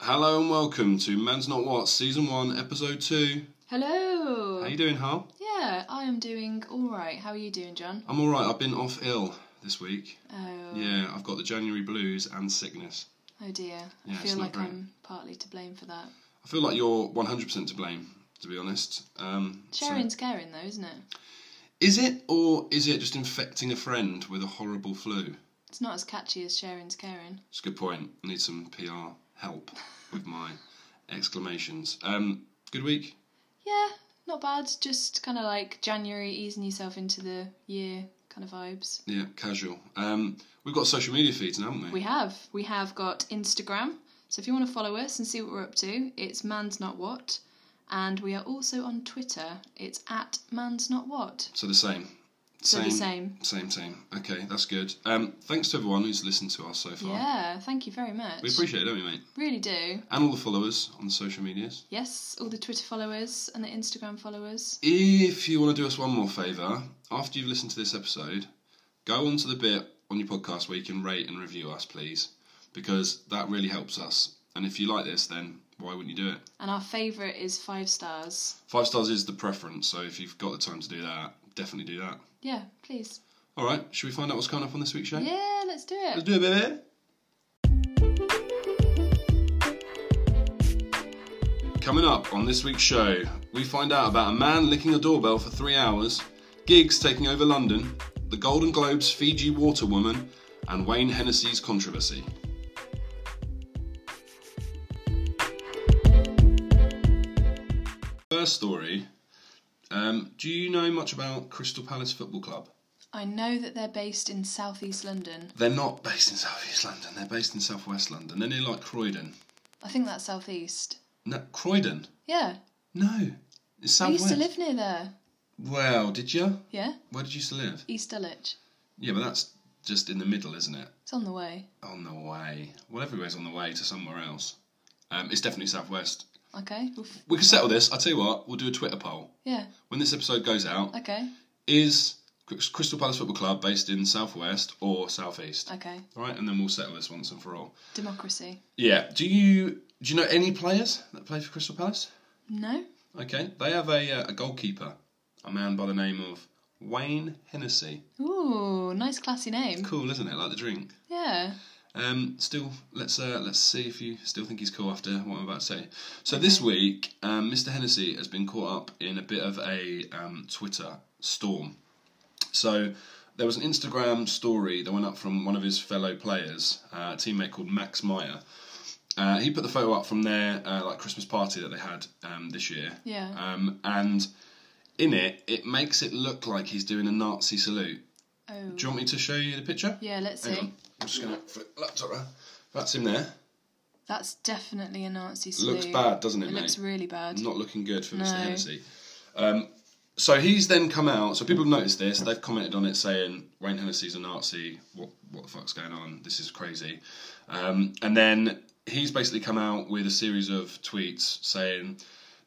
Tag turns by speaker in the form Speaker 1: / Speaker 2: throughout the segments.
Speaker 1: Hello and welcome to Man's Not What, Season 1, Episode 2.
Speaker 2: Hello.
Speaker 1: How you doing, Hal?
Speaker 2: Yeah, I am doing all right. How are you doing, John?
Speaker 1: I'm alright, I've been off ill this week.
Speaker 2: Oh,
Speaker 1: Yeah, I've got the January blues and sickness.
Speaker 2: oh dear.
Speaker 1: Yeah, it's
Speaker 2: I feel
Speaker 1: not
Speaker 2: like
Speaker 1: great.
Speaker 2: I'm partly to blame for that.
Speaker 1: I feel like you're 100% to blame, to be honest. Um, so-
Speaker 2: Sharing's caring, though, isn't it?
Speaker 1: is it, or is it just infecting a friend with a horrible flu?
Speaker 2: It's not as catchy as sharing's caring.
Speaker 1: It's a good point. I need some PR help with my exclamations. Um, good week?
Speaker 2: Yeah, not bad. Just kind of like January, easing yourself into the year kind of vibes.
Speaker 1: Yeah, casual. Um, we've got social media feeds now, haven't we?
Speaker 2: We have. We have got Instagram. So if you want to follow us and see what we're up to, it's Man's Not What. And we are also on Twitter. It's at Man's Not What.
Speaker 1: so the same.
Speaker 2: So the same.
Speaker 1: Same, same. Okay, that's good. Um, thanks to everyone who's listened to us so far.
Speaker 2: Yeah, thank you very much.
Speaker 1: We appreciate it, don't we, mate?
Speaker 2: Really do.
Speaker 1: And all the followers on the social medias.
Speaker 2: Yes, all the Twitter followers and the Instagram followers.
Speaker 1: If you want to do us one more favour, after you've listened to this episode, go on to the bit on your podcast where you can rate and review us, please, because that really helps us. And if you like this, then why wouldn't you do it?
Speaker 2: And our favourite is five stars.
Speaker 1: Five stars is the preference, so if you've got the time to do that, definitely do that.
Speaker 2: Yeah, please.
Speaker 1: All right, should we find out what's coming up on this week's show?
Speaker 2: Yeah, let's do
Speaker 1: Let's
Speaker 2: it.
Speaker 1: do it, baby. Coming up on this week's show, we find out about a man licking a doorbell for three hours, gigs taking over London, the Golden Globes Fiji water woman, and Wayne Hennessey's controversy. First story. Um, do you know much about Crystal Palace Football Club?
Speaker 2: I know that they're based in southeast London.
Speaker 1: They're not based in South East London. They're based in South West London. They're near like Croydon.
Speaker 2: I think that's southeast.
Speaker 1: No, Croydon.
Speaker 2: Yeah,
Speaker 1: No, it's
Speaker 2: I
Speaker 1: South
Speaker 2: used
Speaker 1: West.
Speaker 2: to live near there.
Speaker 1: Well, did you?
Speaker 2: Yeah,
Speaker 1: Where did you used to live?
Speaker 2: East Dulwich.
Speaker 1: Yeah, but that's just in the middle, isn't it?
Speaker 2: It's on the way.
Speaker 1: On the way. Well, everywhere's on the way to somewhere else. Um, it's definitely South West.
Speaker 2: Okay. Oof.
Speaker 1: We can settle this. I tell you what. We'll do a Twitter poll
Speaker 2: Yeah.
Speaker 1: when this episode goes out.
Speaker 2: Okay.
Speaker 1: Is Crystal Palace Football Club based in South West or South East?
Speaker 2: Okay.
Speaker 1: All right, and then we'll settle this once and for all.
Speaker 2: Democracy.
Speaker 1: Yeah. Do you do you know any players that play for Crystal Palace?
Speaker 2: No.
Speaker 1: Okay, they have a, uh, a goalkeeper, a man by the name of Wayne Hennessy.
Speaker 2: Ooh, nice classy name.
Speaker 1: Cool, isn't it? Like the drink.
Speaker 2: Yeah.
Speaker 1: Um, still, let's uh, let's see if you still think he's cool after what I'm about to say. So this week, um, Mr. Hennessy has been caught up in a bit of a um, Twitter storm. So there was an Instagram story that went up from one of his fellow players, uh, a teammate called Max Meyer. Uh, he put the photo up from their uh, like Christmas party that they had um, this year.
Speaker 2: Yeah.
Speaker 1: Um, and in it, it makes it look like he's doing a Nazi salute.
Speaker 2: Oh.
Speaker 1: Do you want me to show you the picture?
Speaker 2: Yeah, let's
Speaker 1: Hang
Speaker 2: see.
Speaker 1: on. I'm just going to flip the laptop around. That's him there.
Speaker 2: That's definitely a Nazi salute.
Speaker 1: Looks bad, doesn't it,
Speaker 2: It
Speaker 1: mate?
Speaker 2: looks really bad.
Speaker 1: Not looking good for
Speaker 2: No.
Speaker 1: Mr. Hennessy. Um, so he's then come out. So people have noticed this. They've commented on it saying Wayne Hennessy's a Nazi. What what the fuck's going on? This is crazy. Um, and then he's basically come out with a series of tweets saying,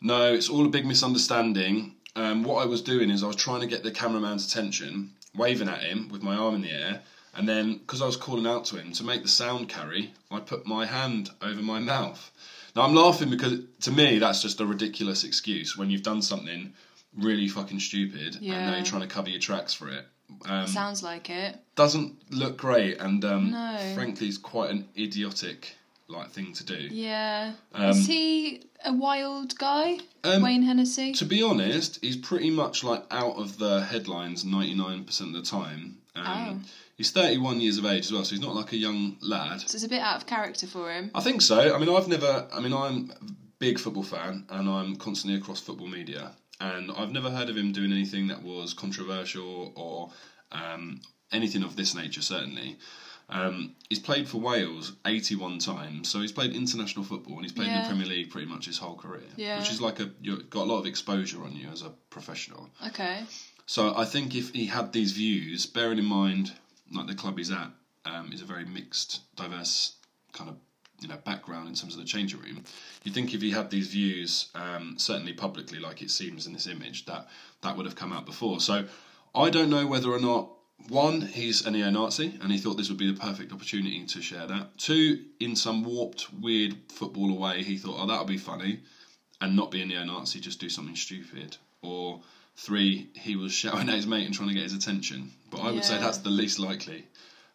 Speaker 1: "No, it's all a big misunderstanding. Um, what I was doing is I was trying to get the cameraman's attention, waving at him with my arm in the air." And then, because I was calling out to him to make the sound carry, I put my hand over my mouth. Now I'm laughing because to me that's just a ridiculous excuse when you've done something really fucking stupid and now
Speaker 2: Yeah.
Speaker 1: you're trying to cover your tracks for it. Um,
Speaker 2: Sounds like it.
Speaker 1: doesn't look great and um,
Speaker 2: No.
Speaker 1: frankly is quite an idiotic like thing to do.
Speaker 2: Yeah. Is he a wild guy,
Speaker 1: Um,
Speaker 2: Wayne Hennessy?
Speaker 1: To be honest, he's pretty much like out of the headlines 99% of the time. Um,
Speaker 2: Oh.
Speaker 1: He's 31 years of age as well, so he's not like a young lad.
Speaker 2: So it's a bit out of character for him.
Speaker 1: I think so. I mean, I've never. I mean, I'm a big football fan, and I'm constantly across football media, and I've never heard of him doing anything that was controversial or um, anything of this nature. Certainly, um, he's played for Wales 81 times, so he's played international football, and he's played in
Speaker 2: Yeah.
Speaker 1: the Premier League pretty much his whole career,
Speaker 2: Yeah.
Speaker 1: which is like a you've got a lot of exposure on you as a professional.
Speaker 2: Okay.
Speaker 1: So I think if he had these views, bearing in mind like the club he's at um, is a very mixed, diverse kind of you know background in terms of the changing room. You think if he had these views, um, certainly publicly, like it seems in this image, that that would have come out before. So I don't know whether or not one, he's a neo Nazi and he thought this would be the perfect opportunity to share that. Two, in some warped, weird footballer way, he thought, oh, that'll be funny and not be a neo Nazi, just do something stupid. Or three, he was shouting at his mate and trying to get his attention. But I would say
Speaker 2: Yeah.
Speaker 1: that's the least likely.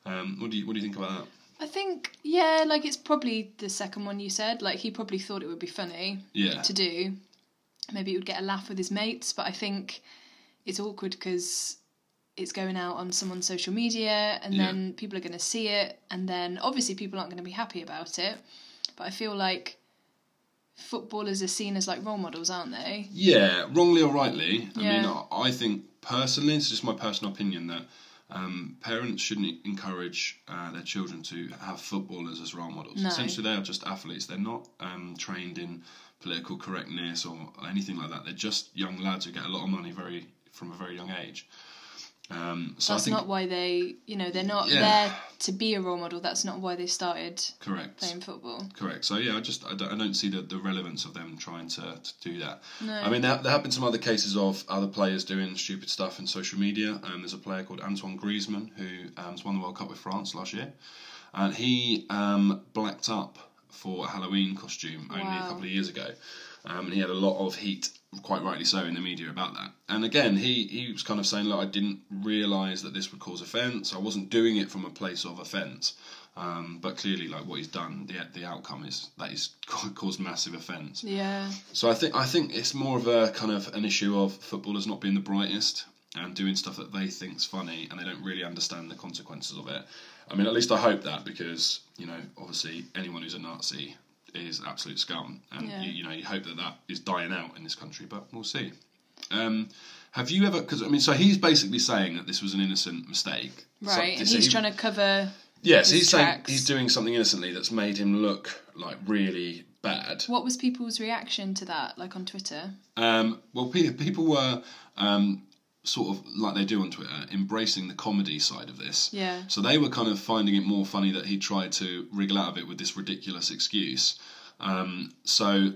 Speaker 1: Um, what, do you, what do you think about that?
Speaker 2: I think, yeah, like it's probably the second one you said. Like he probably thought it would be funny
Speaker 1: Yeah.
Speaker 2: to do. Maybe he would get a laugh with his mates, but I think it's awkward because it's going out on someone's social media and
Speaker 1: Yeah.
Speaker 2: then people are going to see it. And then obviously people aren't going to be happy about it. But I feel like footballers are seen as like role models, aren't they?
Speaker 1: Yeah, wrongly or rightly. I mean,
Speaker 2: Yeah.
Speaker 1: I- I think personally, it's just my personal opinion that um, parents shouldn't encourage uh, their children to have footballers as role models.
Speaker 2: No.
Speaker 1: Essentially, they are just athletes. They're not um, trained in political correctness or anything like that. They're just young lads who get a lot of money very from a very young age. Um, so I
Speaker 2: That's
Speaker 1: think
Speaker 2: not why they, you know, they're not
Speaker 1: Yeah.
Speaker 2: there to be a role model. That's not why they started
Speaker 1: correct.
Speaker 2: playing football.
Speaker 1: Correct. So yeah, I just I don't, I don't see the, the relevance of them trying to, to do that.
Speaker 2: No.
Speaker 1: I mean, there, there have been some other cases of other players doing stupid stuff in social media. Um, there's a player called Antoine Griezmann who um, has won the World Cup with France last year, and he um, blacked up for a Halloween costume only a
Speaker 2: Wow.
Speaker 1: couple of years ago, um, and he had a lot of heat, quite rightly so, in the media about that. And again, he he was kind of saying, look, I didn't realise that this would cause offence. I wasn't doing it from a place of offence. Um, but clearly, like what he's done, the the outcome is that he's ca- caused massive offence.
Speaker 2: Yeah.
Speaker 1: So I think I think it's more of a kind of an issue of footballers not being the brightest and doing stuff that they think's funny and they don't really understand the consequences of it. I mean, at least I hope that because you know, obviously, anyone who's a Nazi is absolute scum, and
Speaker 2: Yeah.
Speaker 1: you, you know, you hope that that is dying out in this country, but we'll see. Um, have you ever? Because I mean, so he's basically saying that this was an innocent mistake, So-
Speaker 2: Right, and
Speaker 1: so
Speaker 2: he's
Speaker 1: he-
Speaker 2: trying to cover.
Speaker 1: Yes,
Speaker 2: his
Speaker 1: he's saying
Speaker 2: tracks.
Speaker 1: he's doing something innocently that's made him look like really bad.
Speaker 2: What was people's reaction to that, like on Twitter?
Speaker 1: Um, well, pe- people were um, sort of like they do on Twitter, embracing the comedy side of this.
Speaker 2: Yeah.
Speaker 1: So they were kind of finding it more funny that he tried to wriggle out of it with this ridiculous excuse. Um, so, do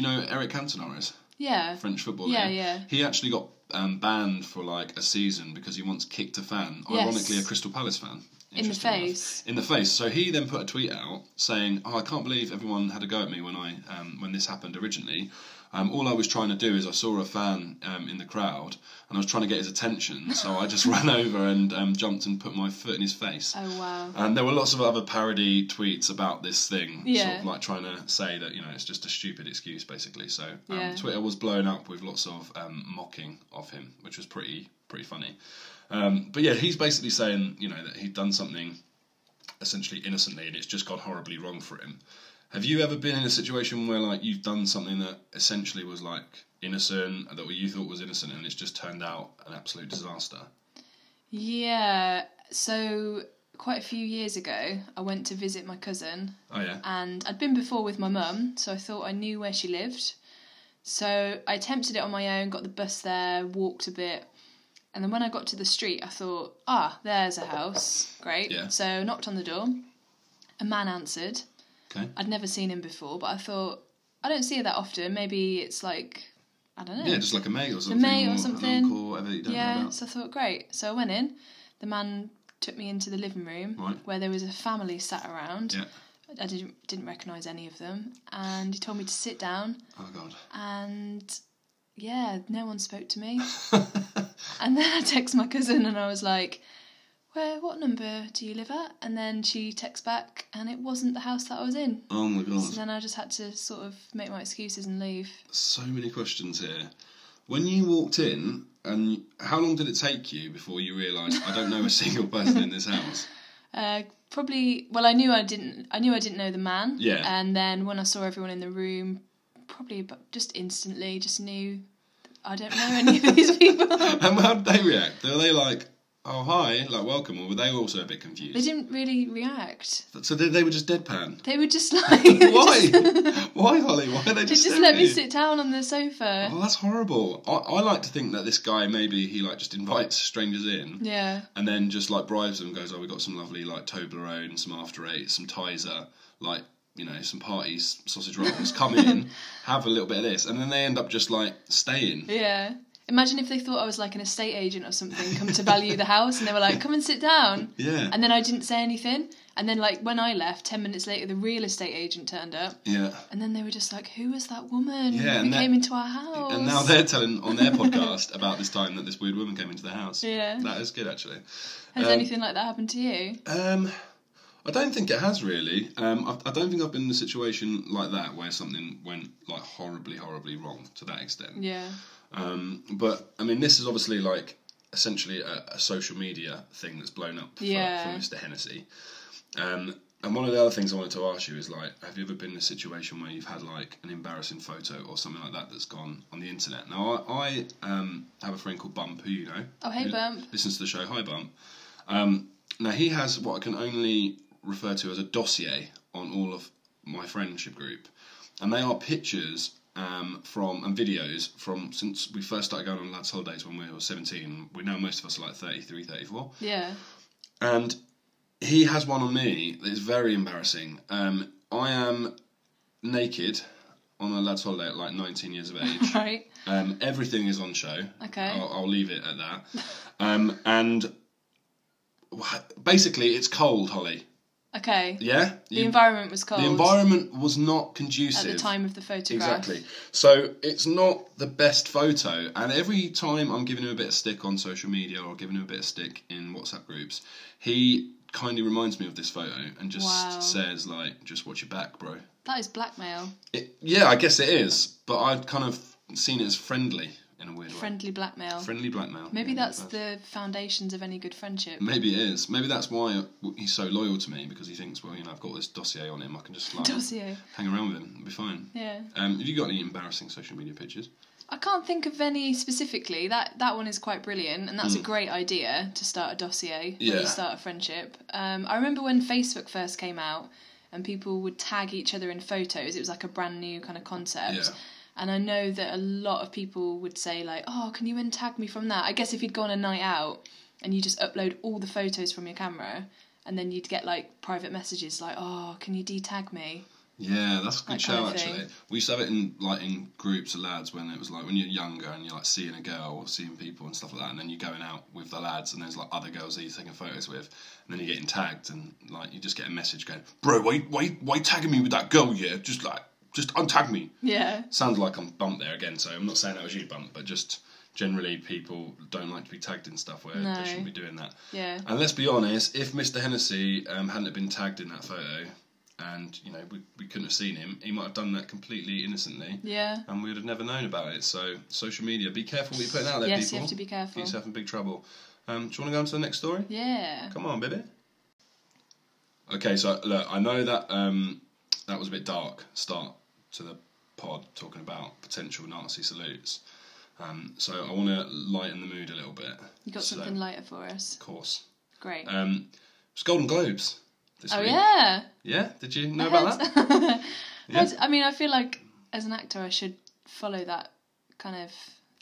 Speaker 1: you know Eric Cantona is?
Speaker 2: Yeah.
Speaker 1: French football.
Speaker 2: Yeah,
Speaker 1: player?
Speaker 2: yeah.
Speaker 1: He actually got um, banned for like a season because he once kicked a fan,
Speaker 2: Yes.
Speaker 1: ironically a Crystal Palace fan.
Speaker 2: In the
Speaker 1: interesting enough.
Speaker 2: face.
Speaker 1: In the face. So he then put a tweet out saying, "Oh, I can't believe everyone had a go at me when I um, when this happened originally." Um, all I was trying to do is I saw a fan um, in the crowd and I was trying to get his attention, so I just ran over and um, jumped and put my foot in his face.
Speaker 2: Oh wow.
Speaker 1: And there were lots of other parody tweets about this thing, sort
Speaker 2: Yeah.
Speaker 1: of like trying to say that you know it's just a stupid excuse, basically. So um,
Speaker 2: Yeah.
Speaker 1: Twitter was blown up with lots of um, mocking of him, which was pretty pretty funny. Um, but yeah, he's basically saying you know that he'd done something essentially innocently, and it's just gone horribly wrong for him. Have you ever been in a situation where like you've done something that essentially was like innocent, that what you thought was innocent, and it's just turned out an absolute disaster?
Speaker 2: Yeah. So quite a few years ago, I went to visit my cousin,
Speaker 1: Oh yeah,
Speaker 2: and I'd been before with my mum, so I thought I knew where she lived. So I attempted it on my own, got the bus there, walked a bit, and then when I got to the street, I thought, ah, there's a house. Great.
Speaker 1: Yeah.
Speaker 2: So I knocked on the door. A man answered.
Speaker 1: okay,
Speaker 2: I'd never seen him before, but I thought I don't see her that often. Maybe it's like I don't know.
Speaker 1: yeah, just like a mate or something,
Speaker 2: mate or
Speaker 1: an
Speaker 2: something.
Speaker 1: uncle, whatever you don't know
Speaker 2: Yeah,
Speaker 1: about.
Speaker 2: so I thought great. So I went in. The man took me into the living room
Speaker 1: Right.
Speaker 2: where there was a family sat around.
Speaker 1: Yeah.
Speaker 2: I didn't didn't recognise any of them, and he told me to sit down.
Speaker 1: Oh god.
Speaker 2: And yeah, no one spoke to me. and then I text my cousin, and I was like. Where, what number do you live at? And then she texts back, and it wasn't the house that I was in.
Speaker 1: Oh my
Speaker 2: So
Speaker 1: god.
Speaker 2: then I just had to sort of make my excuses and leave.
Speaker 1: So many questions here. When you walked in, and how long did it take you before you realised I don't know a single person in this house?
Speaker 2: Uh, probably. Well, I knew I didn't. I knew I didn't know the man.
Speaker 1: Yeah.
Speaker 2: And then when I saw everyone in the room, probably about, just instantly, just knew I don't know any of these people. they
Speaker 1: And how did they react? Were they like, "Oh hi, like welcome," or were they also a bit confused?
Speaker 2: didn't really react.
Speaker 1: So they, they were just deadpan.
Speaker 2: They were just like, they
Speaker 1: Why?
Speaker 2: Just,
Speaker 1: Why, Holly? Why are they
Speaker 2: they
Speaker 1: just?
Speaker 2: just
Speaker 1: staring
Speaker 2: let
Speaker 1: at
Speaker 2: me
Speaker 1: you?
Speaker 2: sit down on the sofa.
Speaker 1: Oh, that's horrible. I, I like to think that this guy maybe he like just invites strangers in.
Speaker 2: Yeah.
Speaker 1: and then just like bribes them. Goes, oh, we got some lovely like Toblerone, some After Eight, some Tizer, like you know, some parties, sausage rolls. Come in, have a little bit of this, and then they end up just like staying.
Speaker 2: Yeah. Imagine if they thought I was like an estate agent or something, come to value the house, and they were like, "Come and sit down,"
Speaker 1: Yeah.
Speaker 2: and then I didn't say anything, and then like when I left, ten minutes later, the real estate agent turned up,
Speaker 1: yeah.
Speaker 2: and then they were just like, "Who was that woman
Speaker 1: Yeah,
Speaker 2: who
Speaker 1: and that-
Speaker 2: came into our house?"
Speaker 1: And now they're telling on their podcast about this time that this weird woman came into the house.
Speaker 2: Yeah.
Speaker 1: That is good, actually.
Speaker 2: has
Speaker 1: um,
Speaker 2: anything like that happened to you?
Speaker 1: Um, I don't think it has really. Um, I, I don't think I've been in a situation like that where something went like horribly, horribly wrong to that extent.
Speaker 2: Yeah,
Speaker 1: Um, but I mean, this is obviously like essentially a, a social media thing that's blown up for,
Speaker 2: Yeah.
Speaker 1: for Mr. Hennessy. Um, and one of the other things I wanted to ask you is like, have you ever been in a situation where you've had like an embarrassing photo or something like that that's gone on the internet? Now, I, I um, have a friend called Bump who you know.
Speaker 2: Oh, hey,
Speaker 1: who
Speaker 2: Bump.
Speaker 1: Listens to the show. Hi, Bump. Um, now, he has what I can only refer to as a dossier on all of my friendship group and they are pictures um, from and videos from since we first started going on lads holidays when we were 17 we now most of us are like 33 34
Speaker 2: yeah.
Speaker 1: and he has one on me that is very embarrassing um, i am naked on a lads holiday at like 19 years of age
Speaker 2: Right.
Speaker 1: um, everything is on show
Speaker 2: Okay.
Speaker 1: I'll, I'll leave it at that um, and wha- basically it's cold holly
Speaker 2: Okay.
Speaker 1: yeah
Speaker 2: The
Speaker 1: You-
Speaker 2: environment was cold
Speaker 1: the environment was not
Speaker 2: at
Speaker 1: conducive
Speaker 2: the time of the photograph.
Speaker 1: Exactly. So it's not the best photo, and every time I'm giving him a bit of stick on social media or giving him a bit of stick in WhatsApp groups, he kindly reminds me of this photo and just
Speaker 2: Wow.
Speaker 1: says like, "Just watch your back, bro."
Speaker 2: That is blackmail.
Speaker 1: It, yeah, I guess it is, but I've kind of seen it as friendly in a weird way.
Speaker 2: Friendly blackmail.
Speaker 1: Friendly blackmail.
Speaker 2: Maybe
Speaker 1: Yeah, Mm.
Speaker 2: that's
Speaker 1: bad.
Speaker 2: the foundations of any good friendship.
Speaker 1: Maybe it is. Maybe that's why he's so loyal to me because he thinks, well, you know, I've got this dossier on him. I can just like
Speaker 2: Dossier.
Speaker 1: hang around with him. It'll be fine.
Speaker 2: Yeah.
Speaker 1: Um, have you got any embarrassing social media pictures?
Speaker 2: I can't think of any specifically. That that one is quite brilliant, and that's a great idea to start a dossier when
Speaker 1: Mm. Yeah.
Speaker 2: you start a friendship. Um, I remember when Facebook first came out, and people would tag each other in photos. It was like a brand new kind of concept.
Speaker 1: Yeah.
Speaker 2: And I know that a lot of people would say like, "Oh, can you untag me from that?" I guess if you'd go on a night out and you just upload all the photos from your camera, and then you'd get like private messages like, "Oh, can you detag me?"
Speaker 1: Yeah, that's a good
Speaker 2: That
Speaker 1: show
Speaker 2: kind of
Speaker 1: actually.
Speaker 2: thing.
Speaker 1: We used to have it in like in groups of lads when it was like when you're younger and you're like seeing a girl or seeing people and stuff like that, and then you're going out with the lads and there's like other girls that you're taking photos with, and then you're getting tagged and like you just get a message going, bro, why why why you tagging me with that girl? Yeah, just like just untag me.
Speaker 2: Yeah.
Speaker 1: Sounds like I'm bump there again, so I'm not saying that was you bump, but just generally people don't like to be tagged in stuff where
Speaker 2: No.
Speaker 1: they shouldn't be doing that.
Speaker 2: Yeah.
Speaker 1: And let's be honest, if Mr. Hennessy um, hadn't have been tagged in that photo, and you know we, we couldn't have seen him, he might have done that completely innocently,
Speaker 2: Yeah.
Speaker 1: and we would have never known about it. So social media, be careful what you're putting out there,
Speaker 2: Yes,
Speaker 1: people.
Speaker 2: you have to be
Speaker 1: Get
Speaker 2: careful.
Speaker 1: yourself in big trouble. Um, do you want to go on to the next story?
Speaker 2: Yeah.
Speaker 1: Come on, baby. Okay, so look, I know that um, that was a bit dark start to the pod talking about potential Nazi salutes. Um, so I want to lighten the mood a little bit.
Speaker 2: You got
Speaker 1: So,
Speaker 2: something lighter for us.
Speaker 1: Of course.
Speaker 2: Great.
Speaker 1: Um, it's Golden Globes this
Speaker 2: oh
Speaker 1: week.
Speaker 2: yeah.
Speaker 1: Yeah, did you know about that? Yeah.
Speaker 2: I mean, I feel like as an actor, I should follow that kind of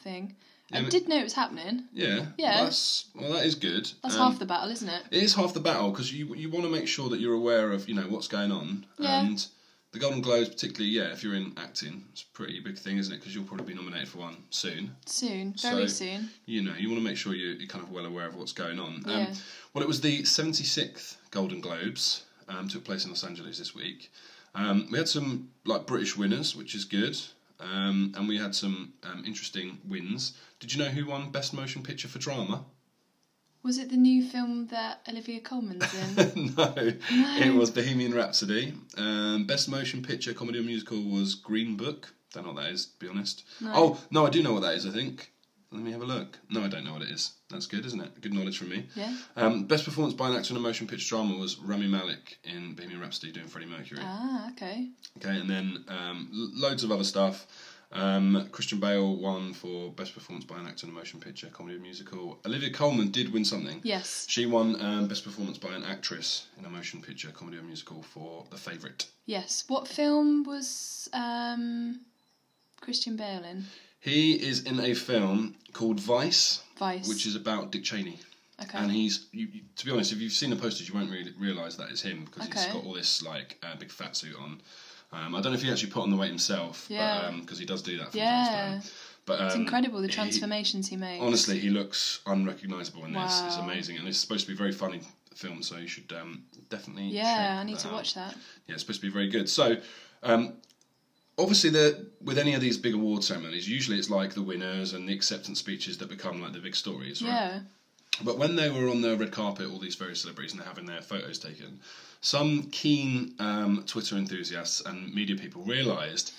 Speaker 2: thing. I
Speaker 1: Yeah, but-
Speaker 2: did know it was happening.
Speaker 1: Yeah.
Speaker 2: Yeah.
Speaker 1: Well, that's well, that is good.
Speaker 2: That's
Speaker 1: Um,
Speaker 2: half the battle, isn't it?
Speaker 1: It is half the battle because you you want to make sure that you're aware of you know what's going on
Speaker 2: Yeah.
Speaker 1: and the Golden Globes particularly. Yeah, if you're in acting, it's a pretty big thing, isn't it? Because you'll probably be nominated for one soon.
Speaker 2: Soon, very
Speaker 1: So-
Speaker 2: soon.
Speaker 1: You know, you want to make sure you, you're kind of well aware of what's going on. Um,
Speaker 2: Yeah.
Speaker 1: well, it was the 76th Golden Globes. Um, took place in Los Angeles this week. Um, we had some like British winners, which is good, um, and we had some um, interesting wins. Did you know who won Best Motion Picture for Drama?
Speaker 2: Was it the new film that Olivia Colman's in?
Speaker 1: no, it was Bohemian Rhapsody. Um, best motion picture, comedy or musical was Green Book. Don't know what that is, to be honest. Oh, no, I do know what that is, I think. Let me have a look. No, I don't know what it is. That's good, isn't it? Good knowledge from me.
Speaker 2: Yeah.
Speaker 1: Um, best performance by an actor in a motion picture drama was Rami Malik in Bohemian Rhapsody doing Freddie Mercury.
Speaker 2: ah, okay.
Speaker 1: Okay, and then um, l- loads of other stuff. Um, Christian Bale won for best performance by an actor in a motion picture, comedy or musical. Olivia Colman did win something.
Speaker 2: Yes.
Speaker 1: She won um, Best Performance by an Actress in a Motion Picture Comedy or Musical for The Favourite.
Speaker 2: Yes. What film was um, Christian Bale in?
Speaker 1: He is in a film called Vice,
Speaker 2: Vice.
Speaker 1: which is about Dick Cheney.
Speaker 2: okay.
Speaker 1: And he's, you, you- to be honest, if you've seen the posters, you won't really realise that is him because he's
Speaker 2: Okay.
Speaker 1: got all this like uh, big fat suit on. Um, I don't know if he actually put on the weight himself,
Speaker 2: Yeah.
Speaker 1: but because he does do that from time to
Speaker 2: yeah.
Speaker 1: time. But um,
Speaker 2: It's incredible the
Speaker 1: he-
Speaker 2: transformations he, made.
Speaker 1: honestly, he looks unrecognisable in this. It's
Speaker 2: Wow.
Speaker 1: amazing, and it's supposed to be a very funny film, so you should um, definitely.
Speaker 2: Yeah,
Speaker 1: check
Speaker 2: I need to
Speaker 1: that out.
Speaker 2: watch that.
Speaker 1: Yeah, it's supposed to be very good. So, um, obviously, the with any of these big award ceremonies, usually it's like the winners and the acceptance speeches that become like the big stories, right?
Speaker 2: Yeah.
Speaker 1: But when they were on the red carpet, all these various celebrities and they're having their photos taken, some keen um, Twitter enthusiasts and media people realised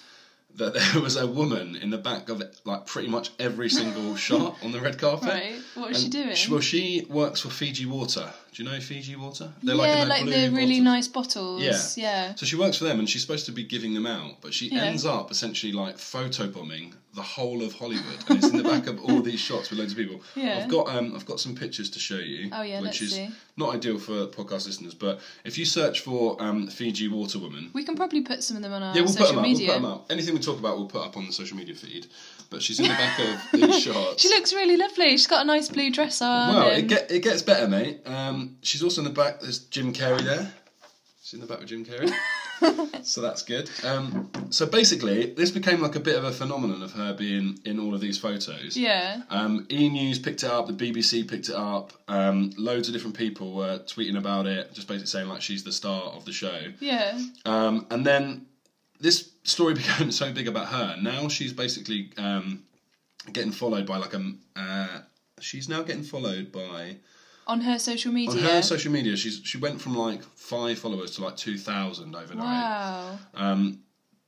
Speaker 1: that there was a woman in the back of like pretty much every single shot on the red carpet.
Speaker 2: Right. What was she
Speaker 1: And
Speaker 2: doing?
Speaker 1: well, she works for Fiji Water. Do you know Fiji Water?
Speaker 2: yeah,
Speaker 1: in
Speaker 2: like,
Speaker 1: their blue
Speaker 2: the really
Speaker 1: bottles.
Speaker 2: nice bottles. Yeah.
Speaker 1: So she works for them, and she's supposed to be giving them out, but she
Speaker 2: Yeah.
Speaker 1: ends up essentially like photobombing the whole of Hollywood, and it's in the back of all these shots with loads of people.
Speaker 2: Yeah.
Speaker 1: I've got um, I've got some pictures to show you.
Speaker 2: Oh, yeah,
Speaker 1: which
Speaker 2: let's
Speaker 1: is
Speaker 2: see.
Speaker 1: not ideal for podcast listeners, but if you search for um, Fiji Water Woman.
Speaker 2: We can probably put some of them on our
Speaker 1: Yeah, we'll put
Speaker 2: Oh, social
Speaker 1: them up.
Speaker 2: media.
Speaker 1: We'll put them up. Anything we talk about, we'll put up on the social media feed. But she's in the back of these shots.
Speaker 2: She looks really lovely. She's got a nice blue dress on.
Speaker 1: Well, it,
Speaker 2: and-
Speaker 1: get, it gets better, mate. Um, she's also in the back. There's Jim Carrey there. She's in the back with Jim Carrey. so that's good. Um, so basically, this became like a bit of a phenomenon of her being in all of these photos.
Speaker 2: yeah.
Speaker 1: Um, e News picked it up, the BBC picked it up, um, loads of different people were tweeting about it, just basically saying like she's the star of the show.
Speaker 2: Yeah.
Speaker 1: Um, and then this story became so big about her. Now she's basically um, getting followed by like a. Uh, she's now getting followed by
Speaker 2: On her social media.
Speaker 1: on her social media. She's she went from like five followers to like two thousand overnight.
Speaker 2: wow.
Speaker 1: Um,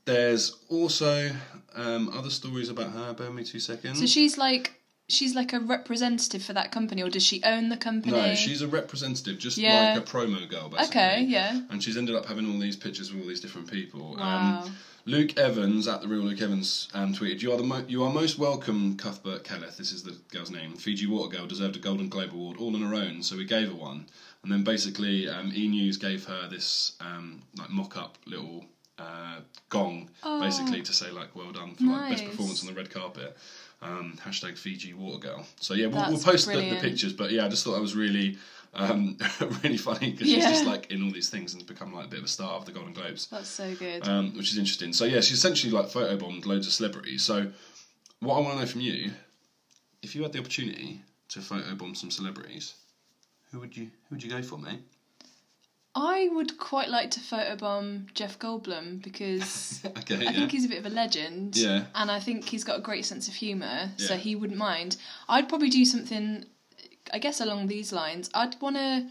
Speaker 1: there's also um, other stories about her. Bear with me two seconds.
Speaker 2: So she's like she's like a representative for that company, or does she own the company?
Speaker 1: no, she's a representative, just
Speaker 2: Yeah.
Speaker 1: like a promo girl, basically.
Speaker 2: Okay, yeah.
Speaker 1: And she's ended up having all these pictures with all these different people.
Speaker 2: Wow.
Speaker 1: Um, Luke Evans at the real Luke Evans um, tweeted, "You are the mo- you are most welcome, Cuthbert Kelleth. This is the girl's name. Fiji Water Girl deserved a Golden Globe award all on her own, so we gave her one. And then basically, um, E News gave her this um, like mock up little uh, gong,
Speaker 2: Oh.
Speaker 1: basically to say like well done for like best
Speaker 2: Nice.
Speaker 1: performance on the red carpet. Um, hashtag Fiji Water Girl. So yeah, we'll, we'll
Speaker 2: That's
Speaker 1: post the, the
Speaker 2: brilliant.
Speaker 1: pictures, but yeah, I just thought that was really." Um, really funny because she's
Speaker 2: Yeah.
Speaker 1: just like in all these things and become like a bit of a star of the Golden Globes
Speaker 2: That's so good.
Speaker 1: um, which is interesting. So yeah, she's essentially like photobombed loads of celebrities. So what I want to know from you, if you had the opportunity to photobomb some celebrities, who would you who would you go for, mate?
Speaker 2: I would quite like to photobomb Jeff Goldblum because
Speaker 1: okay,
Speaker 2: I
Speaker 1: yeah.
Speaker 2: think he's a bit of a legend.
Speaker 1: Yeah.
Speaker 2: And I think he's got a great sense of humour, so
Speaker 1: Yeah.
Speaker 2: he wouldn't mind. I'd probably do something, I guess, along these lines. I'd want to.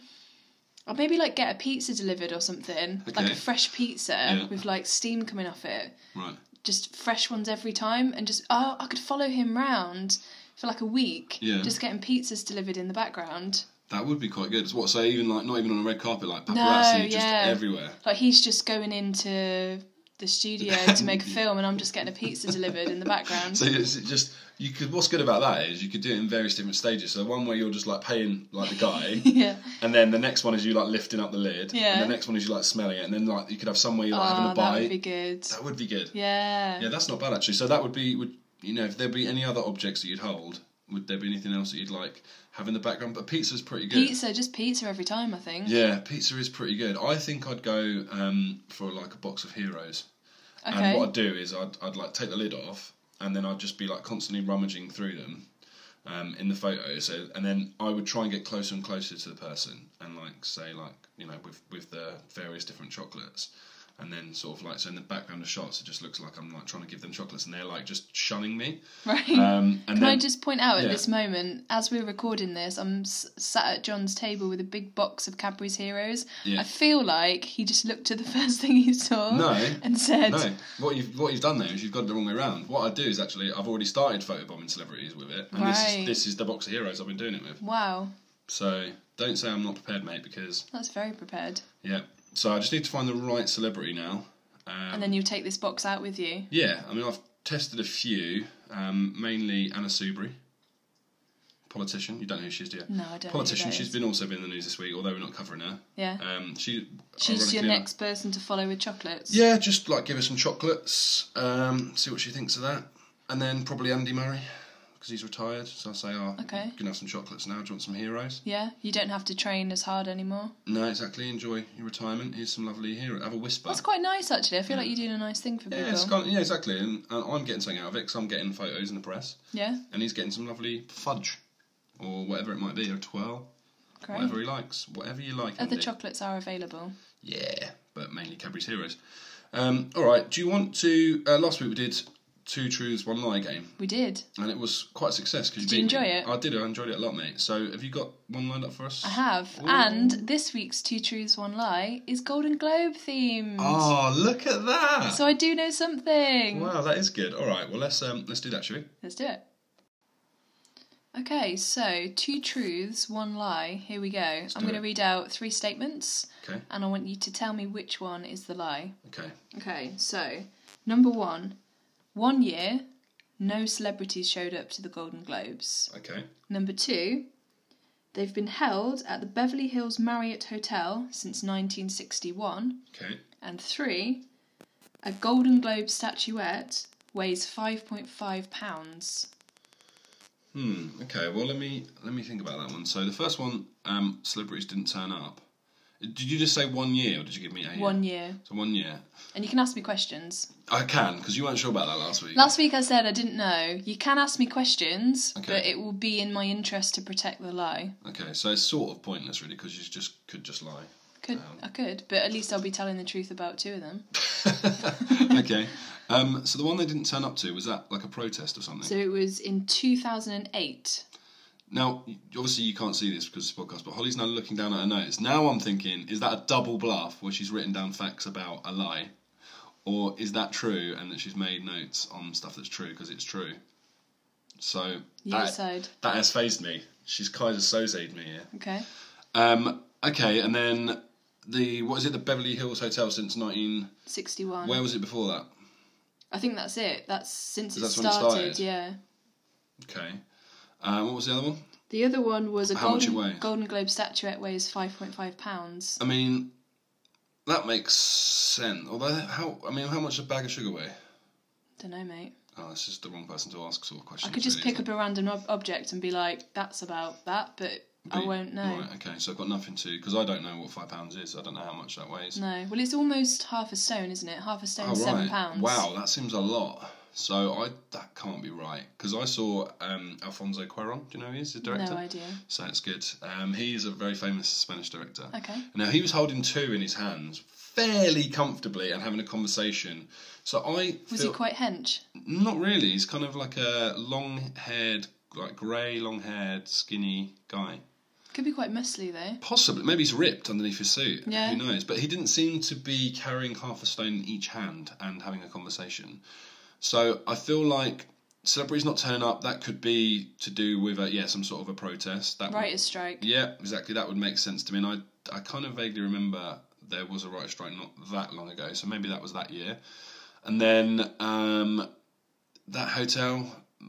Speaker 2: I'd maybe like get a pizza delivered or something, like
Speaker 1: Okay.
Speaker 2: a fresh pizza
Speaker 1: Yeah.
Speaker 2: with like steam coming off it.
Speaker 1: right.
Speaker 2: just fresh ones every time and just oh I could follow him round for like a week
Speaker 1: Yeah.
Speaker 2: just getting pizzas delivered in the background
Speaker 1: That would be quite good. What? So even like not even on a red carpet, like paparazzi
Speaker 2: No,
Speaker 1: just
Speaker 2: yeah.
Speaker 1: everywhere.
Speaker 2: like he's just going into the studio to make a film and I'm just getting a pizza delivered in the background
Speaker 1: So it's just you could. What's good about that is you could do it in various different stages. So one where you're just like paying like the guy,
Speaker 2: yeah
Speaker 1: and then the next one is you like lifting up the lid,
Speaker 2: Yeah.
Speaker 1: and the next one is you like smelling it, and then like you could have some where you're like having
Speaker 2: oh
Speaker 1: a bite.
Speaker 2: that would be good
Speaker 1: that would be good.
Speaker 2: yeah
Speaker 1: Yeah, that's not bad actually. So that would be would you know if there be any other objects that you'd hold, would there be anything else that you'd like have in the background? But pizza's pretty good.
Speaker 2: pizza just pizza every time I think
Speaker 1: Yeah, pizza is pretty good. I think I'd go um, for like a box of heroes.
Speaker 2: Okay.
Speaker 1: And what I'd do is I'd I'd like take the lid off and then I'd just be like constantly rummaging through them. Um, in the photos, so, and then I would try and get closer and closer to the person, and like say, like you know, with with the various different chocolates, and then sort of like so in the background of shots, it just looks like I'm like trying to give them chocolates, and they're like just shunning me.
Speaker 2: right
Speaker 1: Um, and
Speaker 2: Can I
Speaker 1: then-
Speaker 2: just point out at
Speaker 1: yeah.
Speaker 2: this moment, as we're recording this, I'm s- sat at John's table with a big box of Cadbury's Heroes.
Speaker 1: Yeah.
Speaker 2: I feel like he just looked at the first thing he saw
Speaker 1: No.
Speaker 2: and said,
Speaker 1: No, what you've what you've done there is you've got it the wrong way around. What I do is actually I've already started photobombing celebrities with it, and this is
Speaker 2: Right.
Speaker 1: this is the box of heroes I've been doing it with.
Speaker 2: "Wow,
Speaker 1: So don't say I'm not prepared, mate, because
Speaker 2: that's very prepared."
Speaker 1: yeah. So I just need to find the right celebrity now. Um,
Speaker 2: And then you take this box out with you.
Speaker 1: yeah, I mean I've tested a few, um, mainly Anna Soubry, politician. You don't know who she is, do you?
Speaker 2: No, I don't. know who
Speaker 1: Politician.
Speaker 2: that
Speaker 1: She's
Speaker 2: is.
Speaker 1: been also been in the news this week, although we're not covering her.
Speaker 2: Yeah,
Speaker 1: Um, she.
Speaker 2: she's
Speaker 1: ironically
Speaker 2: your
Speaker 1: enough-
Speaker 2: next person to follow with chocolates.
Speaker 1: Yeah, just like give her some chocolates, um, see what she thinks of that, and then probably Andy Murray. because he's retired. So I say, oh,
Speaker 2: Okay.
Speaker 1: you can have some chocolates now. Do you want some heroes?
Speaker 2: Yeah, you don't have to train as hard anymore.
Speaker 1: No, exactly. Enjoy your retirement. Here's some lovely heroes. Have a whisper.
Speaker 2: That's quite nice, actually. I feel like you're doing a nice thing for people.
Speaker 1: Uh, yeah, it's kind of- yeah, exactly. And, and I'm getting something out of it because I'm getting photos in the press,
Speaker 2: Yeah,
Speaker 1: and he's getting some lovely fudge or whatever it might be, or twirl,
Speaker 2: great.
Speaker 1: whatever he likes, whatever you like.
Speaker 2: Other
Speaker 1: Andy.
Speaker 2: chocolates are available.
Speaker 1: Yeah, but mainly Cadbury's Heroes. Um, all right, do you want to? Uh, last week we did two truths, one lie game,
Speaker 2: We did.
Speaker 1: and it was quite a success. Cause
Speaker 2: Did you
Speaker 1: beat me.
Speaker 2: enjoy it?
Speaker 1: I did. I enjoyed it a lot, mate. So have you got one lined up for us?
Speaker 2: I have. And this week's Two Truths, One Lie is Golden Globe themed.
Speaker 1: Oh, look at that!
Speaker 2: So I do know something.
Speaker 1: wow, that is good. All right, well let's um, let's do that, shall we?
Speaker 2: Let's do it. Okay, so two truths, one lie. Here we go. I'm
Speaker 1: do
Speaker 2: going
Speaker 1: it.
Speaker 2: to read out three statements
Speaker 1: Okay,
Speaker 2: and I want you to tell me which one is the lie.
Speaker 1: okay.
Speaker 2: Okay, so number one one year, no celebrities showed up to the Golden Globes.
Speaker 1: Okay.
Speaker 2: Number two, they've been held at the Beverly Hills Marriott Hotel since 1961.
Speaker 1: Okay.
Speaker 2: And three, a Golden Globe statuette weighs 5.5 pounds.
Speaker 1: Hmm. Okay. Well, let me let me think about that one. So the first one, um, celebrities didn't turn up. Did you just say one year, or did you give me a year?
Speaker 2: One year.
Speaker 1: So one year.
Speaker 2: And you can ask me questions.
Speaker 1: I can because you weren't sure about that last week.
Speaker 2: Last week I said I didn't know. You can ask me questions,
Speaker 1: Okay.
Speaker 2: but it will be in my interest to protect the lie.
Speaker 1: Okay, so it's sort of pointless, really, because you just could just lie.
Speaker 2: Could I could, but at least I'll be telling the truth about two of them.
Speaker 1: okay, um, so the one they didn't turn up to was that like a protest or something?
Speaker 2: So it was in 2008.
Speaker 1: now, obviously, you can't see this because it's a podcast, but Holly's now looking down at her notes. Now I'm thinking, is that a double bluff where she's written down facts about a lie, or is that true and that she's made notes on stuff that's true because it's true? So
Speaker 2: You
Speaker 1: that,
Speaker 2: decide.
Speaker 1: that has phased me. She's kind of sozeed me here.
Speaker 2: Okay.
Speaker 1: Um, okay, and then the what is it? The Beverly Hills Hotel since 19.
Speaker 2: 61.
Speaker 1: Where was it before that?
Speaker 2: I think that's it. That's since it
Speaker 1: That's when it
Speaker 2: started,
Speaker 1: started?
Speaker 2: Yeah.
Speaker 1: Okay. Um, what was the other one?
Speaker 2: The other one was a
Speaker 1: How much it
Speaker 2: golden,
Speaker 1: weighs?
Speaker 2: golden Globe statuette weighs five point five pounds.
Speaker 1: I mean, that makes sense. Although, how? I mean, how much does a bag of sugar weigh?
Speaker 2: Don't know, mate.
Speaker 1: Oh, this is the wrong person to ask sort of
Speaker 2: I
Speaker 1: questions.
Speaker 2: could just
Speaker 1: really,
Speaker 2: pick up a random ob- object and be like, "That's about that," but I
Speaker 1: isn't it?
Speaker 2: won't know.
Speaker 1: Right, okay, so I've got nothing to because I don't know what five pounds is. I don't know how much that weighs.
Speaker 2: No. Well, it's almost half a stone, isn't it? Half a stone,
Speaker 1: Oh,
Speaker 2: is seven
Speaker 1: right.
Speaker 2: pounds.
Speaker 1: Wow, that seems a lot. So I that can't be right because I saw um, Alfonso Cuarón. Do you know who he is? The director.
Speaker 2: No idea.
Speaker 1: So that's good. Um, he is a very famous Spanish director.
Speaker 2: Okay.
Speaker 1: Now he was holding two in his hands fairly comfortably and having a conversation. So I
Speaker 2: Was
Speaker 1: feel
Speaker 2: he quite hench?
Speaker 1: not really. He's kind of like a long-haired, like grey, long-haired, skinny guy.
Speaker 2: Could be quite muscly though.
Speaker 1: Possibly, maybe he's ripped underneath his suit.
Speaker 2: Yeah.
Speaker 1: Who knows? But he didn't seem to be carrying half a stone in each hand and having a conversation. So I feel like celebrities not turning up that could be to do with a, yeah some sort of a protest. That would
Speaker 2: Writer's strike.
Speaker 1: yeah, exactly. That would make sense to me. And I, I kind of vaguely remember there was a right strike not that long ago, so maybe that was that year. And then um, that hotel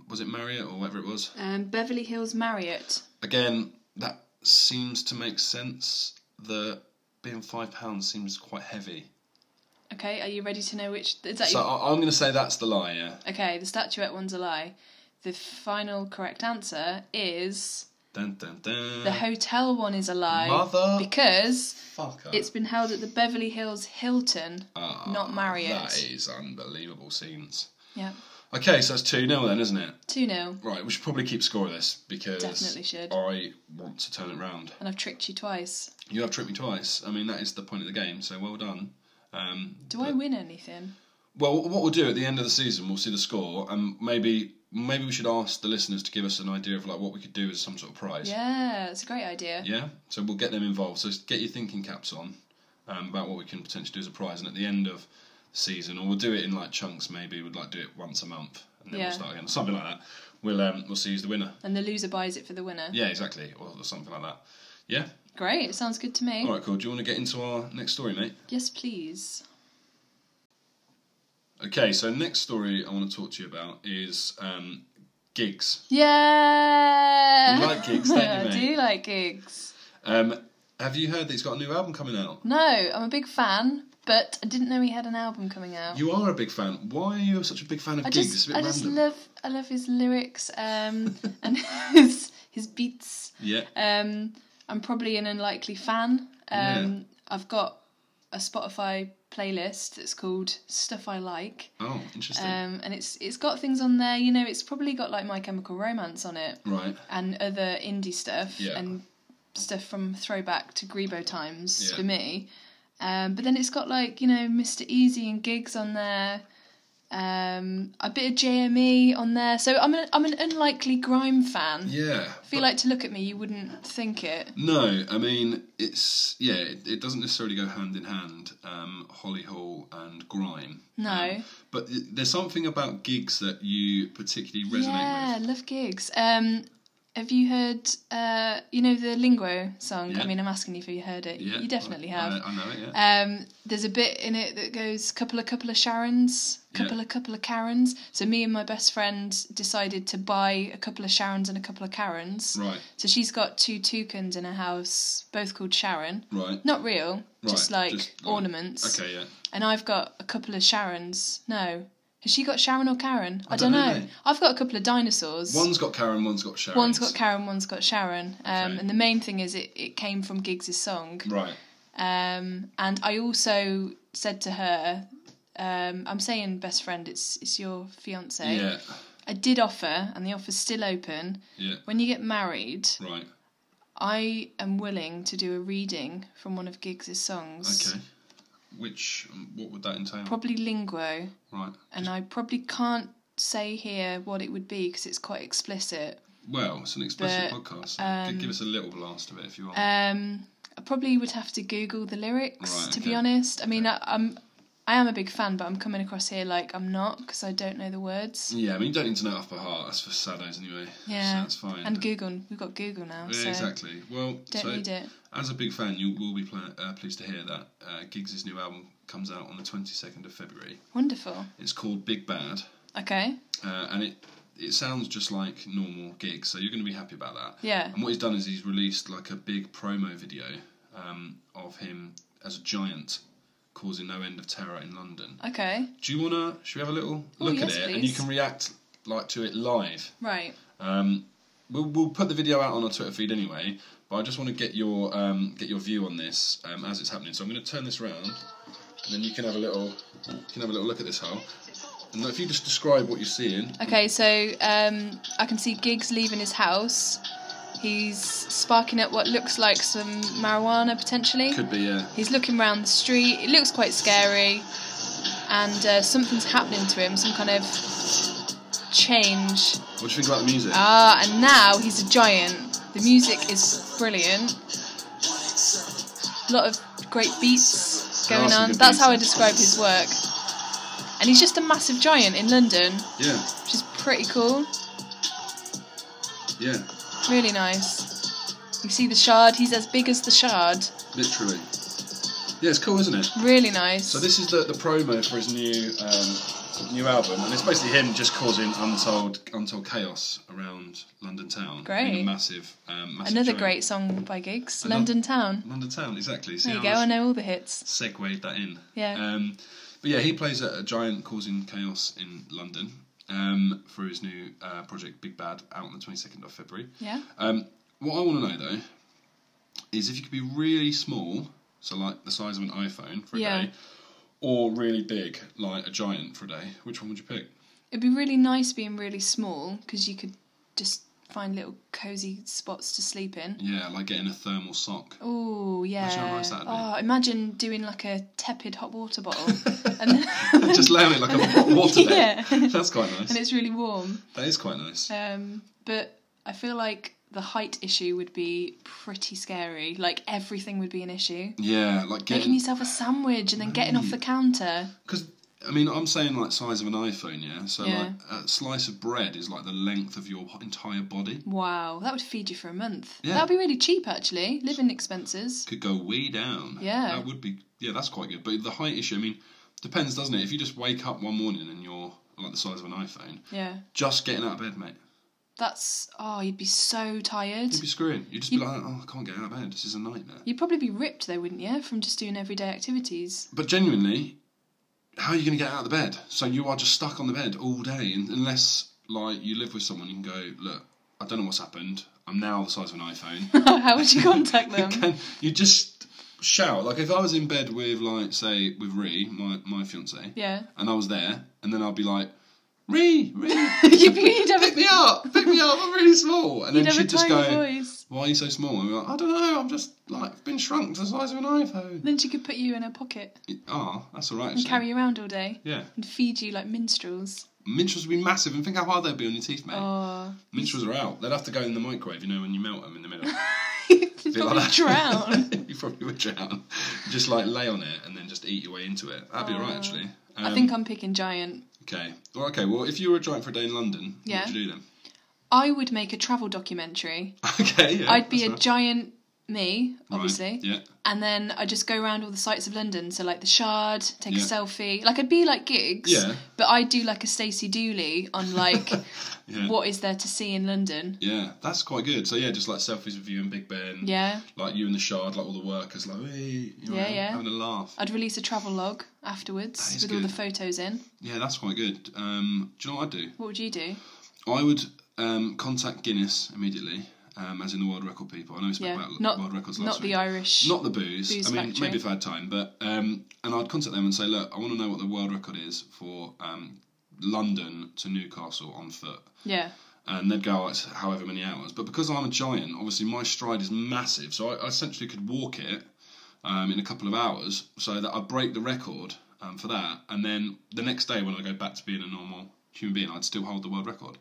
Speaker 1: was it Marriott or whatever it was?
Speaker 2: Um, Beverly Hills Marriott.
Speaker 1: Again, that seems to make sense. The being five pounds seems quite heavy,
Speaker 2: Okay. Are you ready to know which? Is that
Speaker 1: so
Speaker 2: your
Speaker 1: I, I'm going to say that's the lie. Yeah,
Speaker 2: Okay, the statuette one's a lie. The final correct answer is
Speaker 1: dun dun dun.
Speaker 2: the hotel one is a lie.
Speaker 1: Hmm. Mother-
Speaker 2: Because
Speaker 1: Fucker.
Speaker 2: it's been held at the Beverly Hills Hilton,
Speaker 1: Ah,
Speaker 2: not Marriott.
Speaker 1: That is unbelievable scenes.
Speaker 2: Yeah.
Speaker 1: Okay, so that's two 0 then, isn't it?
Speaker 2: 2 0.
Speaker 1: Right, we should probably keep score of this because
Speaker 2: Definitely should.
Speaker 1: I want to turn it round.
Speaker 2: And I've tricked you twice.
Speaker 1: You have tripped me twice. I mean, that is the point of the game, so well done. Um,
Speaker 2: Do I win anything?
Speaker 1: well, what we'll do at the end of the season, we'll see the score, and maybe maybe we should ask the listeners to give us an idea of like what we could do as some sort of prize.
Speaker 2: Yeah, it's a great idea.
Speaker 1: Yeah? So we'll get them involved. So get your thinking caps on um, about what we can potentially do as a prize, and at the end of the season, or we'll do it in like chunks. Maybe we'd like do it once a month, and then
Speaker 2: Yeah.
Speaker 1: we'll start again, something like that. We'll um, we'll see who's the winner.
Speaker 2: And the loser buys it for the winner.
Speaker 1: Yeah, exactly, or, or something like that. Yeah.
Speaker 2: Great, it sounds good to me.
Speaker 1: All right, cool. Do you want to get into our next story, mate?
Speaker 2: Yes, please.
Speaker 1: Okay, so next story I want to talk to you about is um, gigs.
Speaker 2: Yeah!
Speaker 1: You like gigs, don't you,
Speaker 2: I
Speaker 1: mate?
Speaker 2: do like gigs.
Speaker 1: Um, have you heard that he's got a new album coming out?
Speaker 2: No, I'm a big fan, But I didn't know he had an album coming out.
Speaker 1: You are a big fan. Why are you such a big fan of
Speaker 2: I
Speaker 1: gigs?
Speaker 2: just,
Speaker 1: it's a bit
Speaker 2: I
Speaker 1: random.
Speaker 2: just love, I love his lyrics um, and his his beats.
Speaker 1: yeah.
Speaker 2: Um, I'm probably an unlikely fan. Um,
Speaker 1: Yeah.
Speaker 2: I've got a Spotify playlist that's called Stuff I Like,
Speaker 1: Oh, interesting.
Speaker 2: um, and it's it's got things on there. You know, it's probably got like My Chemical Romance on it
Speaker 1: right.
Speaker 2: and other indie stuff
Speaker 1: Yeah.
Speaker 2: and stuff from throwback to Grebo times
Speaker 1: Yeah.
Speaker 2: for me. Um, but then it's got like you know Mr. Easy and gigs on there, um, a bit of JME on there. So I'm an I'm an unlikely grime fan.
Speaker 1: Yeah.
Speaker 2: I feel like to look at me, you wouldn't think it.
Speaker 1: No, I mean it's yeah. It, it doesn't necessarily go hand in hand. Um, Holly Hall and Grime.
Speaker 2: No.
Speaker 1: Um, but th- there's something about gigs that you particularly resonate
Speaker 2: yeah,
Speaker 1: with.
Speaker 2: love gigs. Um, have you heard, uh, you know, the Lingo song?
Speaker 1: Yeah.
Speaker 2: I mean, I'm asking you if you heard it.
Speaker 1: Yeah.
Speaker 2: you definitely
Speaker 1: I-
Speaker 2: have.
Speaker 1: I, I know it. Yeah.
Speaker 2: Um, there's a bit in it that goes couple of couple of Sharons, couple
Speaker 1: Yeah.
Speaker 2: of couple of Karens. So me and my best friend decided to buy a couple of Sharons and a couple of Karens.
Speaker 1: Right.
Speaker 2: So she's got two toucans in her house, both called Sharon.
Speaker 1: Right.
Speaker 2: Not real, just
Speaker 1: Right,
Speaker 2: like
Speaker 1: just like-
Speaker 2: ornaments.
Speaker 1: Okay. Yeah.
Speaker 2: And I've got a couple of Sharons. No. Has she got Sharon or Karen? I,
Speaker 1: don't
Speaker 2: don't,
Speaker 1: know,
Speaker 2: know.
Speaker 1: mate.
Speaker 2: I've got a couple of dinosaurs.
Speaker 1: One's got Karen. One's got Sharon.
Speaker 2: one's got Karen, one's got Sharon. Um,
Speaker 1: Okay.
Speaker 2: And the main thing is it, it came from Giggs' song.
Speaker 1: Right.
Speaker 2: Um, and I also said to her, um, I'm saying best friend, it's it's your fiance.
Speaker 1: Yeah.
Speaker 2: I did offer, and the offer's still open.
Speaker 1: Yeah.
Speaker 2: When you get married,
Speaker 1: Right.
Speaker 2: I am willing to do a reading from one of Giggs' songs.
Speaker 1: Okay. Which um, what would that entail?
Speaker 2: Probably lingo,
Speaker 1: right.
Speaker 2: and I probably can't say here what it would be because it's quite explicit.
Speaker 1: Well, it's an explicit
Speaker 2: But,
Speaker 1: podcast. So g- give us a little blast of it if you want.
Speaker 2: Um, I probably would have to Google the lyrics
Speaker 1: Right,
Speaker 2: to be
Speaker 1: okay.
Speaker 2: honest. I mean, I, I'm I am a big fan, but I'm coming across here like I'm not because I don't know the words.
Speaker 1: yeah, I mean you don't need to know it off by heart. That's for saddos anyway. so
Speaker 2: Yeah,
Speaker 1: that's fine.
Speaker 2: And Google, we've got Google now,
Speaker 1: yeah,
Speaker 2: so
Speaker 1: exactly. Well,
Speaker 2: don't
Speaker 1: so
Speaker 2: need it.
Speaker 1: as a big fan, you will be pla- uh, pleased to hear that uh, Giggs' new album comes out on the twenty second of February.
Speaker 2: Wonderful.
Speaker 1: It's called Big Bad,
Speaker 2: Okay.
Speaker 1: uh, and it it sounds just like normal gigs, so you're going to be happy about that.
Speaker 2: Yeah.
Speaker 1: And what he's done is he's released like a big promo video um, of him as a giant causing no end of terror in London.
Speaker 2: Okay.
Speaker 1: Do you wanna? Should we have a little
Speaker 2: Oh,
Speaker 1: look
Speaker 2: yes,
Speaker 1: at it, and
Speaker 2: please.
Speaker 1: you can react like to it live.
Speaker 2: Right.
Speaker 1: Um, we'll, we'll put the video out on our Twitter feed anyway, but I just want to get your um, get your view on this um, as it's happening. So I'm going to turn this round, and then you can have a little you can have a little look at this hole. And if you just describe what you're seeing,
Speaker 2: Okay. So um, I can see Giggs leaving his house. He's sparking up what looks like some marijuana potentially.
Speaker 1: could be uh,
Speaker 2: He's looking round the street. It looks quite scary, and uh, something's happening to him. Some kind of change.
Speaker 1: what do you think about the music?
Speaker 2: Ah, and now he's a giant. The music is brilliant. A lot of great beats
Speaker 1: There are
Speaker 2: going
Speaker 1: some
Speaker 2: on.
Speaker 1: good
Speaker 2: That's how I
Speaker 1: beats.
Speaker 2: describe his work. And he's just a massive giant in London,
Speaker 1: yeah,
Speaker 2: which is pretty cool.
Speaker 1: yeah,
Speaker 2: Really nice. You see the shard, he's as big as the shard.
Speaker 1: literally. Yeah, it's cool, isn't it?
Speaker 2: Really nice.
Speaker 1: So this is the, the promo for his new um, new album, and it's basically him just causing untold untold chaos around London town.
Speaker 2: Great.
Speaker 1: Being a massive, um, massive
Speaker 2: Another
Speaker 1: giant.
Speaker 2: great song by Giggs,
Speaker 1: Another-
Speaker 2: London Town.
Speaker 1: London town, exactly. See
Speaker 2: There you
Speaker 1: how
Speaker 2: go, I
Speaker 1: I
Speaker 2: know all the hits.
Speaker 1: segued that in.
Speaker 2: Yeah.
Speaker 1: Um, but yeah, he plays a, a giant causing chaos in London um, for his new uh, project Big Bad out on the twenty second of February.
Speaker 2: Yeah?
Speaker 1: Um, what I want to know though is if you could be really small, so like the size of an iPhone for a
Speaker 2: Yeah.
Speaker 1: day, or really big, like a giant for a day. Which one would you pick?
Speaker 2: It'd be really nice being really small because you could just find little cozy spots to sleep in.
Speaker 1: Yeah, like getting a thermal sock.
Speaker 2: Oh yeah.
Speaker 1: Imagine how nice that'd be.
Speaker 2: Oh, imagine doing like a tepid hot water bottle, and, then,
Speaker 1: Just lay on it like a hot water bed.
Speaker 2: Yeah.
Speaker 1: That's quite
Speaker 2: and
Speaker 1: nice.
Speaker 2: it's really warm.
Speaker 1: That is quite nice.
Speaker 2: Um, but I feel like the height issue would be pretty scary. Like everything would be an issue.
Speaker 1: Yeah, like
Speaker 2: Making
Speaker 1: getting.
Speaker 2: yourself a sandwich and then getting off the counter.
Speaker 1: Because, I mean, I'm saying like size of an iPhone, yeah? So,
Speaker 2: Yeah.
Speaker 1: like, a slice of bread is like the length of your entire body.
Speaker 2: Wow, that would feed you for a month.
Speaker 1: Yeah.
Speaker 2: That'd be really cheap actually. Living expenses.
Speaker 1: Could go way down.
Speaker 2: Yeah.
Speaker 1: That would be. Yeah, that's quite good. But the height issue, I mean, depends, doesn't it? If you just wake up one morning and you're like the size of an iPhone,
Speaker 2: Yeah.
Speaker 1: just getting out of bed, mate.
Speaker 2: That's oh, you'd be so tired.
Speaker 1: You'd be screwing. You'd just be like, oh, I can't get out of bed. This is a nightmare.
Speaker 2: You'd probably be ripped though, wouldn't you, from just doing everyday activities?
Speaker 1: But genuinely, how are you going to get out of the bed? So you are just stuck on the bed all day, un- unless like you live with someone. You can go, look, I don't know what's happened. I'm now the size of an iPhone.
Speaker 2: How would you contact them?
Speaker 1: Can you just shout? Like if I was in bed with like say with Ree, my my fiance,
Speaker 2: Yeah,
Speaker 1: and I was there, and then I'd be like, Ree, Ree,
Speaker 2: you'd, be, you'd have
Speaker 1: pick
Speaker 2: a,
Speaker 1: me up, pick me up. I'm really small, and
Speaker 2: you'd
Speaker 1: then
Speaker 2: have a
Speaker 1: she'd just
Speaker 2: tiny
Speaker 1: go.
Speaker 2: voice.
Speaker 1: Why are you so small? And we're like, I don't know. I'm just like been shrunk to the size of an iPhone.
Speaker 2: Then she could put you in her pocket
Speaker 1: Ah, that's all right.
Speaker 2: and
Speaker 1: Actually.
Speaker 2: carry you around all day
Speaker 1: yeah,
Speaker 2: and feed you like minstrels.
Speaker 1: minstrels would be massive, and think how hard they'd be on your teeth, mate.
Speaker 2: Oh,
Speaker 1: Minstrels are out. They'd have to go in the microwave, you know, when you melt them in the middle.
Speaker 2: you'd
Speaker 1: Bit
Speaker 2: probably
Speaker 1: like that.
Speaker 2: drown.
Speaker 1: you probably would drown. Just like lay on it and then just eat your way into it. That'd be alright,
Speaker 2: Oh.
Speaker 1: actually.
Speaker 2: I
Speaker 1: Um,
Speaker 2: think I'm picking giant.
Speaker 1: Okay. Well, okay. Well, if you were a giant for a day in London,
Speaker 2: Yeah.
Speaker 1: what would you do then?
Speaker 2: I would make a travel documentary.
Speaker 1: okay. Yeah.
Speaker 2: I'd be
Speaker 1: that's
Speaker 2: a
Speaker 1: right.
Speaker 2: giant me,
Speaker 1: Right,
Speaker 2: obviously.
Speaker 1: Yeah.
Speaker 2: and then I just go around all the sites of London. So like the Shard, take
Speaker 1: Yeah.
Speaker 2: a selfie. Like I'd be like gigs,
Speaker 1: Yeah.
Speaker 2: but I do like a Stacey Dooley on like
Speaker 1: Yeah.
Speaker 2: what is there to see in London.
Speaker 1: Yeah. That's quite good. So yeah, just like selfies with you and Big Ben.
Speaker 2: Yeah,
Speaker 1: Like you and the Shard, like all the workers, like hey, you know,
Speaker 2: Yeah, yeah.
Speaker 1: having a laugh.
Speaker 2: I'd release a travel log
Speaker 1: That
Speaker 2: afterwards
Speaker 1: is
Speaker 2: with all the
Speaker 1: good.
Speaker 2: photos in.
Speaker 1: Yeah, that's quite good. Um, do you know what I'd do?
Speaker 2: What would you do?
Speaker 1: I would um, contact Guinness immediately, um, as in the world record people. I know we spoke
Speaker 2: Yeah,
Speaker 1: about
Speaker 2: not
Speaker 1: world records last
Speaker 2: not
Speaker 1: week.
Speaker 2: the Irish.
Speaker 1: Not the booze. I
Speaker 2: Booze
Speaker 1: mean,
Speaker 2: factory.
Speaker 1: maybe if I had time, but um, and I'd contact them and say, look, I want to know what the world record is for um, London to Newcastle on foot,
Speaker 2: yeah,
Speaker 1: and they'd go, oh, it's however many hours. But because I'm a giant, obviously my stride is massive, so I, I essentially could walk it um, in a couple of hours, so that I break the record um, for that, and then the next day when I go back to being a normal human being, I'd still hold the world record.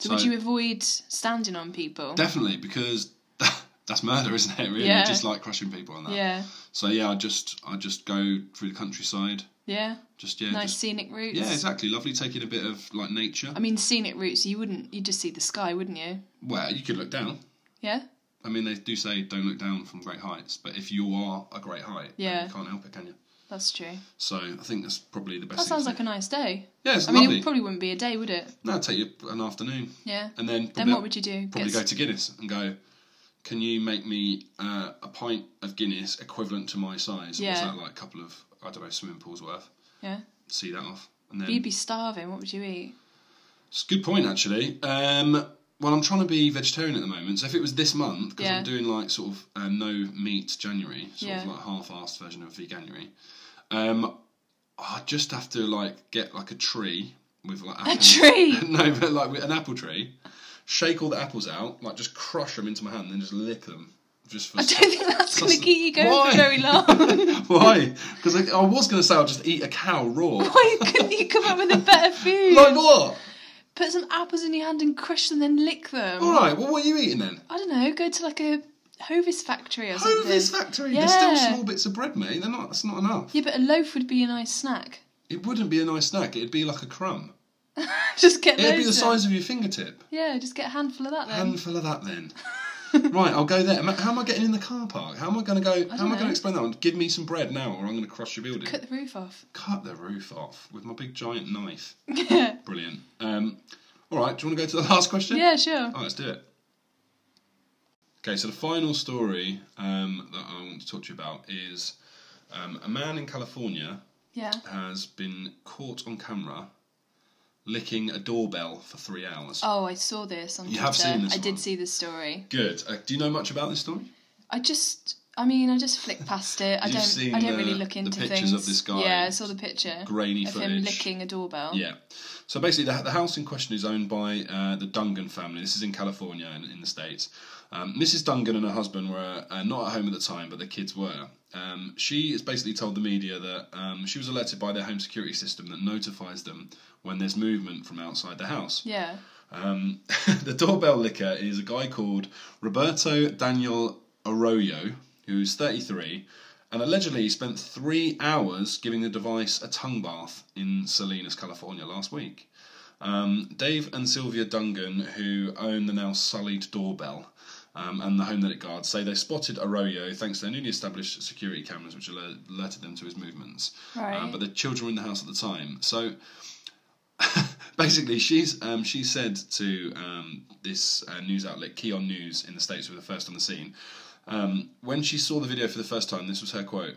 Speaker 2: so, would you avoid standing on people?
Speaker 1: Definitely, because. That's murder, isn't it? Really,
Speaker 2: Yeah.
Speaker 1: just like crushing people on that.
Speaker 2: yeah,
Speaker 1: So yeah, I just I just go through the countryside.
Speaker 2: yeah,
Speaker 1: Just yeah,
Speaker 2: nice
Speaker 1: just,
Speaker 2: scenic routes.
Speaker 1: yeah, exactly. Lovely taking a bit of like nature.
Speaker 2: I mean, scenic routes. You wouldn't. You'd just see the sky, wouldn't you?
Speaker 1: Well, you could look down.
Speaker 2: Yeah.
Speaker 1: I mean, they do say don't look down from great heights, but if you are a great height, then
Speaker 2: Yeah.
Speaker 1: you can't help it, can you?
Speaker 2: That's true.
Speaker 1: So I think that's probably the best.
Speaker 2: That
Speaker 1: thing
Speaker 2: sounds
Speaker 1: to
Speaker 2: like a nice day.
Speaker 1: do. yeah, it's
Speaker 2: I mean,
Speaker 1: lovely.
Speaker 2: it probably wouldn't be a day, would it?
Speaker 1: No, it'd take you an afternoon,
Speaker 2: Yeah.
Speaker 1: and then
Speaker 2: Then
Speaker 1: probably,
Speaker 2: what would you do?
Speaker 1: probably
Speaker 2: Get
Speaker 1: go
Speaker 2: s-
Speaker 1: to Guinness and go. Can you make me uh, a pint of Guinness equivalent to my size? What's
Speaker 2: Yeah.
Speaker 1: that like? A couple of I don't know swimming pools worth.
Speaker 2: Yeah.
Speaker 1: See that off, and then
Speaker 2: You'd be starving. What would you eat?
Speaker 1: It's a good point, actually. Um, well, I'm trying to be vegetarian at the moment. So if it was this month, because
Speaker 2: Yeah.
Speaker 1: I'm doing like sort of um, no meat January, sort of
Speaker 2: Yeah.
Speaker 1: like half-assed version of veganuary, um, I'd just have to like get like a tree with like
Speaker 2: A
Speaker 1: apples.
Speaker 2: tree.
Speaker 1: no, but like with an apple tree, shake all the apples out, like just crush them into my hand, and then just lick them. Just for
Speaker 2: I don't think that's going
Speaker 1: That's-
Speaker 2: to keep you going
Speaker 1: Why?
Speaker 2: for very long.
Speaker 1: why? Because I, I was going to say I'll just eat a cow raw.
Speaker 2: Why couldn't you come up with a better food?
Speaker 1: like what?
Speaker 2: Put some apples in your hand and crush them, then lick them.
Speaker 1: All right. Well, what are you eating then?
Speaker 2: I don't know. Go to like a Hovis factory or something.
Speaker 1: Hovis factory. There's still
Speaker 2: Yeah.
Speaker 1: small bits of bread, mate. They're not. That's not enough.
Speaker 2: yeah, but a loaf would be a nice snack.
Speaker 1: It wouldn't be a nice snack. It'd be like a crumb.
Speaker 2: just get
Speaker 1: It'd be
Speaker 2: loads
Speaker 1: the
Speaker 2: of- Um,
Speaker 1: size of your fingertip.
Speaker 2: Yeah, just get a handful of that then.
Speaker 1: Handful of that, then. right, I'll go there. Am I- How am I getting in the car park? How am I going to go? How am I going
Speaker 2: know.
Speaker 1: to explain that one? Give me some bread now, or I'm going to crush your building.
Speaker 2: Cut the roof off.
Speaker 1: Cut the roof off with my big giant knife.
Speaker 2: yeah.
Speaker 1: Brilliant. Um, all right, do you want to go to the last question?
Speaker 2: Yeah, sure.
Speaker 1: Oh, let's do it. Okay, so the final story um, that I want to talk to you about is um, a man in California
Speaker 2: Yeah.
Speaker 1: has been caught on camera licking a doorbell for three hours.
Speaker 2: Oh, I saw this on
Speaker 1: You
Speaker 2: Twitter.
Speaker 1: have seen this
Speaker 2: I
Speaker 1: one.
Speaker 2: did see this story.
Speaker 1: Good. Uh, do you know much about this story?
Speaker 2: I just, I mean, I just flick past it. I
Speaker 1: You've
Speaker 2: don't,
Speaker 1: seen
Speaker 2: I don't
Speaker 1: the-
Speaker 2: really look
Speaker 1: the
Speaker 2: into
Speaker 1: pictures
Speaker 2: things.
Speaker 1: of this guy.
Speaker 2: Yeah, I saw the picture
Speaker 1: Grainy
Speaker 2: of
Speaker 1: footage.
Speaker 2: him licking a doorbell.
Speaker 1: Yeah. So basically, the, the house in question is owned by uh, the Dungan family. This is in California, in, in the States. Um, Mrs. Dungan and her husband were uh, not at home at the time, but the kids were. Um, she has basically told the media that um, she was alerted by their home security system that notifies them when there's movement from outside the house.
Speaker 2: Yeah.
Speaker 1: Um, the doorbell licker is a guy called Roberto Daniel Arroyo, who's 33, and allegedly spent three hours giving the device a tongue bath in Salinas, California last week. Um, Dave and Sylvia Dungan, who own the now sullied doorbell um, and the home that it guards, say they spotted Arroyo thanks to their newly established security cameras, which aler- alerted them to his movements.
Speaker 2: Right.
Speaker 1: Um, but the children were in the house at the time. So basically, she's um, she said to um, this uh, news outlet, Keon News in the states, who were the first on the scene. Um, when she saw the video for the first time, this was her quote.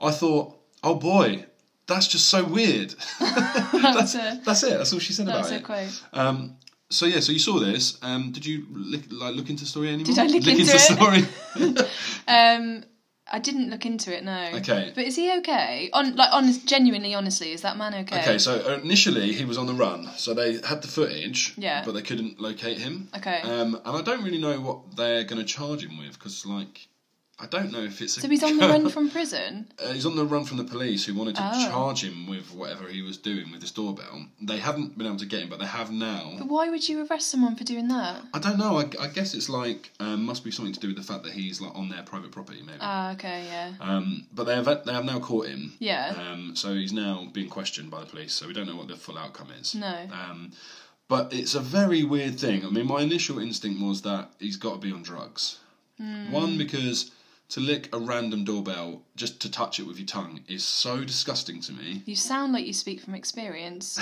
Speaker 1: I thought, oh boy, that's just so weird. that's,
Speaker 2: her-
Speaker 1: that's it. That's all she said
Speaker 2: That
Speaker 1: about
Speaker 2: was her
Speaker 1: it.
Speaker 2: quote.
Speaker 1: Um, so yeah, so you saw this. Um, did you lick, like look into the story anymore?
Speaker 2: Did I look into
Speaker 1: the
Speaker 2: it?
Speaker 1: story?
Speaker 2: Um, I didn't look into it. No.
Speaker 1: Okay.
Speaker 2: But is he okay? On like honest, genuinely, honestly, is that man okay?
Speaker 1: okay, so initially he was on the run, so they had the footage,
Speaker 2: Yeah.
Speaker 1: but they couldn't locate him.
Speaker 2: Okay.
Speaker 1: Um, and I don't really know what they're going to charge him with because, like, I don't know if it's.
Speaker 2: so he's on the run from prison.
Speaker 1: Uh, he's on the run from the police who wanted to
Speaker 2: Oh.
Speaker 1: charge him with whatever he was doing with this doorbell. They haven't been able to get him, but they have now.
Speaker 2: But why would you arrest someone for doing that?
Speaker 1: I don't know. I, I guess it's like um, must be something to do with the fact that he's like on their private property, maybe.
Speaker 2: Ah, okay, yeah.
Speaker 1: Um, but they have they have now caught him.
Speaker 2: Yeah.
Speaker 1: Um, so he's now being questioned by the police. So we don't know what the full outcome is.
Speaker 2: No.
Speaker 1: Um, but it's a very weird thing. I mean, my initial instinct was that he's got to be on drugs.
Speaker 2: Hmm.
Speaker 1: One because to lick a random doorbell just to touch it with your tongue is so disgusting to me.
Speaker 2: You sound like you speak from experience.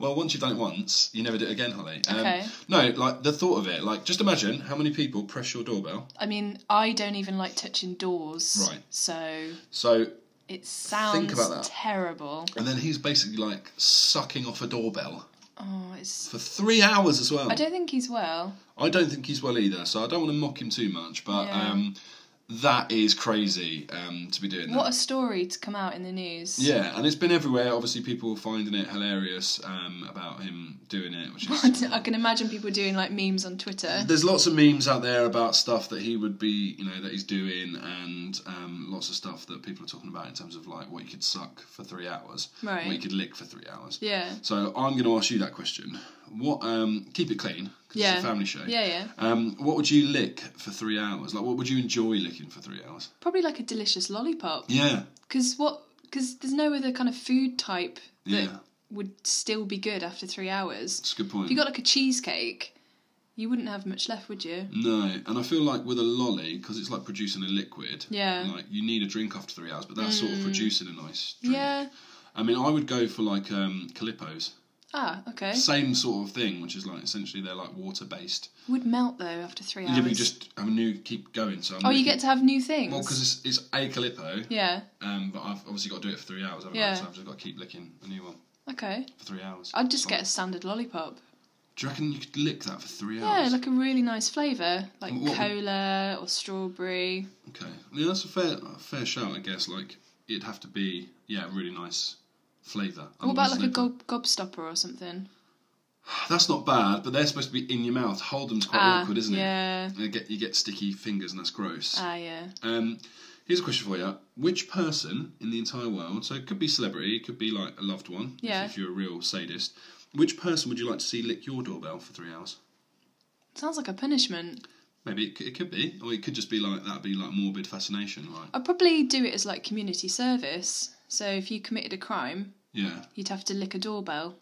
Speaker 1: well, once you've done it once, you never do it again, Holly. Um,
Speaker 2: Okay.
Speaker 1: No, like the thought of it, like just imagine how many people press your doorbell.
Speaker 2: I mean, I don't even like touching doors.
Speaker 1: Right.
Speaker 2: So
Speaker 1: So,
Speaker 2: it sounds
Speaker 1: about that.
Speaker 2: terrible.
Speaker 1: and then he's basically like sucking off a doorbell
Speaker 2: Oh, it's.
Speaker 1: for three hours as well.
Speaker 2: I don't think he's well.
Speaker 1: I don't think he's well either, so I don't want to mock him too much, but
Speaker 2: Yeah.
Speaker 1: um, that is crazy um, to be doing
Speaker 2: What
Speaker 1: that.
Speaker 2: a story to come out in the news.
Speaker 1: Yeah, and it's been everywhere. Obviously, people finding it hilarious um, about him doing it, which is
Speaker 2: I can imagine people doing like memes on Twitter.
Speaker 1: There's lots of memes out there about stuff that he would be, you know, that he's doing, and um, lots of stuff that people are talking about in terms of like what you could suck for three hours,
Speaker 2: Right.
Speaker 1: what you could lick for three hours.
Speaker 2: Yeah.
Speaker 1: So I'm going to ask you that question. What? Um, keep it clean. 'cause
Speaker 2: Yeah.
Speaker 1: It's a family show.
Speaker 2: Yeah, yeah.
Speaker 1: Um, what would you lick for three hours? Like, what would you enjoy licking for three hours?
Speaker 2: Probably like a delicious lollipop.
Speaker 1: Yeah.
Speaker 2: Because what? Because there's no other kind of food type that
Speaker 1: Yeah.
Speaker 2: would still be good after three hours.
Speaker 1: That's a good point.
Speaker 2: If you got like a cheesecake, you wouldn't have much left, would you?
Speaker 1: No, and I feel like with a lolly because it's like producing a liquid.
Speaker 2: Yeah. Mm.
Speaker 1: Like you need a drink after three hours, but that's sort of producing a nice drink.
Speaker 2: Yeah.
Speaker 1: I mean, I would go for like um, Calippos.
Speaker 2: Ah, okay.
Speaker 1: Same sort of thing, which is like essentially they're like water based.
Speaker 2: Would melt though after three hours.
Speaker 1: Yeah, but you just have a new keep going. So I'm
Speaker 2: oh, you get to have new things.
Speaker 1: well because it's, it's a Calippo,
Speaker 2: yeah.
Speaker 1: um, but I've obviously got to do it for three hours. Haven't I?
Speaker 2: Yeah.
Speaker 1: So I've just got to keep licking a new one
Speaker 2: Okay.
Speaker 1: for three hours.
Speaker 2: I'd just get a standard lollipop.
Speaker 1: Do you reckon you could lick that for three
Speaker 2: Yeah,
Speaker 1: hours?
Speaker 2: like a really nice flavour, like
Speaker 1: What would-
Speaker 2: cola or strawberry.
Speaker 1: Okay, yeah, that's a fair a fair shout, I guess. Like it'd have to be yeah, a really nice flavour.
Speaker 2: What
Speaker 1: Otherwise,
Speaker 2: about like a
Speaker 1: no point.
Speaker 2: gob- gobstopper or something?
Speaker 1: That's not bad, but they're supposed to be in your mouth. Hold them's quite
Speaker 2: ah,
Speaker 1: awkward, isn't it?
Speaker 2: yeah.
Speaker 1: And you get you get sticky fingers, and that's gross.
Speaker 2: Ah, yeah.
Speaker 1: Um, here's a question for you: Which person in the entire world? So it could be celebrity, it could be like a loved one. if-
Speaker 2: Yeah.
Speaker 1: If, you're a real sadist, which person would you like to see lick your doorbell for three hours?
Speaker 2: Sounds like a punishment.
Speaker 1: Maybe it, c- it could be, or it could just be like that'd be like morbid fascination, like
Speaker 2: I'd probably do it as like community service. So if you committed a crime,
Speaker 1: yeah.
Speaker 2: you'd have to lick a doorbell.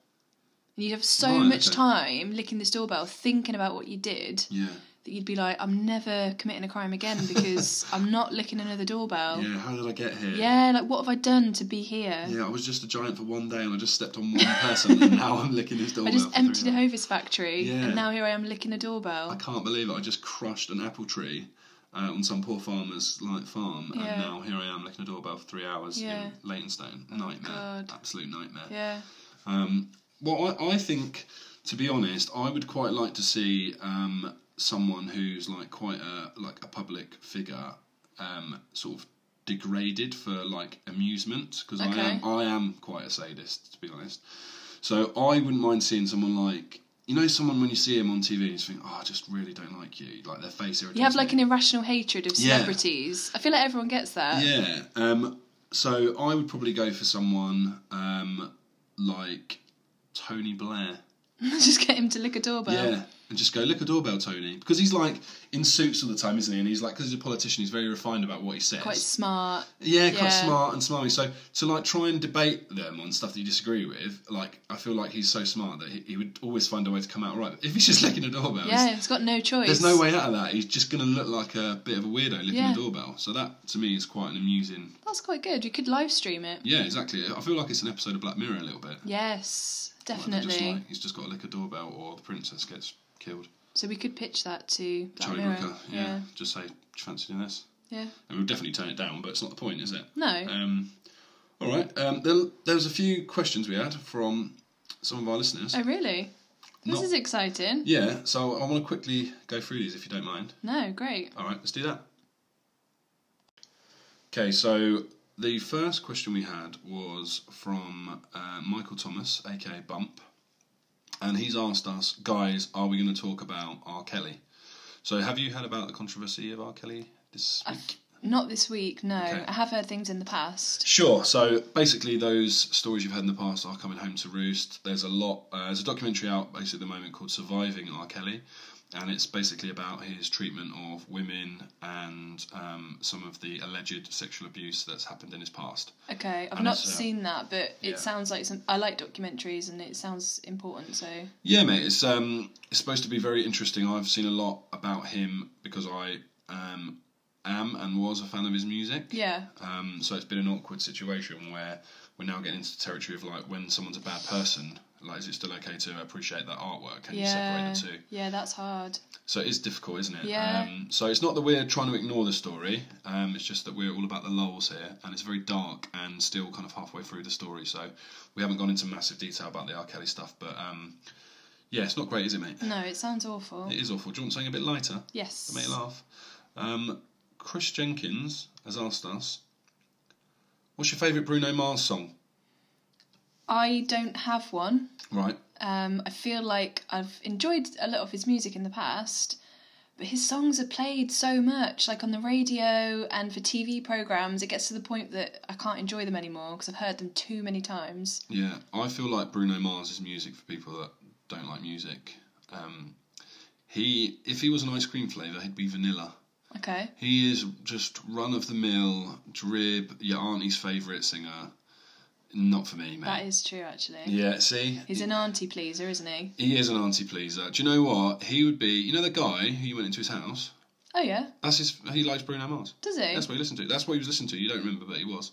Speaker 2: And you'd have so
Speaker 1: Right,
Speaker 2: much
Speaker 1: okay.
Speaker 2: time licking this doorbell, thinking about what you did,
Speaker 1: Yeah,
Speaker 2: that you'd be like, I'm never committing a crime again because I'm not licking another doorbell.
Speaker 1: yeah. How did I get here?
Speaker 2: Oh. Yeah, like what have I done to be here?
Speaker 1: Yeah, I was just a giant for one day, and I just stepped on one person, and now I'm licking his
Speaker 2: I
Speaker 1: doorbell.
Speaker 2: just
Speaker 1: for
Speaker 2: emptied
Speaker 1: three
Speaker 2: a
Speaker 1: hours.
Speaker 2: Hovis factory
Speaker 1: Yeah.
Speaker 2: and now here I am licking a
Speaker 1: I
Speaker 2: doorbell.
Speaker 1: can't believe it. I just crushed an apple tree uh, on some poor farmer's like farm,
Speaker 2: Yeah.
Speaker 1: and now here I am licking a doorbell for three hours
Speaker 2: Yeah. Oh,
Speaker 1: in Leytonstone. Nightmare,
Speaker 2: God.
Speaker 1: absolute nightmare.
Speaker 2: Yeah.
Speaker 1: Um, well, I, I think, to be honest, I would quite like to see um, someone who's like quite a like a public figure, um, sort of degraded for like amusement because
Speaker 2: Okay.
Speaker 1: I am I am quite a sadist to be honest. So I wouldn't mind seeing someone like you know someone when you see him on TV and you just think oh I just really don't like you like their face irritates
Speaker 2: You have
Speaker 1: me.
Speaker 2: like an irrational hatred of
Speaker 1: Yeah.
Speaker 2: celebrities. I feel like everyone gets that.
Speaker 1: Yeah. Um, so I would probably go for someone um, like Tony Blair.
Speaker 2: Just get him to lick a doorbell.
Speaker 1: Yeah. And just go, look a doorbell, Tony. Because he's like in suits all the time, isn't he? And he's like, because he's a politician, he's very refined about what he says.
Speaker 2: Quite smart.
Speaker 1: yeah, quite
Speaker 2: yeah.
Speaker 1: smart and smarmy. So to like try and debate them on stuff that you disagree with, like, I feel like he's so smart that he, he would always find a way to come out right. If he's just licking a doorbell,
Speaker 2: Yeah,
Speaker 1: he's-
Speaker 2: he's got no choice.
Speaker 1: there's no way out of that. He's just going to look like a bit of a weirdo licking
Speaker 2: Yeah.
Speaker 1: a doorbell. So that, to me, is quite an amusing
Speaker 2: That's quite good. You could live stream it.
Speaker 1: Yeah, exactly. I feel like it's an episode of Black Mirror a little bit.
Speaker 2: Yes.
Speaker 1: Like, they're just
Speaker 2: Definitely.
Speaker 1: like, he's just got to lick a doorbell, or the princess gets killed.
Speaker 2: So we could pitch that to Black
Speaker 1: Charlie
Speaker 2: Mirror.
Speaker 1: Brooker, yeah.
Speaker 2: yeah.
Speaker 1: Just say, do you fancy doing this?
Speaker 2: Yeah.
Speaker 1: And we'll definitely turn it down, but it's not the point, is it?
Speaker 2: No.
Speaker 1: Um, all right. Um, there, there was a few questions we had from some of our listeners.
Speaker 2: oh really? This
Speaker 1: Not-
Speaker 2: is exciting.
Speaker 1: Yeah, so I want to quickly go through these if you don't mind.
Speaker 2: No, great.
Speaker 1: All right, let's do that. Okay, so the first question we had was from uh, Michael Thomas, aka Bump, and he's asked us, guys, are we going to talk about R. Kelly? So, have you heard about the controversy of R. Kelly this week?
Speaker 2: Not this week, no.
Speaker 1: Okay.
Speaker 2: I have heard things in the past.
Speaker 1: Sure. So basically, those stories you've had in the past are coming home to roost. There's a lot. Uh, there's a documentary out basically at the moment called "Surviving R. Kelly," and it's basically about his treatment of women and um, some of the alleged sexual abuse that's happened in his past.
Speaker 2: Okay, I've
Speaker 1: And
Speaker 2: not
Speaker 1: it's, uh,
Speaker 2: seen that, but it
Speaker 1: yeah.
Speaker 2: sounds like some. I like documentaries, and it sounds important. So
Speaker 1: Yeah, mate. It's um, it's supposed to be very interesting. I've seen a lot about him because I um, am and was a fan of his music.
Speaker 2: yeah,
Speaker 1: Um, so it's been an awkward situation where we're now getting into the territory of like when someone's a bad person, like is it still okay to appreciate that artwork? Can
Speaker 2: yeah,
Speaker 1: you separate the two?
Speaker 2: yeah. That's hard.
Speaker 1: So it is difficult, isn't it?
Speaker 2: Yeah.
Speaker 1: Um, so it's not that we're trying to ignore the story. Um, it's just that we're all about the lulls here, and it's very dark and still kind of halfway through the story. So we haven't gone into massive detail about the R. Kelly stuff, but um, yeah, it's not great, is it, mate?
Speaker 2: No, it sounds awful.
Speaker 1: It is awful. Do you want something a bit lighter?
Speaker 2: yes.
Speaker 1: That made me laugh. Um, Chris Jenkins has asked us, "What's your favourite Bruno Mars song?"
Speaker 2: I don't have one.
Speaker 1: Right.
Speaker 2: Um, I feel like I've enjoyed a lot of his music in the past, but his songs are played so much, like on the radio and for TV programs. It gets to the point that I can't enjoy them anymore because I've heard them too many times.
Speaker 1: Yeah, I feel like Bruno Mars is music for people that don't like music. Um, he, if he was an ice cream flavour, he'd be vanilla.
Speaker 2: Okay.
Speaker 1: He is just run of the mill, drib, your auntie's favourite singer. Not for me, mate.
Speaker 2: That is true, actually.
Speaker 1: yeah, see,
Speaker 2: He's an auntie pleaser, isn't he?
Speaker 1: he is an auntie pleaser. Do you know what? He would be. You know the guy who you went into his house.
Speaker 2: Oh, yeah.
Speaker 1: That's his. He likes Bruno Mars.
Speaker 2: Does he?
Speaker 1: That's what he listened to. That's what he was listening to. You don't remember, but he was.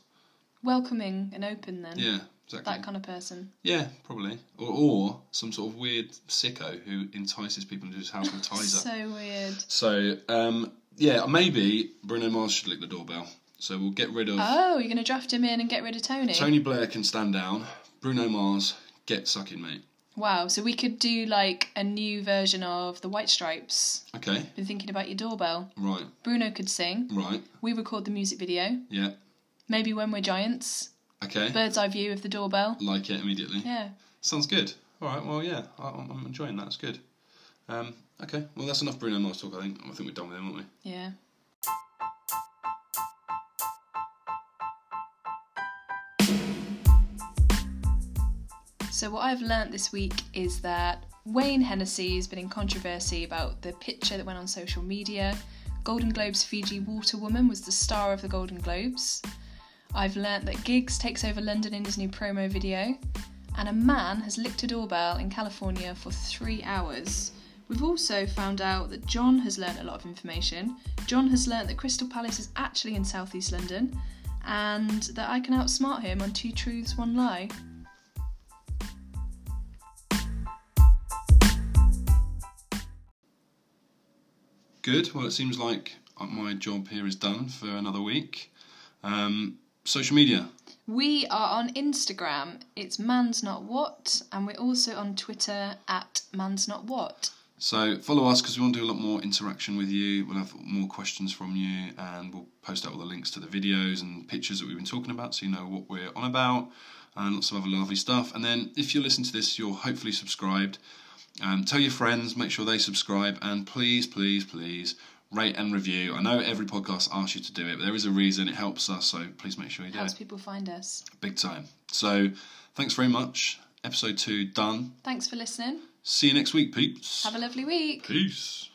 Speaker 2: Welcoming and open, then.
Speaker 1: Yeah, exactly.
Speaker 2: That kind of person.
Speaker 1: Yeah, probably. Or, or some sort of weird sicko who entices people into his house with a
Speaker 2: So
Speaker 1: Tizer.
Speaker 2: weird.
Speaker 1: so, um, yeah, maybe Bruno Mars should lick the doorbell. So we'll get rid of.
Speaker 2: Oh, you're going to draft him in and get rid of Tony?
Speaker 1: Tony Blair can stand down. Bruno Mars, get sucking, mate.
Speaker 2: Wow. So we could do like a new version of The White Stripes.
Speaker 1: Okay,
Speaker 2: Been thinking about your doorbell.
Speaker 1: right,
Speaker 2: Bruno could sing.
Speaker 1: right,
Speaker 2: We record the music video.
Speaker 1: yeah,
Speaker 2: Maybe when we're giants.
Speaker 1: okay.
Speaker 2: Bird's eye view of the doorbell.
Speaker 1: like it immediately.
Speaker 2: Yeah.
Speaker 1: Sounds good. All right. Well, yeah, I, I'm I'm enjoying that. It's good. Um, okay. Well, that's enough Bruno Mars talk. I think. I think we're done with him, aren't we?
Speaker 2: Yeah. So, what I've learnt this week is that Wayne Hennessy has been in controversy about the picture that went on social media. Golden Globes Fiji Water Woman was the star of the Golden Globes. I've learnt that Giggs takes over London in his new promo video. And a man has licked a doorbell in California for three hours. We've also found out that John has learnt a lot of information. John has learnt that Crystal Palace is actually in southeast London and that I can outsmart him on two truths, one lie.
Speaker 1: Good. Well, it seems like my job here is done for another week. Um, social media.
Speaker 2: We are on Instagram, it's Man's Not What, and we're also on Twitter at Man's Not What.
Speaker 1: So follow us because we want to do a lot more interaction with you. We'll have more questions from you, and we'll post out all the links to the videos and pictures that we've been talking about, so you know what we're on about, and lots of other lovely stuff. And then if you listen to this, you're hopefully subscribed. Um, tell your friends, make sure they subscribe, and please, please, please rate and review. I know every podcast asks you to do it, but there is a reason. It helps us, so please make sure you do it.
Speaker 2: Helps people find us.
Speaker 1: big time. So, thanks very much. Episode two done.
Speaker 2: Thanks for listening.
Speaker 1: See you next week, peeps.
Speaker 2: Have a lovely week.
Speaker 1: Peace.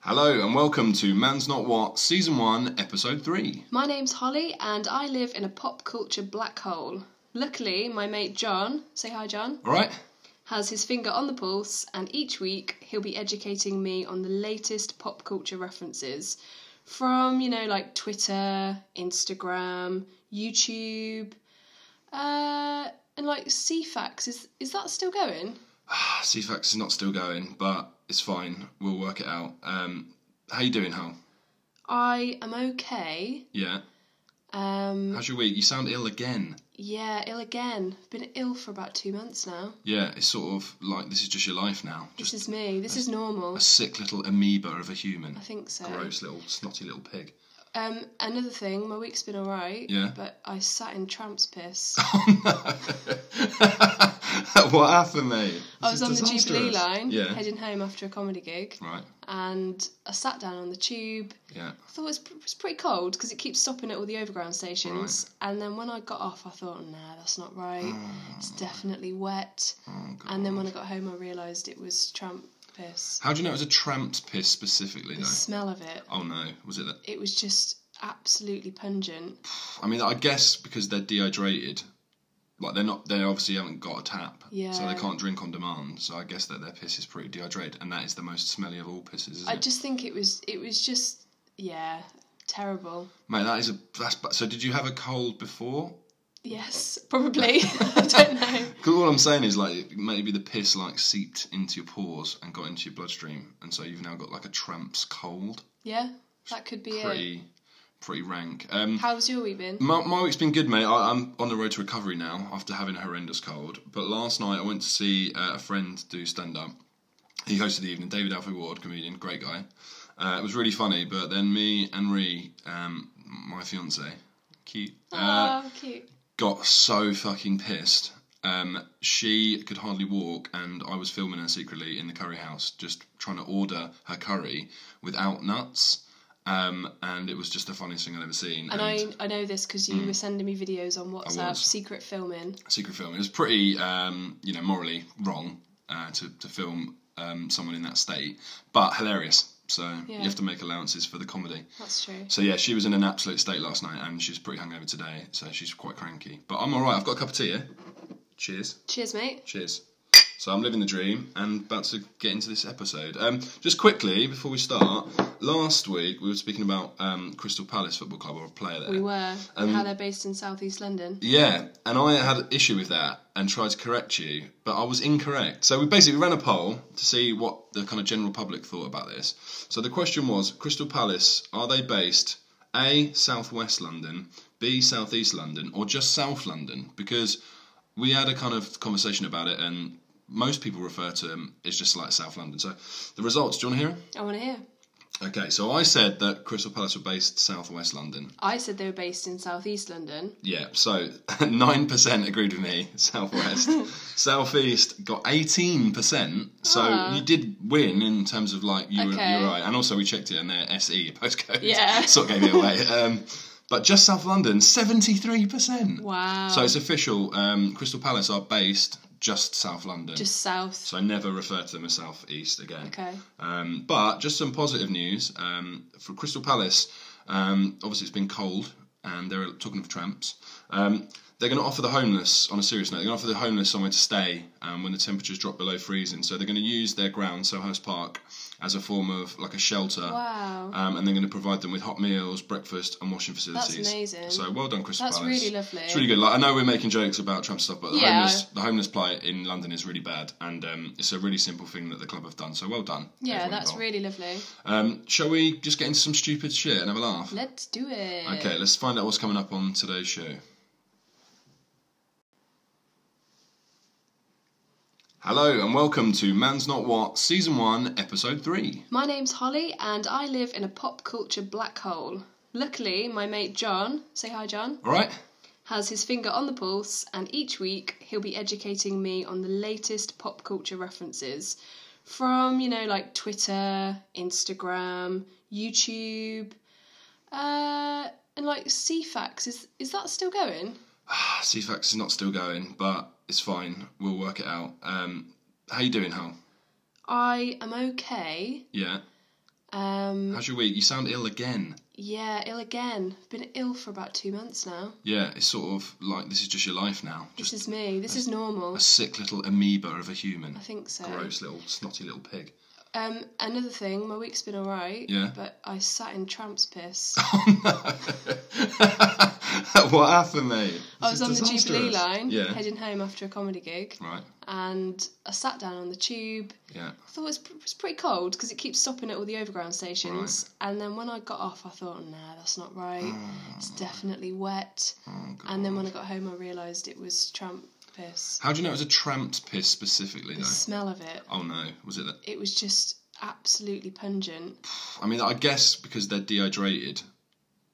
Speaker 1: Hello and welcome to Man's Not What, Season 1, Episode 3.
Speaker 2: My name's Holly, and I live in a pop culture black hole. Luckily, my mate John, say hi, John,
Speaker 1: Alright?
Speaker 2: has his finger on the pulse, and each week he'll be educating me on the latest pop culture references from, you know, like Twitter, Instagram, YouTube, uh, and like CFAX. Is, is that still going?
Speaker 1: Ah, CFAX is not still going, but it's fine. We'll work it out. Um, how you doing, Hal?
Speaker 2: I am okay.
Speaker 1: Yeah.
Speaker 2: Um,
Speaker 1: How's your week? You sound ill again.
Speaker 2: yeah, ill again. Been ill for about two months now.
Speaker 1: Yeah, it's sort of like this is just your life now. Just
Speaker 2: This is me. This is normal.
Speaker 1: a sick little amoeba of a human.
Speaker 2: I think so.
Speaker 1: Gross little snotty little pig.
Speaker 2: Um, another thing, my week's been alright.
Speaker 1: Yeah.
Speaker 2: But I sat in tramp's piss.
Speaker 1: Oh, what happened, mate?
Speaker 2: I was on the Jubilee line,
Speaker 1: Yeah.
Speaker 2: heading home after a comedy gig,
Speaker 1: Right.
Speaker 2: and I sat down on the tube.
Speaker 1: Yeah.
Speaker 2: I thought it was, it was pretty cold because it keeps stopping at all the overground stations. And then when I got off, I thought, nah, that's not right.
Speaker 1: Ah.
Speaker 2: It's definitely wet.
Speaker 1: Oh, God.
Speaker 2: And then when I got home, I realised it was tramp piss.
Speaker 1: How do you know it was a tramped piss specifically,
Speaker 2: The
Speaker 1: though?
Speaker 2: smell of it,
Speaker 1: Oh no, was it that?
Speaker 2: it was just absolutely pungent.
Speaker 1: I mean, I guess because they're dehydrated, like they're not, they obviously haven't got a tap, so
Speaker 2: Yeah.
Speaker 1: they can't drink on demand. So I guess that their piss is pretty dehydrated, and that is the most smelly of all pisses, isn't
Speaker 2: I
Speaker 1: it?
Speaker 2: just think it was it was just yeah terrible.
Speaker 1: Mate, that is a that's. ba- So did you have a cold before?
Speaker 2: Yes, probably. I don't know.
Speaker 1: 'Cause all I'm saying is like maybe the piss like seeped into your pores and got into your bloodstream, and so you've now got like a tramp's cold.
Speaker 2: Yeah, that could be it.
Speaker 1: Pretty, pretty rank. Um,
Speaker 2: How's your week been?
Speaker 1: My, my week's been good, mate. I, I'm on the road to recovery now after having a horrendous cold. But last night I went to see uh, a friend do stand up. He hosted the evening, David Alfie Ward, comedian, great guy. Uh, it was really funny, but then me and Ree, um, my fiance, cute, uh,
Speaker 2: oh, cute.
Speaker 1: got so fucking pissed. Um, she could hardly walk, and I was filming her secretly in the curry house, just trying to order her curry without nuts. Um, and it was just the funniest thing I'd ever seen.
Speaker 2: And I I know this because you were sending me videos on WhatsApp,
Speaker 1: mm. was.
Speaker 2: secret filming.
Speaker 1: secret film. It was pretty, um, you know, morally wrong uh, to to film um, someone in that state, but hilarious. So
Speaker 2: Yeah.
Speaker 1: you have to make allowances for the comedy.
Speaker 2: That's true.
Speaker 1: So yeah, she was in an absolute state last night, and she's pretty hungover today, so she's quite cranky. But I'm all right. I've got a cup of tea. Here. Cheers.
Speaker 2: Cheers, mate.
Speaker 1: Cheers. So I'm living the dream and about to get into this episode. Um, just quickly before we start, last week we were speaking about um, Crystal Palace Football Club or a player there.
Speaker 2: We were
Speaker 1: Um,
Speaker 2: how they're based in southeast London.
Speaker 1: Yeah, and I had an issue with that and tried to correct you, but I was incorrect. So we basically ran a poll to see what the kind of general public thought about this. So the question was Crystal Palace, are they based A, southwest London, B, southeast London, or just south London? Because we had a kind of conversation about it and most people refer to them as just like South London. So the results, do you want to hear 'em?
Speaker 2: I want to hear.
Speaker 1: Okay, so I said that Crystal Palace were based southwest London.
Speaker 2: I said they were based in southeast London.
Speaker 1: Yeah, so 9% agreed with me, Southwest. Southeast got 18%, so
Speaker 2: Ah.
Speaker 1: you did win in terms of like, you, were, you
Speaker 2: Okay.
Speaker 1: were right. And also, we checked it and their SE postcode
Speaker 2: Yeah.
Speaker 1: sort of gave it away. Um, but just South London, 73%.
Speaker 2: Wow.
Speaker 1: So it's official. Um, Crystal Palace are based just South London.
Speaker 2: just south.
Speaker 1: so I never refer to them as Southeast again.
Speaker 2: okay.
Speaker 1: Um, but just some positive news um, for Crystal Palace. Um, obviously, it's been cold, and they're talking of tramps. Um, they're going to offer the homeless, on a serious note, they're going to offer the homeless somewhere to stay um, when the temperatures drop below freezing. So they're going to use their ground, Soho's Park, as a form of like a shelter.
Speaker 2: Wow.
Speaker 1: Um, and they're going to provide them with hot meals, breakfast, and washing facilities.
Speaker 2: amazing.
Speaker 1: So well done, Crystal
Speaker 2: That's
Speaker 1: Palace.
Speaker 2: really lovely.
Speaker 1: It's really good. Like I know we're making jokes about tramp stuff, but the
Speaker 2: Yeah.
Speaker 1: homeless, the homeless plight in London is really bad, and um, it's a really simple thing that the club have done. So well done.
Speaker 2: yeah,
Speaker 1: everyone
Speaker 2: that's
Speaker 1: involved.
Speaker 2: really lovely.
Speaker 1: Um, shall we just get into some stupid shit and have a laugh?
Speaker 2: Let's do it.
Speaker 1: Okay, let's find out what's coming up on today's show. Hello and welcome to Man's Not What, Season 1, Episode 3.
Speaker 2: My name's Holly, and I live in a pop culture black hole. Luckily, my mate John, say hi John,
Speaker 1: Alright?
Speaker 2: has his finger on the pulse, and each week he'll be educating me on the latest pop culture references from, you know, like Twitter, Instagram, YouTube, uh, and like CFAX. Is, is that still going?
Speaker 1: CFAX is not still going, but it's fine. We'll work it out. Um, how you doing, Hal?
Speaker 2: I am okay.
Speaker 1: Yeah.
Speaker 2: Um,
Speaker 1: How's your week? You sound ill again.
Speaker 2: yeah, ill again. I've been ill for about two months now.
Speaker 1: Yeah, it's sort of like this is just your life now. Just
Speaker 2: This is me. This is normal.
Speaker 1: a sick little amoeba of a human.
Speaker 2: I think so.
Speaker 1: Gross little snotty little pig.
Speaker 2: Um, another thing, my week's been alright.
Speaker 1: Yeah.
Speaker 2: But I sat in tramp's piss.
Speaker 1: what happened, mate?
Speaker 2: I was on the Jubilee
Speaker 1: Jubilee
Speaker 2: line,
Speaker 1: Yeah.
Speaker 2: heading home after a comedy gig,
Speaker 1: Right.
Speaker 2: and I sat down on the tube.
Speaker 1: Yeah.
Speaker 2: I thought it was, pr- it was pretty cold because it keeps stopping at all the overground stations. And then when I got off, I thought, nah, that's not right. It's definitely wet.
Speaker 1: Oh, God.
Speaker 2: And then when I got home, I realised it was tramp piss.
Speaker 1: How do you know it was a tramped piss specifically,
Speaker 2: The
Speaker 1: though?
Speaker 2: smell of it,
Speaker 1: Oh no, was it that?
Speaker 2: it was just absolutely pungent.
Speaker 1: I mean, I guess because they're dehydrated,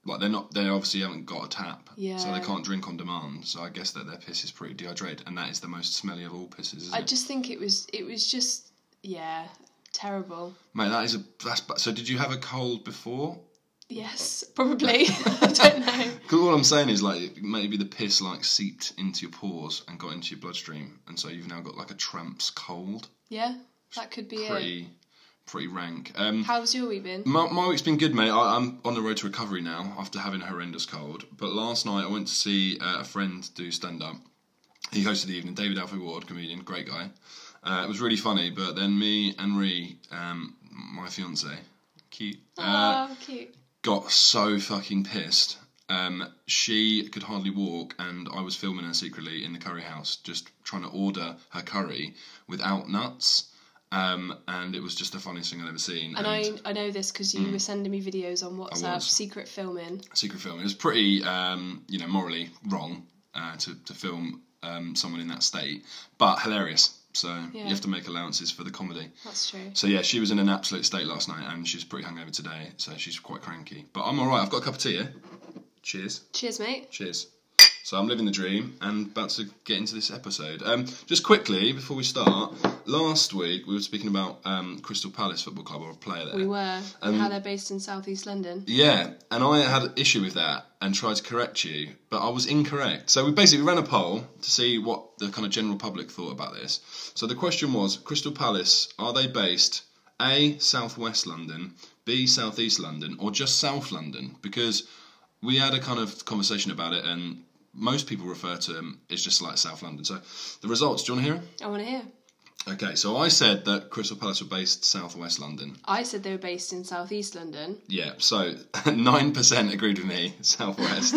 Speaker 1: like they're not, they obviously haven't got a tap, so
Speaker 2: Yeah.
Speaker 1: they can't drink on demand. So I guess that their piss is pretty dehydrated, and that is the most smelly of all pisses, isn't
Speaker 2: I
Speaker 1: it?
Speaker 2: just think it was, it was just, yeah, terrible.
Speaker 1: Mate, that is a that's. ba- So did you have a cold before?
Speaker 2: Yes, probably. I don't know.
Speaker 1: 'Cause all I'm saying is like maybe the piss like seeped into your pores and got into your bloodstream, and so you've now got like a tramp's cold.
Speaker 2: Yeah, that could be it.
Speaker 1: Pretty, pretty rank. Um,
Speaker 2: How's your week been?
Speaker 1: My, my week's been good, mate. I, I'm on the road to recovery now after having a horrendous cold. But last night I went to see uh, a friend do stand up. He hosted the evening. David Alfie Ward, comedian, great guy. Uh, it was really funny. But then me and Ree, um, my fiance, cute, uh,
Speaker 2: oh, cute.
Speaker 1: got so fucking pissed. Um, she could hardly walk, and I was filming her secretly in the curry house, just trying to order her curry without nuts. Um, and it was just the funniest thing I'd ever seen.
Speaker 2: And I, I know this because you were sending me videos on WhatsApp,
Speaker 1: Mm. was.
Speaker 2: secret filming.
Speaker 1: secret film. It was pretty, um, you know, morally wrong uh, to to film um, someone in that state, but hilarious. So
Speaker 2: Yeah.
Speaker 1: you have to make allowances for the comedy.
Speaker 2: That's true.
Speaker 1: So yeah, she was in an absolute state last night, and she's pretty hungover today, so she's quite cranky. But I'm all right. I've got a cup of tea. Here. Cheers.
Speaker 2: Cheers, mate.
Speaker 1: Cheers. So I'm living the dream and about to get into this episode. Um, just quickly before we start, last week we were speaking about um, Crystal Palace Football Club or a player there.
Speaker 2: We were.
Speaker 1: um,
Speaker 2: and how they're based in southeast London.
Speaker 1: Yeah, and I had an issue with that and tried to correct you, but I was incorrect. So we basically ran a poll to see what the kind of general public thought about this. So the question was Crystal Palace, are they based A, southwest London, B, southeast London, or just south London? Because we had a kind of conversation about it and most people refer to them as just like South London. So the results, do you want to hear 'em?
Speaker 2: I want to hear.
Speaker 1: Okay, so I said that Crystal Palace were based southwest London.
Speaker 2: I said they were based in southeast London.
Speaker 1: Yeah, so 9% agreed with me, Southwest.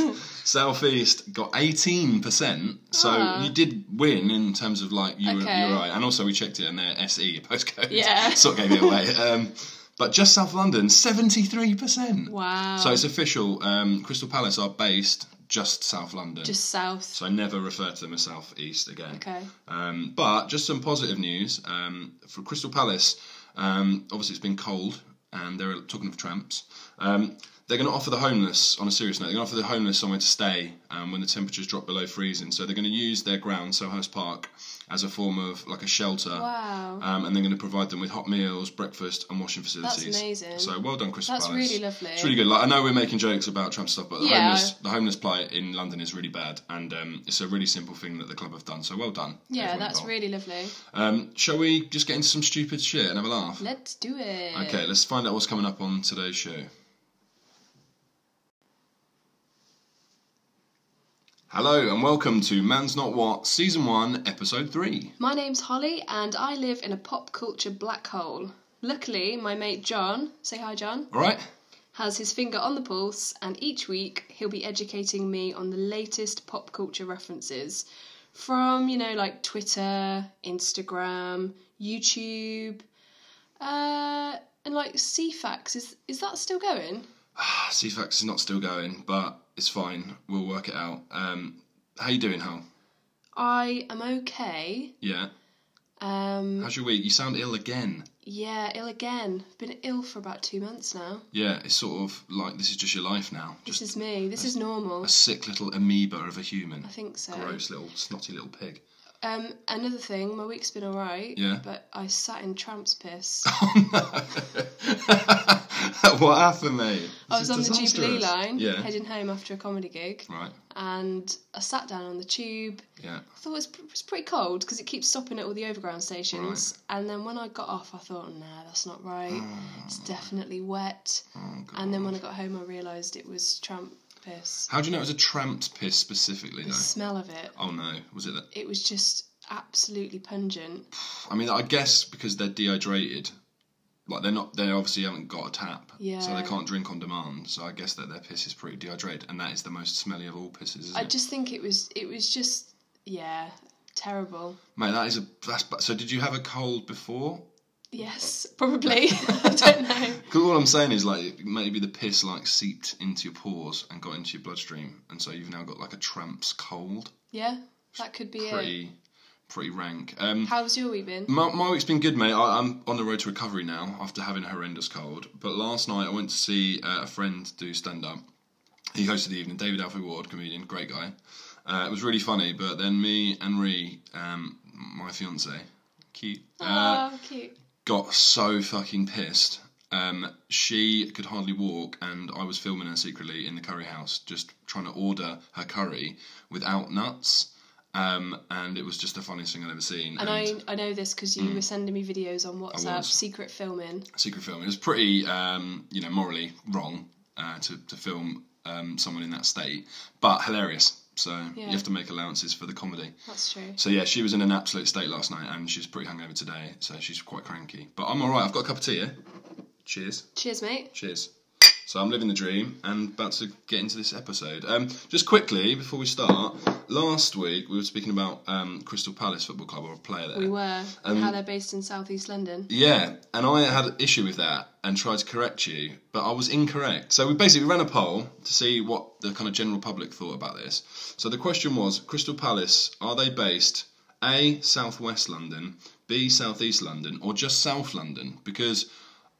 Speaker 1: Southeast got 18%, so
Speaker 2: Ah.
Speaker 1: you did win in terms of like, you, were, you
Speaker 2: Okay.
Speaker 1: were right. And also, we checked it and their SE postcode.
Speaker 2: Yeah.
Speaker 1: sort of gave it away. Um, but just South London, 73%.
Speaker 2: Wow.
Speaker 1: So it's official. Um, Crystal Palace are based just South London.
Speaker 2: just south.
Speaker 1: so I never refer to them as Southeast again.
Speaker 2: okay.
Speaker 1: Um, but just some positive news um, for Crystal Palace. Um, obviously, it's been cold, and they're talking of tramps. Um, they're going to offer the homeless, on a serious note, they're going to offer the homeless somewhere to stay um, when the temperatures drop below freezing. So they're going to use their ground, Sohurst Park, as a form of like a shelter.
Speaker 2: Wow.
Speaker 1: Um, and they're going to provide them with hot meals, breakfast, and washing facilities.
Speaker 2: amazing.
Speaker 1: So well done, Crystal
Speaker 2: That's
Speaker 1: Palace.
Speaker 2: really lovely.
Speaker 1: It's really good. Like I know we're making jokes about tramp stuff, but the
Speaker 2: Yeah.
Speaker 1: homeless, the homeless plight in London is really bad, and um, it's a really simple thing that the club have done. So well done.
Speaker 2: yeah,
Speaker 1: everyone
Speaker 2: that's
Speaker 1: involved.
Speaker 2: really lovely.
Speaker 1: Um, shall we just get into some stupid shit and have a laugh?
Speaker 2: Let's do it.
Speaker 1: Okay, let's find out what's coming up on today's show. Hello and welcome to Man's Not What, Season 1, Episode 3.
Speaker 2: My name's Holly, and I live in a pop culture black hole. Luckily, my mate John, say hi, John,
Speaker 1: Alright?
Speaker 2: has his finger on the pulse, and each week he'll be educating me on the latest pop culture references from, you know, like Twitter, Instagram, YouTube, uh, and like CFAX. Is, is that still going?
Speaker 1: CFAX is not still going, but it's fine. We'll work it out. Um, how you doing, Hal?
Speaker 2: I am okay.
Speaker 1: Yeah.
Speaker 2: Um,
Speaker 1: How's your week? You sound ill again.
Speaker 2: yeah, ill again. Been ill for about two months now.
Speaker 1: Yeah, it's sort of like this is just your life now. Just
Speaker 2: This is me. This is normal.
Speaker 1: a sick little amoeba of a human.
Speaker 2: I think so.
Speaker 1: Gross little snotty little pig.
Speaker 2: Um, another thing, my week's been alright.
Speaker 1: Yeah.
Speaker 2: But I sat in tramp's piss.
Speaker 1: Oh, what happened, mate?
Speaker 2: I was on the Jubilee
Speaker 1: Disastrous.
Speaker 2: line,
Speaker 1: Yeah.
Speaker 2: heading home after a comedy gig,
Speaker 1: Right.
Speaker 2: and I sat down on the tube.
Speaker 1: Yeah.
Speaker 2: I thought it was, it was pretty cold because it keeps stopping at all the overground stations. And then when I got off, I thought, nah, that's not right.
Speaker 1: Ah.
Speaker 2: It's definitely wet.
Speaker 1: Oh, God.
Speaker 2: And then when I got home, I realised it was tramp piss.
Speaker 1: How do you know it was a tramp's piss specifically,
Speaker 2: The
Speaker 1: though?
Speaker 2: smell of it,
Speaker 1: Oh no, was it that?
Speaker 2: it was just absolutely pungent.
Speaker 1: I mean, I guess because they're dehydrated, like they're not, they obviously haven't got a tap, so
Speaker 2: Yeah.
Speaker 1: they can't drink on demand. So I guess that their piss is pretty dehydrated, and that is the most smelly of all pisses, isn't
Speaker 2: I
Speaker 1: it?
Speaker 2: just think it was, it was just, yeah, terrible.
Speaker 1: Mate, that is a that's. ba- So did you have a cold before?
Speaker 2: Yes, probably. I don't know.
Speaker 1: 'Cause all I'm saying is like maybe the piss like seeped into your pores and got into your bloodstream, and so you've now got like a tramp's cold.
Speaker 2: Yeah, that could be it.
Speaker 1: Pretty, pretty rank. Um,
Speaker 2: How's your week been?
Speaker 1: My, my week's been good, mate. I, I'm on the road to recovery now after having a horrendous cold. But last night I went to see uh, a friend do stand up. He hosted the evening. David Alfie Ward, comedian, great guy. Uh, it was really funny. But then me and Ree, um, my fiance, cute, uh,
Speaker 2: oh, cute.
Speaker 1: got so fucking pissed. Um, she could hardly walk, and I was filming her secretly in the curry house, just trying to order her curry without nuts. Um, and it was just the funniest thing I'd ever seen.
Speaker 2: And I, I know this because you were sending me videos on WhatsApp,
Speaker 1: Mm. was.
Speaker 2: secret filming.
Speaker 1: secret film. It was pretty, um, you know, morally wrong uh, to to film um, someone in that state, but hilarious. So
Speaker 2: Yeah.
Speaker 1: you have to make allowances for the comedy.
Speaker 2: That's true.
Speaker 1: So yeah, she was in an absolute state last night, and she's pretty hungover today, so she's quite cranky. But I'm all right. I've got a cup of tea. Here. Cheers.
Speaker 2: Cheers, mate.
Speaker 1: Cheers. So I'm living the dream and about to get into this episode. Um, just quickly before we start, last week we were speaking about um, Crystal Palace Football Club or a player there.
Speaker 2: We were.
Speaker 1: Um,
Speaker 2: and how they're based in southeast London.
Speaker 1: Yeah, and I had an issue with that and tried to correct you, but I was incorrect. So we basically ran a poll to see what the kind of general public thought about this. So the question was Crystal Palace, are they based A, southwest London, B, southeast London, or just south London? Because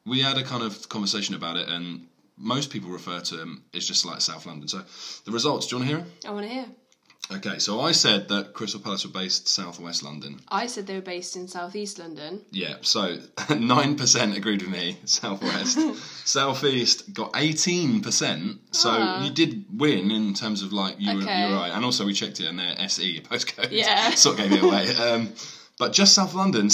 Speaker 1: we had a kind of conversation about it and most people refer to them as just like South London. So the results, do you want to hear
Speaker 2: I want to hear.
Speaker 1: them? Okay, so I said that Crystal Palace were based southwest London.
Speaker 2: I said they were based in southeast London.
Speaker 1: Yeah, so 9% agreed with me, Southwest. Southeast got 18%, so
Speaker 2: Ah.
Speaker 1: you did win in terms of like, you, were, you
Speaker 2: Okay.
Speaker 1: were right. And also, we checked it and their SE postcode.
Speaker 2: Yeah.
Speaker 1: sort of gave it away. Um, but just South London,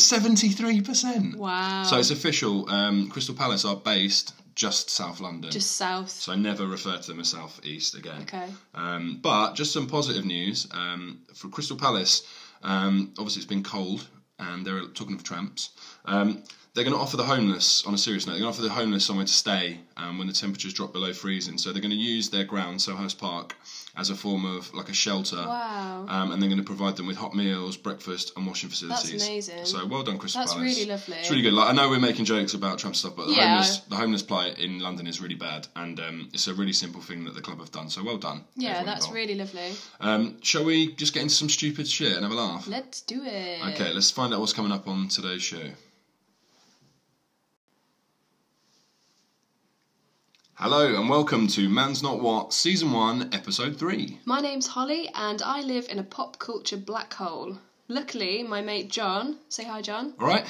Speaker 1: 73%.
Speaker 2: Wow.
Speaker 1: So it's official. Um, Crystal Palace are based just South London.
Speaker 2: just south.
Speaker 1: so never refer to them as Southeast again.
Speaker 2: okay.
Speaker 1: Um, but just some positive news um, for Crystal Palace. Um, obviously, it's been cold, and they're talking of tramps. Um, they're going to offer the homeless, on a serious note, they're going to offer the homeless somewhere to stay um, when the temperatures drop below freezing. So they're going to use their ground, Soho's Park, as a form of like a shelter.
Speaker 2: Wow.
Speaker 1: Um, and they're going to provide them with hot meals, breakfast, and washing facilities.
Speaker 2: amazing.
Speaker 1: So well done, Crystal
Speaker 2: That's
Speaker 1: Palace.
Speaker 2: really lovely.
Speaker 1: It's really good. Like I know we're making jokes about tramp stuff, but the
Speaker 2: Yeah.
Speaker 1: homeless, the homeless plight in London is really bad, and um, it's a really simple thing that the club have done. So well done.
Speaker 2: yeah,
Speaker 1: everyone
Speaker 2: that's
Speaker 1: involved.
Speaker 2: really lovely.
Speaker 1: Um, shall we just get into some stupid shit and have a laugh?
Speaker 2: Let's do it.
Speaker 1: Okay, let's find out what's coming up on today's show. Hello and welcome to Man's Not What, Season 1, Episode 3.
Speaker 2: My name's Holly, and I live in a pop culture black hole. Luckily, my mate John, say hi, John,
Speaker 1: Alright?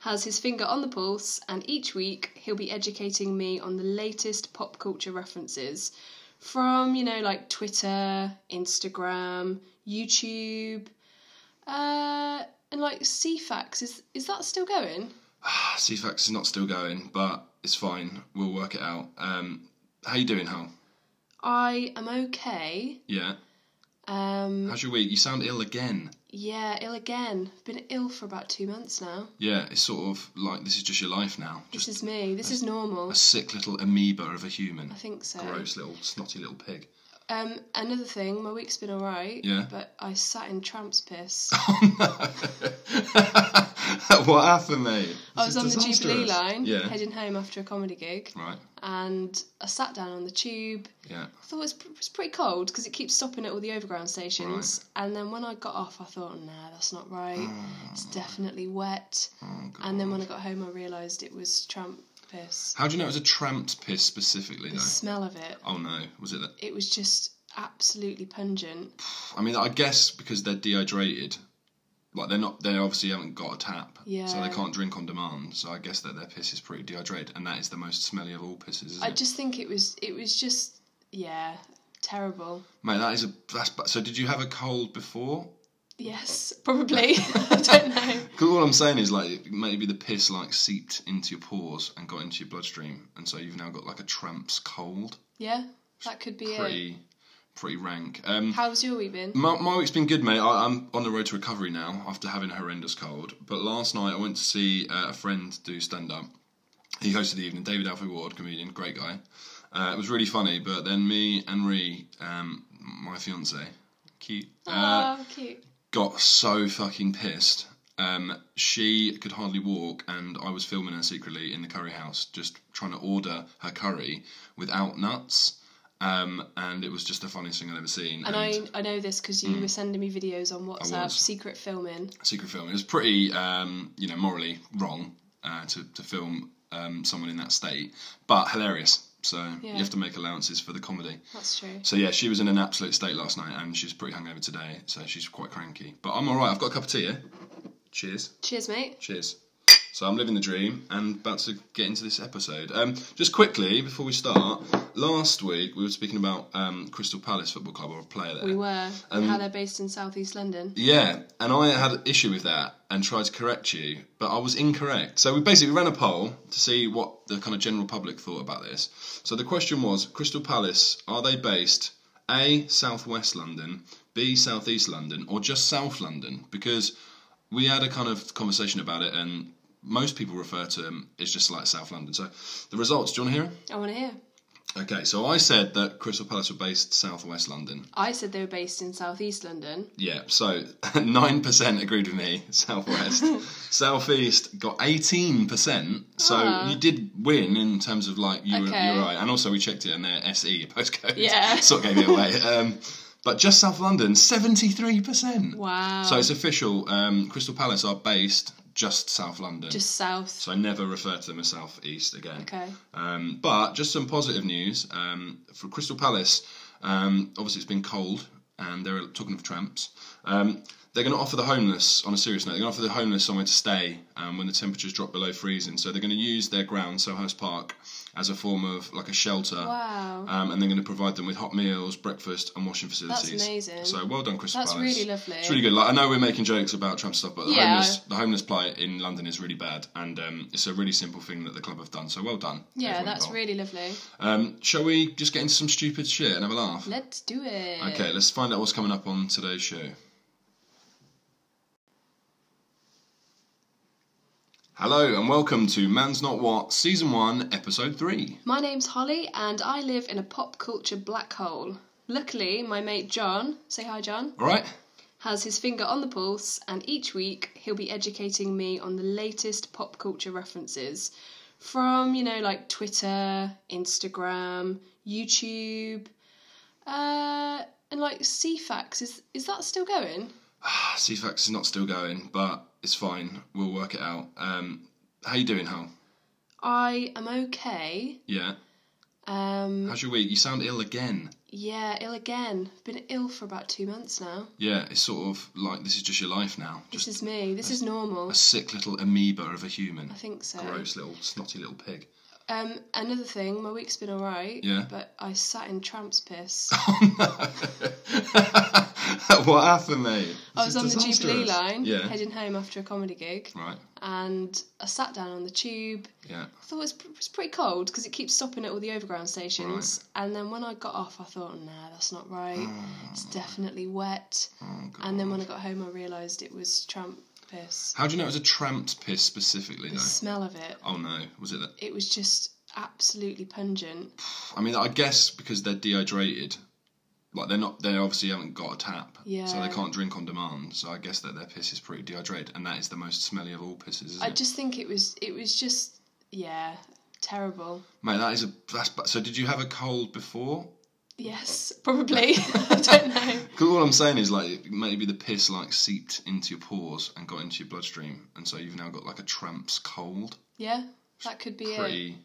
Speaker 2: has his finger on the pulse, and each week he'll be educating me on the latest pop culture references from, you know, like Twitter, Instagram, YouTube, uh, and like CFAX. Is, is that still going?
Speaker 1: CFAX is not still going, but it's fine. We'll work it out. Um, how you doing, Hal?
Speaker 2: I am okay.
Speaker 1: Yeah.
Speaker 2: Um,
Speaker 1: How's your week? You sound ill again.
Speaker 2: yeah, ill again. I've been ill for about two months now.
Speaker 1: Yeah, it's sort of like this is just your life now.
Speaker 2: This
Speaker 1: Just
Speaker 2: is me. This is normal.
Speaker 1: a sick little amoeba of a human.
Speaker 2: I think so.
Speaker 1: Gross little snotty little pig.
Speaker 2: Um, another thing, my week's been alright.
Speaker 1: Yeah.
Speaker 2: But I sat in tramp's piss.
Speaker 1: Oh, what happened, mate?
Speaker 2: I was Oh, on the
Speaker 1: Disastrous.
Speaker 2: Jubilee line,
Speaker 1: Yeah.
Speaker 2: heading home after a comedy gig,
Speaker 1: Right.
Speaker 2: and I sat down on the tube.
Speaker 1: Yeah.
Speaker 2: I thought it was, it was pretty cold because it keeps stopping at all the overground stations. And then when I got off, I thought, nah, that's not right.
Speaker 1: Ah.
Speaker 2: It's definitely wet.
Speaker 1: Oh, God.
Speaker 2: And then when I got home, I realised it was tramp piss.
Speaker 1: How do you know it was a tramp's piss specifically,
Speaker 2: The
Speaker 1: though?
Speaker 2: smell of it,
Speaker 1: Oh no, was it that?
Speaker 2: it was just absolutely pungent.
Speaker 1: I mean, I guess because they're dehydrated, like they're not they obviously haven't got a tap, so
Speaker 2: Yeah.
Speaker 1: they can't drink on demand. So I guess that their piss is pretty dehydrated, and that is the most smelly of all pisses. Isn't
Speaker 2: I
Speaker 1: it?
Speaker 2: just think it was it was just yeah terrible.
Speaker 1: Mate, that is a that's ba- so. Did you have a cold before?
Speaker 2: Yes, probably. I don't know.
Speaker 1: 'Cause all I'm saying is like maybe the piss like seeped into your pores and got into your bloodstream, and so you've now got like a tramp's cold.
Speaker 2: Yeah, that could be it.
Speaker 1: Pretty, pretty rank. Um,
Speaker 2: How's your week been?
Speaker 1: My, my week's been good, mate. I, I'm on the road to recovery now after having a horrendous cold. But last night I went to see uh, a friend do stand up. He hosted the evening, David Alfie Ward, comedian, great guy. Uh, it was really funny, but then me and Ree, um, my fiance, cute, uh,
Speaker 2: oh, cute.
Speaker 1: got so fucking pissed. Um, she could hardly walk, and I was filming her secretly in the curry house, just trying to order her curry without nuts. Um, and it was just the funniest thing I'd ever seen.
Speaker 2: And I I know this because you were sending me videos on WhatsApp,
Speaker 1: Mm. was.
Speaker 2: secret filming.
Speaker 1: secret film. It was pretty, um, you know, morally wrong uh, to to film um, someone in that state, but hilarious. So
Speaker 2: Yeah.
Speaker 1: you have to make allowances for the comedy.
Speaker 2: That's true.
Speaker 1: So yeah, she was in an absolute state last night, and she's pretty hungover today, so she's quite cranky. But I'm all right. I've got a cup of tea. Yeah? Cheers.
Speaker 2: Cheers, mate.
Speaker 1: Cheers. So I'm living the dream and about to get into this episode. Um, just quickly before we start, last week we were speaking about um, Crystal Palace Football Club or a player there.
Speaker 2: We were
Speaker 1: Um,
Speaker 2: and how they're based in southeast London.
Speaker 1: Yeah, and I had an issue with that and tried to correct you, but I was incorrect. So we basically ran a poll to see what the kind of general public thought about this. So the question was Crystal Palace, are they based A, southwest London, B, southeast London, or just south London? Because we had a kind of conversation about it and most people refer to them as just like South London. So the results, do you want to hear 'em?
Speaker 2: I want to hear.
Speaker 1: Okay, so I said that Crystal Palace were based southwest London.
Speaker 2: I said they were based in southeast London.
Speaker 1: Yeah, so 9% agreed with me, Southwest. Southeast got 18%, so
Speaker 2: Ah.
Speaker 1: you did win in terms of like, you, were, you
Speaker 2: Okay.
Speaker 1: were right. And also, we checked it and their SE postcode.
Speaker 2: Yeah.
Speaker 1: sort of gave it away. Um, but just South London, 73%.
Speaker 2: Wow.
Speaker 1: So it's official. Um, Crystal Palace are based just South London.
Speaker 2: just south.
Speaker 1: so I never refer to them as Southeast again.
Speaker 2: okay.
Speaker 1: Um, but just some positive news um, for Crystal Palace. Um, obviously, it's been cold, and they're talking of tramps. Um, they're going to offer the homeless, on a serious note, they're going to offer the homeless somewhere to stay um, when the temperatures drop below freezing. So they're going to use their ground, Sohurst Park, as a form of like a shelter.
Speaker 2: Wow.
Speaker 1: Um, and they're going to provide them with hot meals, breakfast, and washing facilities.
Speaker 2: amazing.
Speaker 1: So well done, Crystal
Speaker 2: That's
Speaker 1: Palace.
Speaker 2: really lovely.
Speaker 1: It's really good. Like I know we're making jokes about tramp stuff, but the
Speaker 2: Yeah.
Speaker 1: homeless the homeless plight in London is really bad, and um, it's a really simple thing that the club have done. So well done.
Speaker 2: yeah,
Speaker 1: everyone
Speaker 2: that's
Speaker 1: involved.
Speaker 2: really lovely.
Speaker 1: Um, shall we just get into some stupid shit and have a laugh?
Speaker 2: Let's do it.
Speaker 1: Okay, let's find out what's coming up on today's show. Hello and welcome to Man's Not What, Season 1, Episode 3.
Speaker 2: My name's Holly, and I live in a pop culture black hole. Luckily, my mate John, say hi John,
Speaker 1: Alright?
Speaker 2: has his finger on the pulse, and each week he'll be educating me on the latest pop culture references from, you know, like Twitter, Instagram, YouTube, uh, and like CFAX. Is, is that still going?
Speaker 1: Ah, CFAX is not still going, but it's fine. We'll work it out. Um, how you doing, Hal?
Speaker 2: I am okay.
Speaker 1: Yeah.
Speaker 2: Um,
Speaker 1: How's your week? You sound ill again.
Speaker 2: yeah, ill again. Been ill for about two months now.
Speaker 1: Yeah, it's sort of like this is just your life now. Just
Speaker 2: This is me. This is normal.
Speaker 1: a sick little amoeba of a human.
Speaker 2: I think so.
Speaker 1: Gross little snotty little pig.
Speaker 2: Um, another thing, my week's been alright.
Speaker 1: Yeah.
Speaker 2: But I sat in tramp's piss.
Speaker 1: Oh, what happened, mate?
Speaker 2: I was on the Jubilee
Speaker 1: Jubilee
Speaker 2: line,
Speaker 1: Yeah.
Speaker 2: heading home after a comedy gig,
Speaker 1: Right.
Speaker 2: and I sat down on the tube.
Speaker 1: Yeah.
Speaker 2: I thought it was, it was pretty cold because it keeps stopping at all the overground stations. And then when I got off, I thought, nah, that's not right.
Speaker 1: Hmm.
Speaker 2: It's definitely wet.
Speaker 1: Oh, God.
Speaker 2: And then when I got home, I realised it was tramp piss.
Speaker 1: How do you know it was a tramp's piss specifically,
Speaker 2: The
Speaker 1: though?
Speaker 2: smell of it,
Speaker 1: Oh no, was it that?
Speaker 2: it was just absolutely pungent.
Speaker 1: I mean, I guess because they're dehydrated, like they're not, they obviously haven't got a tap, so
Speaker 2: Yeah.
Speaker 1: they can't drink on demand. So I guess that their piss is pretty dehydrated, and that is the most smelly of all pisses, isn't
Speaker 2: I
Speaker 1: it?
Speaker 2: just think it was, it was just, yeah, terrible.
Speaker 1: Mate, that is a that's. ba- So did you have a cold before?
Speaker 2: Yes, probably. I don't know.
Speaker 1: 'Cause all I'm saying is like maybe the piss like seeped into your pores and got into your bloodstream, and so you've now got like a tramp's cold.
Speaker 2: Yeah, that could be it.
Speaker 1: pretty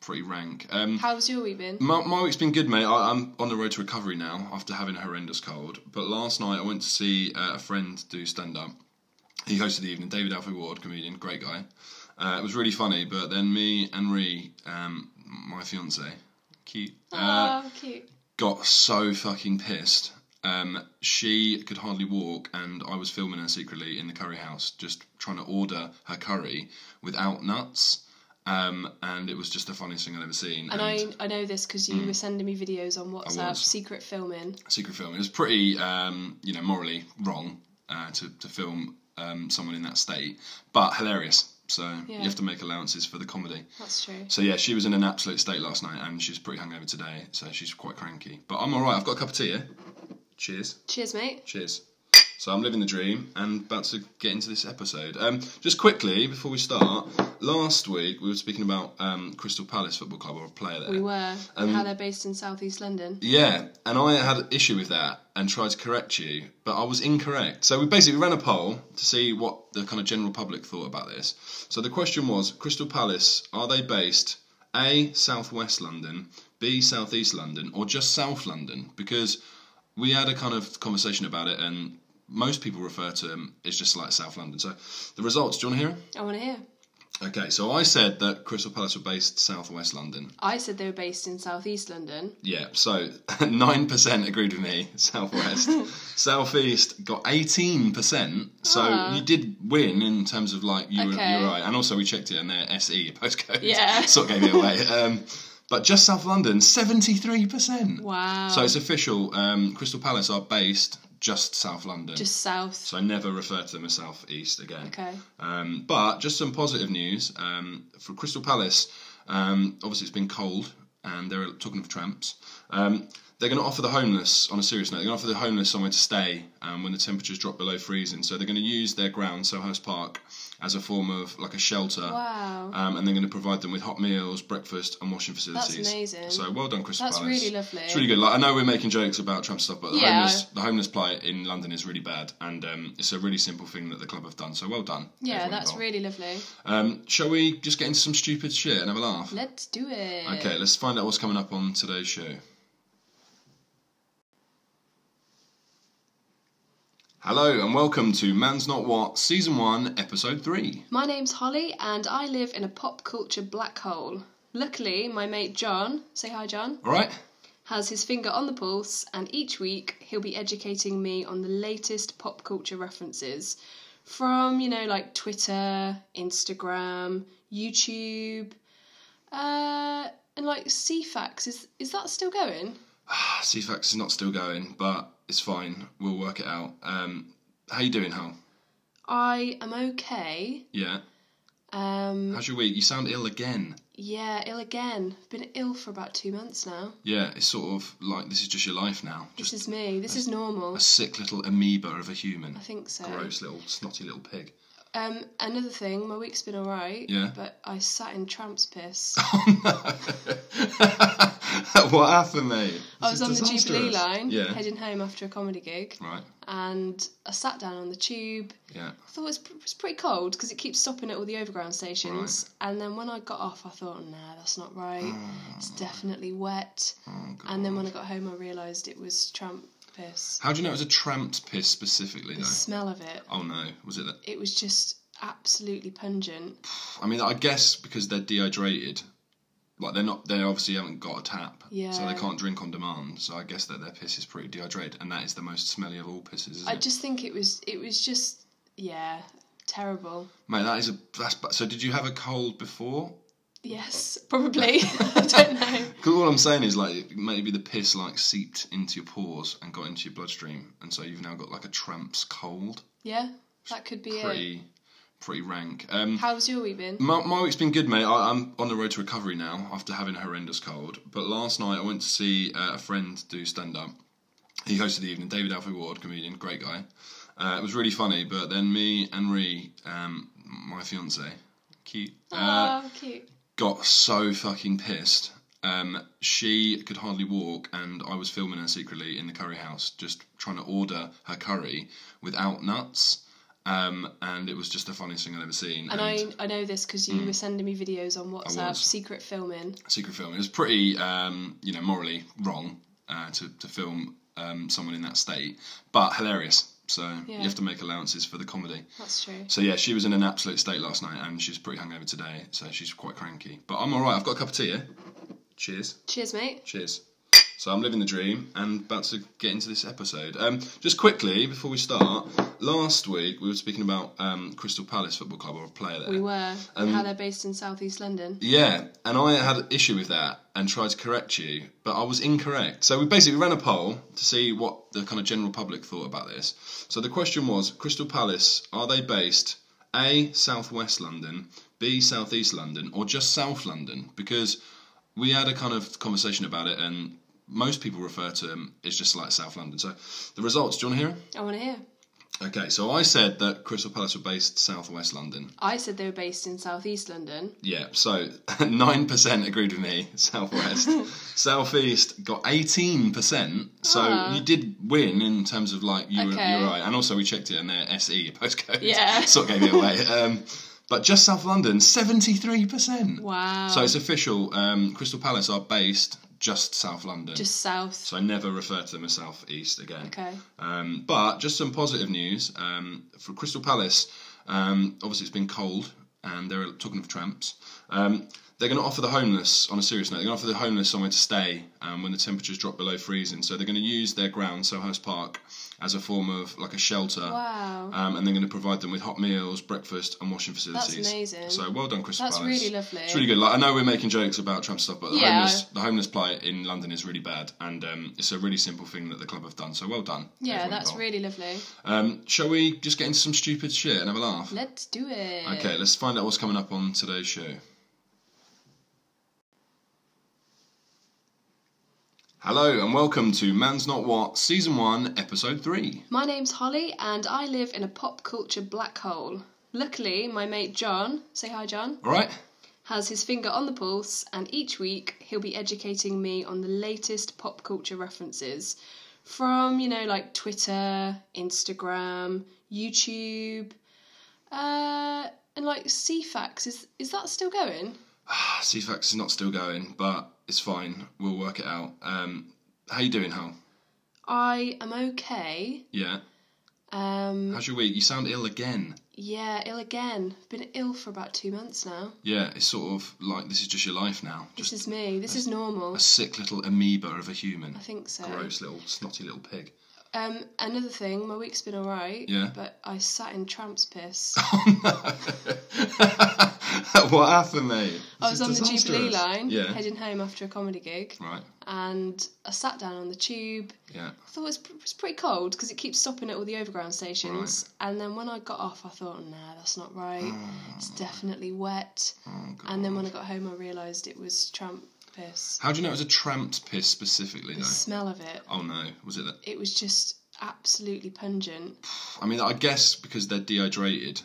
Speaker 1: pretty rank. Um,
Speaker 2: How's your week been?
Speaker 1: my, my week's been good, mate. I, I'm on the road to recovery now after having a horrendous cold. But last night I went to see uh, a friend do stand up. He hosted the evening. David Alfie Ward, comedian, great guy. Uh, it was really funny, but then me and Ree, um, my fiance, cute, uh,
Speaker 2: oh, cute.
Speaker 1: got so fucking pissed. Um, she could hardly walk, and I was filming her secretly in the curry house, just trying to order her curry without nuts. Um, and it was just the funniest thing I'd ever seen.
Speaker 2: And I, I know this because you were sending me videos on WhatsApp,
Speaker 1: Mm. was.
Speaker 2: secret filming.
Speaker 1: secret film. It was pretty, um, you know, morally wrong uh, to to film um, someone in that state, but hilarious. So
Speaker 2: Yeah.
Speaker 1: you have to make allowances for the comedy.
Speaker 2: That's true.
Speaker 1: So yeah, she was in an absolute state last night, and she's pretty hungover today, so she's quite cranky. But I'm all right. I've got a cup of tea. Here. Cheers.
Speaker 2: Cheers, mate.
Speaker 1: Cheers. So I'm living the dream and about to get into this episode. Um, just quickly before we start, last week we were speaking about um, Crystal Palace Football Club or a player there.
Speaker 2: We were.
Speaker 1: Um,
Speaker 2: and how they're based in southeast London.
Speaker 1: Yeah, and I had an issue with that and tried to correct you, but I was incorrect. So we basically ran a poll to see what the kind of general public thought about this. So the question was Crystal Palace, are they based A, southwest London, B, southeast London, or just south London? Because we had a kind of conversation about it and most people refer to them as just like South London. So the results, do you want to hear 'em?
Speaker 2: I want to hear.
Speaker 1: Okay, so I said that Crystal Palace were based southwest London.
Speaker 2: I said they were based in southeast London.
Speaker 1: Yeah, so 9% agreed with me, Southwest. Southeast got 18%, so
Speaker 2: Ah.
Speaker 1: you did win in terms of like, you, were, you
Speaker 2: Okay.
Speaker 1: were right. And also, we checked it and their SE postcode
Speaker 2: Yeah.
Speaker 1: sort of gave it away. Um, but just South London, 73%.
Speaker 2: Wow.
Speaker 1: So it's official. Um, Crystal Palace are based just South London.
Speaker 2: just south.
Speaker 1: so I never refer to them as Southeast again.
Speaker 2: okay.
Speaker 1: Um, but just some positive news um, for Crystal Palace. Um, obviously, it's been cold, and they're talking of tramps. Um, they're going to offer the homeless, on a serious note, they're going to offer the homeless somewhere to stay um, when the temperatures drop below freezing. So they're going to use their ground, Soho's Park, as a form of like a shelter.
Speaker 2: Wow.
Speaker 1: Um, and they're going to provide them with hot meals, breakfast, and washing facilities.
Speaker 2: amazing.
Speaker 1: So well done, Crystal
Speaker 2: That's
Speaker 1: Palace.
Speaker 2: really lovely.
Speaker 1: It's really good. Like I know we're making jokes about tramp stuff, but the
Speaker 2: Yeah.
Speaker 1: homeless the homeless plight in London is really bad, and um, it's a really simple thing that the club have done. So well done.
Speaker 2: yeah,
Speaker 1: everyone
Speaker 2: that's
Speaker 1: involved.
Speaker 2: really lovely.
Speaker 1: Um, shall we just get into some stupid shit and have a laugh?
Speaker 2: Let's do it.
Speaker 1: Okay, let's find out what's coming up on today's show. Hello and welcome to Man's Not What, Season 1, Episode 3.
Speaker 2: My name's Holly, and I live in a pop culture black hole. Luckily, my mate John, say hi, John,
Speaker 1: Alright?
Speaker 2: has his finger on the pulse, and each week he'll be educating me on the latest pop culture references from, you know, like Twitter, Instagram, YouTube, uh, and like CFAX. Is, is that still going?
Speaker 1: CFAX is not still going, but it's fine. We'll work it out. Um, how you doing, Hal?
Speaker 2: I am okay.
Speaker 1: Yeah.
Speaker 2: Um,
Speaker 1: How's your week? You sound ill again.
Speaker 2: yeah, ill again. I've been ill for about two months now.
Speaker 1: Yeah, it's sort of like this is just your life now.
Speaker 2: This
Speaker 1: Just
Speaker 2: is me. This is normal.
Speaker 1: a sick little amoeba of a human.
Speaker 2: I think so.
Speaker 1: Gross little snotty little pig.
Speaker 2: Um, another thing, my week's been alright.
Speaker 1: Yeah.
Speaker 2: But I sat in tramp's piss.
Speaker 1: Oh, what happened, mate?
Speaker 2: I was Oh, on the
Speaker 1: Disastrous.
Speaker 2: Jubilee line,
Speaker 1: Yeah.
Speaker 2: heading home after a comedy gig,
Speaker 1: Right.
Speaker 2: and I sat down on the tube.
Speaker 1: Yeah.
Speaker 2: I thought it was, pr- it was pretty cold because it keeps stopping at all the overground stations. And then when I got off, I thought, nah, that's not right.
Speaker 1: Mm.
Speaker 2: It's definitely wet.
Speaker 1: Oh, God.
Speaker 2: And then when I got home, I realised it was tramp piss.
Speaker 1: How do you know it was a tramp's piss specifically,
Speaker 2: The
Speaker 1: though?
Speaker 2: smell of it,
Speaker 1: Oh no, was it that?
Speaker 2: it was just absolutely pungent.
Speaker 1: I mean, I guess because they're dehydrated, like they're not, they obviously haven't got a tap, so
Speaker 2: Yeah.
Speaker 1: they can't drink on demand. So I guess that their piss is pretty dehydrated, and that is the most smelly of all pisses, isn't
Speaker 2: I
Speaker 1: it?
Speaker 2: just think it was, it was just, yeah, terrible.
Speaker 1: Mate, that is a that's. ba- So did you have a cold before?
Speaker 2: Yes, probably. I don't know.
Speaker 1: 'Cause all I'm saying is like maybe the piss like seeped into your pores and got into your bloodstream, and so you've now got like a tramp's cold.
Speaker 2: Yeah, that could be it.
Speaker 1: pretty pretty rank. Um,
Speaker 2: How's your week been?
Speaker 1: my, my week's been good, mate. I, I'm on the road to recovery now after having a horrendous cold. But last night I went to see uh, a friend do stand up. He hosted the evening. David Alfie Ward, comedian, great guy. Uh, it was really funny. But then me and Ree, um, my fiance, cute, uh,
Speaker 2: oh, cute.
Speaker 1: got so fucking pissed. Um, she could hardly walk, and I was filming her secretly in the curry house, just trying to order her curry without nuts. Um, and it was just the funniest thing I'd ever seen.
Speaker 2: And I, I know this because you were sending me videos on WhatsApp,
Speaker 1: mm. was.
Speaker 2: secret filming.
Speaker 1: secret film. It was pretty, um, you know, morally wrong uh, to to film um, someone in that state, but hilarious. So
Speaker 2: Yeah.
Speaker 1: you have to make allowances for the comedy.
Speaker 2: That's true.
Speaker 1: So yeah, she was in an absolute state last night, and she's pretty hungover today, so she's quite cranky. But I'm all right. I've got a cup of tea. Here. Cheers.
Speaker 2: Cheers, mate.
Speaker 1: Cheers. So I'm living the dream and about to get into this episode. Um, just quickly before we start, last week we were speaking about um, Crystal Palace Football Club or a player there.
Speaker 2: We were.
Speaker 1: Um,
Speaker 2: how they're based in southeast London.
Speaker 1: Yeah, and I had an issue with that and tried to correct you, but I was incorrect. So we basically ran a poll to see what the kind of general public thought about this. So the question was Crystal Palace, are they based A, southwest London, B, southeast London, or just south London? Because we had a kind of conversation about it and most people refer to them as just like South London. So the results, do you want to hear 'em?
Speaker 2: I want to hear.
Speaker 1: Okay, so I said that Crystal Palace were based southwest London.
Speaker 2: I said they were based in southeast London.
Speaker 1: Yeah, so nine percent agreed with me. Southwest, Southeast got eighteen percent. So
Speaker 2: Ah.
Speaker 1: you did win in terms of like you were
Speaker 2: Okay.
Speaker 1: you're right, and also we checked it and their SE postcode.
Speaker 2: Yeah.
Speaker 1: sort of gave it away. Um, but just South London, seventy three percent.
Speaker 2: Wow.
Speaker 1: So it's official. Um, Crystal Palace are based just South London.
Speaker 2: just south.
Speaker 1: so I never refer to them as South East again.
Speaker 2: okay.
Speaker 1: Um, but just some positive news um, for Crystal Palace. Um, obviously, it's been cold, and they're talking of tramps. Um, they're going to offer the homeless, on a serious note, they're going to offer the homeless somewhere to stay um, when the temperatures drop below freezing. So they're going to use their ground, Soho's Park, as a form of like a shelter.
Speaker 2: Wow.
Speaker 1: Um, and they're going to provide them with hot meals, breakfast, and washing facilities.
Speaker 2: amazing.
Speaker 1: So well done, Crystal
Speaker 2: That's
Speaker 1: Palace.
Speaker 2: really lovely.
Speaker 1: It's really good. Like I know we're making jokes about tramp stuff, but the
Speaker 2: Yeah.
Speaker 1: homeless the homeless plight in London is really bad, and um, it's a really simple thing that the club have done. So well done.
Speaker 2: yeah,
Speaker 1: everyone
Speaker 2: that's
Speaker 1: involved.
Speaker 2: really lovely.
Speaker 1: Um, shall we just get into some stupid shit and have a laugh?
Speaker 2: Let's do it.
Speaker 1: Okay, let's find out what's coming up on today's show. Hello and welcome to Man's Not What, Season 1, Episode 3.
Speaker 2: My name's Holly, and I live in a pop culture black hole. Luckily, my mate John, say hi, John,
Speaker 1: Alright?
Speaker 2: has his finger on the pulse, and each week he'll be educating me on the latest pop culture references from, you know, like Twitter, Instagram, YouTube, uh, and like CFAX. Is, is that still going?
Speaker 1: CFAX is not still going, but it's fine. We'll work it out. Um, how you doing, Hal?
Speaker 2: I am okay.
Speaker 1: Yeah.
Speaker 2: Um,
Speaker 1: How's your week? You sound ill again.
Speaker 2: yeah, ill again. I've been ill for about two months now.
Speaker 1: Yeah, it's sort of like this is just your life now.
Speaker 2: This
Speaker 1: Just
Speaker 2: is me. This is normal.
Speaker 1: a sick little amoeba of a human.
Speaker 2: I think so.
Speaker 1: Gross little snotty little pig.
Speaker 2: Um, another thing, my week's been alright.
Speaker 1: Yeah.
Speaker 2: But I sat in tramp's piss.
Speaker 1: Oh, what happened, mate?
Speaker 2: I was on the
Speaker 1: Disastrous.
Speaker 2: Jubilee line,
Speaker 1: Yeah.
Speaker 2: heading home after a comedy gig,
Speaker 1: Right.
Speaker 2: and I sat down on the tube.
Speaker 1: Yeah.
Speaker 2: I thought it was, pr- it was pretty cold because it keeps stopping at all the overground stations. And then when I got off, I thought, nah, that's not right.
Speaker 1: Ah.
Speaker 2: It's definitely wet.
Speaker 1: Oh, God.
Speaker 2: And then when I got home, I realised it was tramp piss.
Speaker 1: How do you know it was a tramp's piss specifically,
Speaker 2: The
Speaker 1: though?
Speaker 2: smell of it,
Speaker 1: Oh no, was it that?
Speaker 2: it was just absolutely pungent.
Speaker 1: I mean, I guess because they're dehydrated,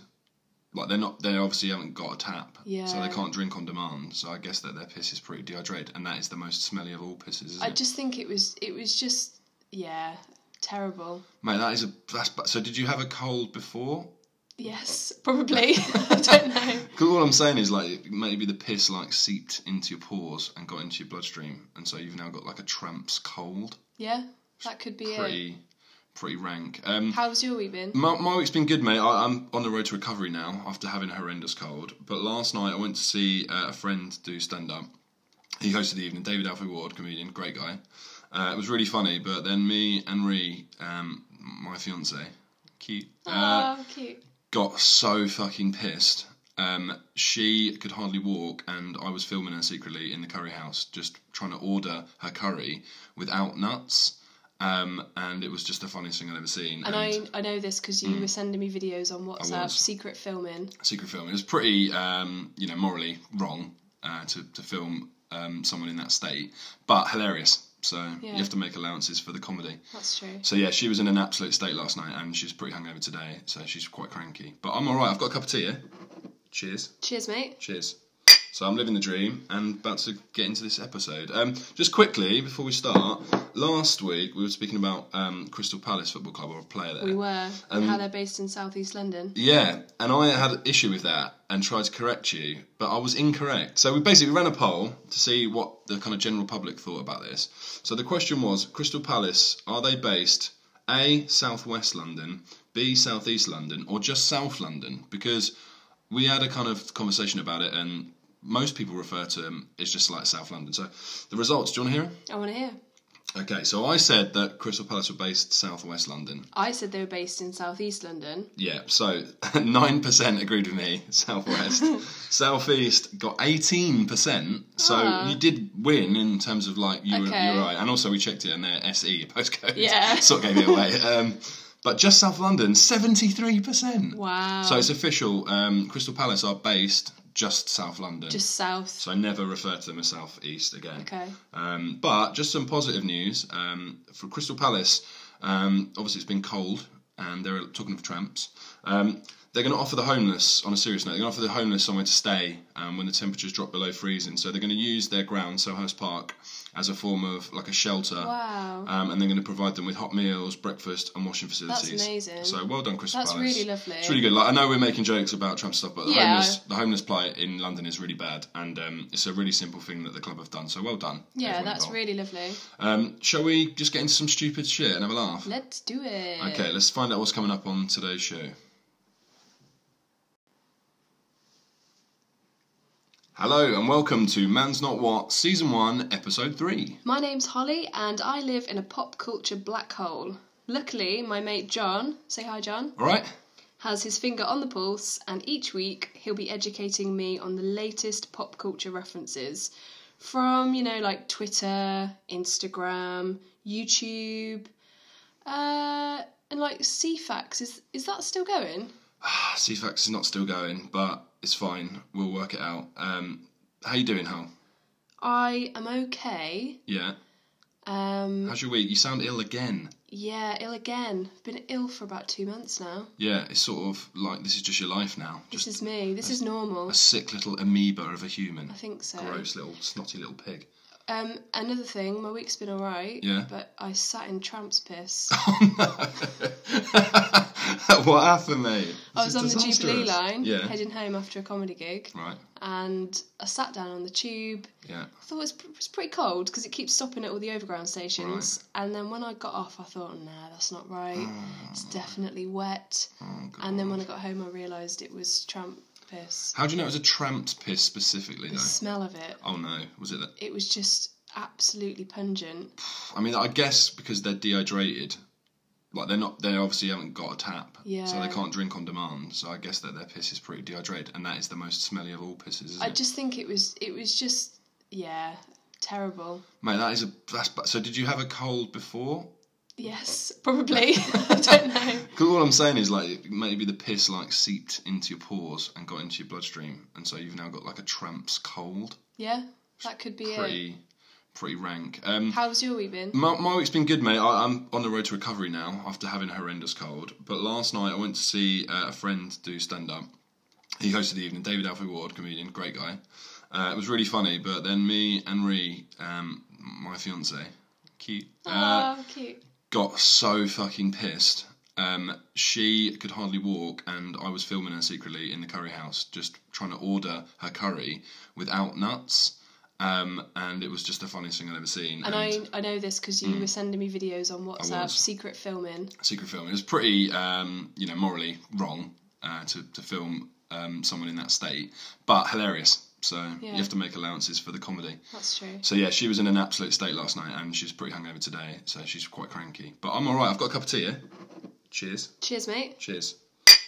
Speaker 1: like they're not, they obviously haven't got a tap, so
Speaker 2: Yeah.
Speaker 1: they can't drink on demand. So I guess that their piss is pretty dehydrated, and that is the most smelly of all pisses, isn't
Speaker 2: I
Speaker 1: it?
Speaker 2: just think it was, it was just, yeah, terrible.
Speaker 1: Mate, that is a that's. ba- So did you have a cold before?
Speaker 2: Yes, probably. I don't know.
Speaker 1: 'Cause all I'm saying is like maybe the piss like seeped into your pores and got into your bloodstream, and so you've now got like a tramp's cold.
Speaker 2: Yeah, that could be it.
Speaker 1: pretty pretty rank. Um,
Speaker 2: How's your week been?
Speaker 1: my, my week's been good, mate. I, I'm on the road to recovery now after having a horrendous cold. But last night I went to see uh, a friend do stand up. He hosted the evening. David Alfred Ward, comedian, great guy. Uh, it was really funny. But then me and Ree, um, my fiance, cute, uh,
Speaker 2: oh, cute.
Speaker 1: got so fucking pissed. Um, she could hardly walk, and I was filming her secretly in the curry house, just trying to order her curry without nuts. Um, and it was just the funniest thing I'd ever seen.
Speaker 2: And I, I know this because you were sending me videos on WhatsApp,
Speaker 1: Mm. was.
Speaker 2: secret filming.
Speaker 1: secret film. It was pretty, um, you know, morally wrong uh, to to film um, someone in that state, but hilarious. So
Speaker 2: Yeah.
Speaker 1: you have to make allowances for the comedy.
Speaker 2: That's true.
Speaker 1: So yeah, she was in an absolute state last night, and she's pretty hungover today, so she's quite cranky. But I'm all right. I've got a cup of tea. Here. Cheers.
Speaker 2: Cheers, mate.
Speaker 1: Cheers. So I'm living the dream and about to get into this episode. Um, just quickly before we start, last week we were speaking about um, Crystal Palace Football Club or a player there.
Speaker 2: We were. and
Speaker 1: Um,
Speaker 2: how they're based in southeast London.
Speaker 1: Yeah, and I had an issue with that and tried to correct you, but I was incorrect. So we basically ran a poll to see what the kind of general public thought about this. So the question was Crystal Palace, are they based A, Southwest London, B, Southeast London, or just South London? Because we had a kind of conversation about it, and most people refer to them as just like South London. So the results, do you want to hear them?
Speaker 2: I want to hear.
Speaker 1: Okay, so I said that Crystal Palace were based Southwest London.
Speaker 2: I said they were based in southeast London.
Speaker 1: Yeah, so 9% agreed with me, Southwest. Southeast got 18%, so
Speaker 2: Ah.
Speaker 1: you did win in terms of like, you, were, you
Speaker 2: Okay.
Speaker 1: were right. And also, we checked it and their SE postcode.
Speaker 2: Yeah.
Speaker 1: sort of gave it away. Um, but just South London, 73%.
Speaker 2: Wow.
Speaker 1: So it's official. Um, Crystal Palace are based just South London.
Speaker 2: just south.
Speaker 1: so I never refer to them as Southeast again.
Speaker 2: okay.
Speaker 1: Um, but just some positive news um, for Crystal Palace. Um, obviously, it's been cold, and they're talking of tramps. Um, they're going to offer the homeless, on a serious note, they're going to offer the homeless somewhere to stay um, when the temperatures drop below freezing. So they're going to use their ground, Soho's Park, as a form of like a shelter.
Speaker 2: Wow.
Speaker 1: Um, and they're going to provide them with hot meals, breakfast, and washing facilities.
Speaker 2: amazing.
Speaker 1: So well done, Crystal
Speaker 2: That's
Speaker 1: Palace.
Speaker 2: really lovely.
Speaker 1: It's really good. Like I know we're making jokes about tramp stuff, but the,
Speaker 2: Yeah.
Speaker 1: homeless, the homeless plight in London is really bad, and um, it's a really simple thing that the club have done. So well done.
Speaker 2: yeah,
Speaker 1: everyone
Speaker 2: that's
Speaker 1: involved.
Speaker 2: really lovely.
Speaker 1: Um, shall we just get into some stupid shit and have a laugh?
Speaker 2: Let's do it.
Speaker 1: Okay, let's find out what's coming up on today's show. Hello and welcome to Man's Not What, Season 1, Episode 3.
Speaker 2: My name's Holly, and I live in a pop culture black hole. Luckily, my mate John, say hi, John,
Speaker 1: Alright?
Speaker 2: has his finger on the pulse, and each week he'll be educating me on the latest pop culture references from, you know, like Twitter, Instagram, YouTube, uh, and like CFAX. Is, is that still going?
Speaker 1: CFAX is not still going, but it's fine. We'll work it out. Um, how you doing, Hal?
Speaker 2: I am okay.
Speaker 1: Yeah.
Speaker 2: Um,
Speaker 1: How's your week? You sound ill again.
Speaker 2: Yeah, ill again. Been ill for about two months now.
Speaker 1: Yeah, it's sort of like this is just your life now.
Speaker 2: This
Speaker 1: Just
Speaker 2: is me. This is normal.
Speaker 1: a sick little amoeba of a human.
Speaker 2: I think so.
Speaker 1: Gross little snotty little pig.
Speaker 2: Um, another thing, my week's been alright.
Speaker 1: Yeah.
Speaker 2: But I sat in tramp's piss.
Speaker 1: what happened, mate?
Speaker 2: I was on the
Speaker 1: Disastrous.
Speaker 2: Jubilee line,
Speaker 1: Yeah.
Speaker 2: heading home after a comedy gig,
Speaker 1: Right.
Speaker 2: and I sat down on the tube.
Speaker 1: Yeah.
Speaker 2: I thought it was, pr- it was pretty cold because it keeps stopping at all the overground stations. And then when I got off, I thought, nah, that's not right.
Speaker 1: Ah.
Speaker 2: It's definitely wet.
Speaker 1: Oh, God.
Speaker 2: And then when I got home, I realised it was tramp piss.
Speaker 1: How do you know it was a tramp's piss specifically,
Speaker 2: The
Speaker 1: though?
Speaker 2: smell of it.
Speaker 1: Oh no, was it that?
Speaker 2: it was just absolutely pungent.
Speaker 1: I mean, I guess because they're dehydrated, like they're not, they obviously haven't got a tap, so
Speaker 2: Yeah.
Speaker 1: they can't drink on demand. So I guess that their piss is pretty dehydrated, and that is the most smelly of all pisses, isn't
Speaker 2: I
Speaker 1: it?
Speaker 2: just think it was it was just yeah terrible.
Speaker 1: Mate, that is a that's. ba- So did you have a cold before?
Speaker 2: Yes, probably. I don't know.
Speaker 1: 'Cause all I'm saying is like maybe the piss like seeped into your pores and got into your bloodstream, and so you've now got like a tramp's cold.
Speaker 2: Yeah, that could be it.
Speaker 1: pretty pretty rank. Um,
Speaker 2: How's your week been?
Speaker 1: my, my week's been good, mate. I, I'm on the road to recovery now after having a horrendous cold. But last night I went to see uh, a friend do stand up. He hosted the evening. David Alfie Ward, comedian, great guy. Uh, it was really funny. But then me and Ree, um, my fiance, cute, uh,
Speaker 2: oh, cute.
Speaker 1: got so fucking pissed. Um, she could hardly walk, and I was filming her secretly in the curry house, just trying to order her curry without nuts. Um, and it was just the funniest thing I'd ever seen.
Speaker 2: And I I know this because you were sending me videos on WhatsApp,
Speaker 1: mm. was.
Speaker 2: secret filming.
Speaker 1: secret film. It was pretty, um, you know, morally wrong uh, to to film um, someone in that state, but hilarious. So
Speaker 2: Yeah.
Speaker 1: you have to make allowances for the comedy.
Speaker 2: That's true.
Speaker 1: So yeah, she was in an absolute state last night, and she's pretty hungover today, so she's quite cranky. But I'm all right. I've got a cup of tea. Here. Cheers.
Speaker 2: Cheers, mate.
Speaker 1: Cheers.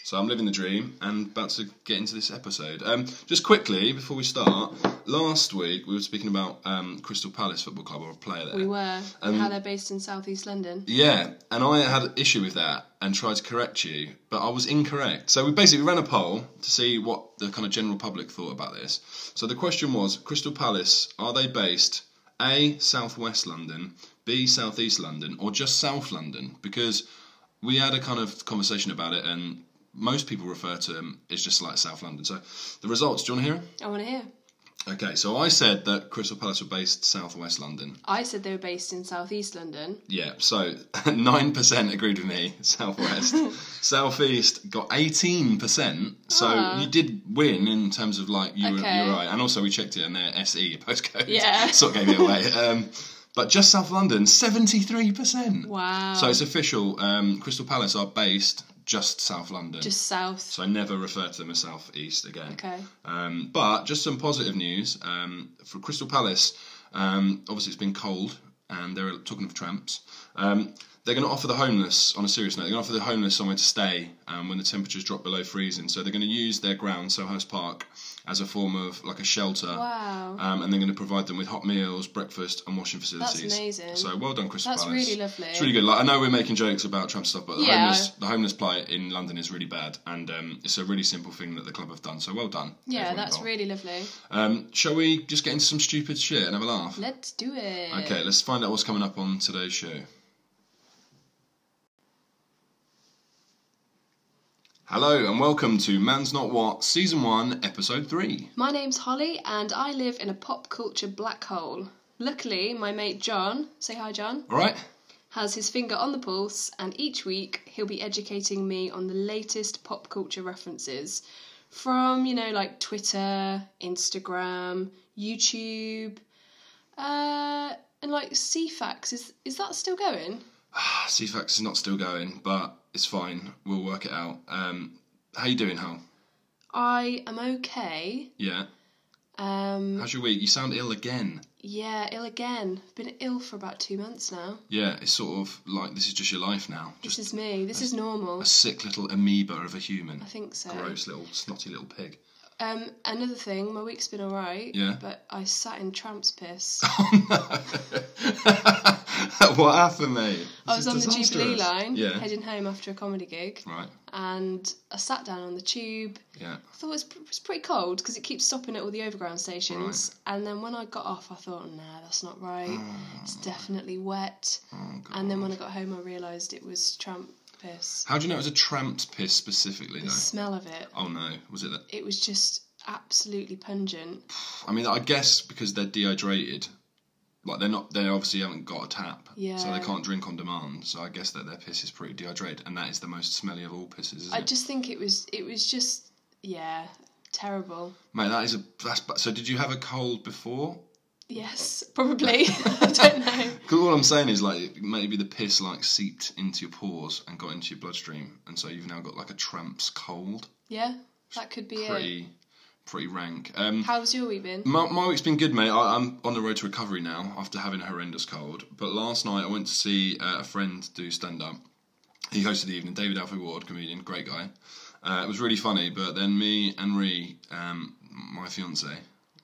Speaker 1: So I'm living the dream and about to get into this episode. Um, just quickly before we start, last week we were speaking about um, Crystal Palace Football Club or a player there.
Speaker 2: We were
Speaker 1: Um,
Speaker 2: and how they're based in southeast London.
Speaker 1: Yeah, and I had an issue with that and tried to correct you, but I was incorrect. So we basically ran a poll to see what the kind of general public thought about this. So the question was Crystal Palace, are they based A, southwest London, B, southeast London, or just south London? Because we had a kind of conversation about it, and most people refer to them as just like south London. So the results, do you want to hear 'em?
Speaker 2: I want to hear.
Speaker 1: Okay, so I said that Crystal Palace were based southwest London.
Speaker 2: I said they were based in southeast London.
Speaker 1: Yeah, so 9% agreed with me, Southwest. Southeast got 18%, so
Speaker 2: Ah.
Speaker 1: you did win in terms of like, you, were, you
Speaker 2: Okay.
Speaker 1: were right. And also, we checked it and their SE E postcode
Speaker 2: Yeah.
Speaker 1: sort of gave it away. Um, But just South London, 73%.
Speaker 2: Wow.
Speaker 1: So it's official. Um, Crystal Palace are based just South London.
Speaker 2: just south.
Speaker 1: so I never refer to them as South East again.
Speaker 2: okay.
Speaker 1: Um, but just some positive news um, for Crystal Palace. Um, obviously, it's been cold, and they're talking of tramps. Um, they're going to offer the homeless, on a serious note, they're going to offer the homeless somewhere to stay um, when the temperatures drop below freezing. So they're going to use their ground, Sohurst Park, as a form of like a shelter.
Speaker 2: Wow.
Speaker 1: Um, and they're going to provide them with hot meals, breakfast, and washing facilities.
Speaker 2: amazing.
Speaker 1: So well done, Crystal
Speaker 2: That's
Speaker 1: Palace.
Speaker 2: really lovely.
Speaker 1: It's really good. Like I know we're making jokes about tramp stuff, but the,
Speaker 2: Yeah.
Speaker 1: homeless, the homeless plight in London is really bad, and um, it's a really simple thing that the club have done. So well done.
Speaker 2: yeah,
Speaker 1: everyone
Speaker 2: that's
Speaker 1: involved.
Speaker 2: really lovely.
Speaker 1: Um, shall we just get into some stupid shit and have a laugh?
Speaker 2: Let's do it.
Speaker 1: Okay, let's find out what's coming up on today's show. Hello and welcome to Man's Not What, Season 1, Episode 3.
Speaker 2: My name's Holly, and I live in a pop culture black hole. Luckily, my mate John, say hi, John,
Speaker 1: Alright?
Speaker 2: has his finger on the pulse, and each week he'll be educating me on the latest pop culture references from, you know, like Twitter, Instagram, YouTube, uh, and like CFAX. Is, is that still going?
Speaker 1: CFAX is not still going, but it's fine. We'll work it out. Um, how you doing, Hal?
Speaker 2: I am okay.
Speaker 1: Yeah.
Speaker 2: Um,
Speaker 1: How's your week? You sound ill again.
Speaker 2: yeah, ill again. Been ill for about two months now.
Speaker 1: Yeah, it's sort of like this is just your life now.
Speaker 2: This
Speaker 1: Just
Speaker 2: is me. This is normal.
Speaker 1: a sick little amoeba of a human.
Speaker 2: I think so.
Speaker 1: Gross little snotty little pig.
Speaker 2: Um, another thing, my week's been alright.
Speaker 1: Yeah.
Speaker 2: But I sat in tramp's piss.
Speaker 1: what happened, mate?
Speaker 2: I was on the Jubilee
Speaker 1: Jubilee
Speaker 2: line,
Speaker 1: Yeah.
Speaker 2: heading home after a comedy gig,
Speaker 1: Right.
Speaker 2: and I sat down on the tube.
Speaker 1: Yeah.
Speaker 2: I thought it was, pr- it was pretty cold because it keeps stopping at all the overground stations. And then when I got off, I thought, nah, that's not right. It's definitely wet.
Speaker 1: Oh, God.
Speaker 2: And then when I got home, I realised it was tramp piss.
Speaker 1: How do you know it was a tramp's piss specifically,
Speaker 2: The
Speaker 1: though?
Speaker 2: smell of it,
Speaker 1: Oh no, was it that?
Speaker 2: it was just absolutely pungent.
Speaker 1: I mean, I guess because they're dehydrated, like they're not, they obviously haven't got a tap, so
Speaker 2: Yeah.
Speaker 1: they can't drink on demand. So I guess that their piss is pretty dehydrated, and that is the most smelly of all pisses, isn't
Speaker 2: I
Speaker 1: it?
Speaker 2: just think it was, it was just, yeah, terrible.
Speaker 1: Mate, that is a that's. ba- So did you have a cold before?
Speaker 2: Yes, probably. I don't know.
Speaker 1: 'Cause all I'm saying is like maybe the piss like seeped into your pores and got into your bloodstream, and so you've now got like a tramp's cold.
Speaker 2: Yeah, that could be it.
Speaker 1: pretty pretty rank. Um,
Speaker 2: How's your wee been?
Speaker 1: my, my week's been good, mate. I, I'm on the road to recovery now after having a horrendous cold. But last night I went to see uh, a friend do stand up. He hosted the evening. David Alfred Ward, comedian, great guy. Uh, it was really funny. But then me and Ree, um, my fiance,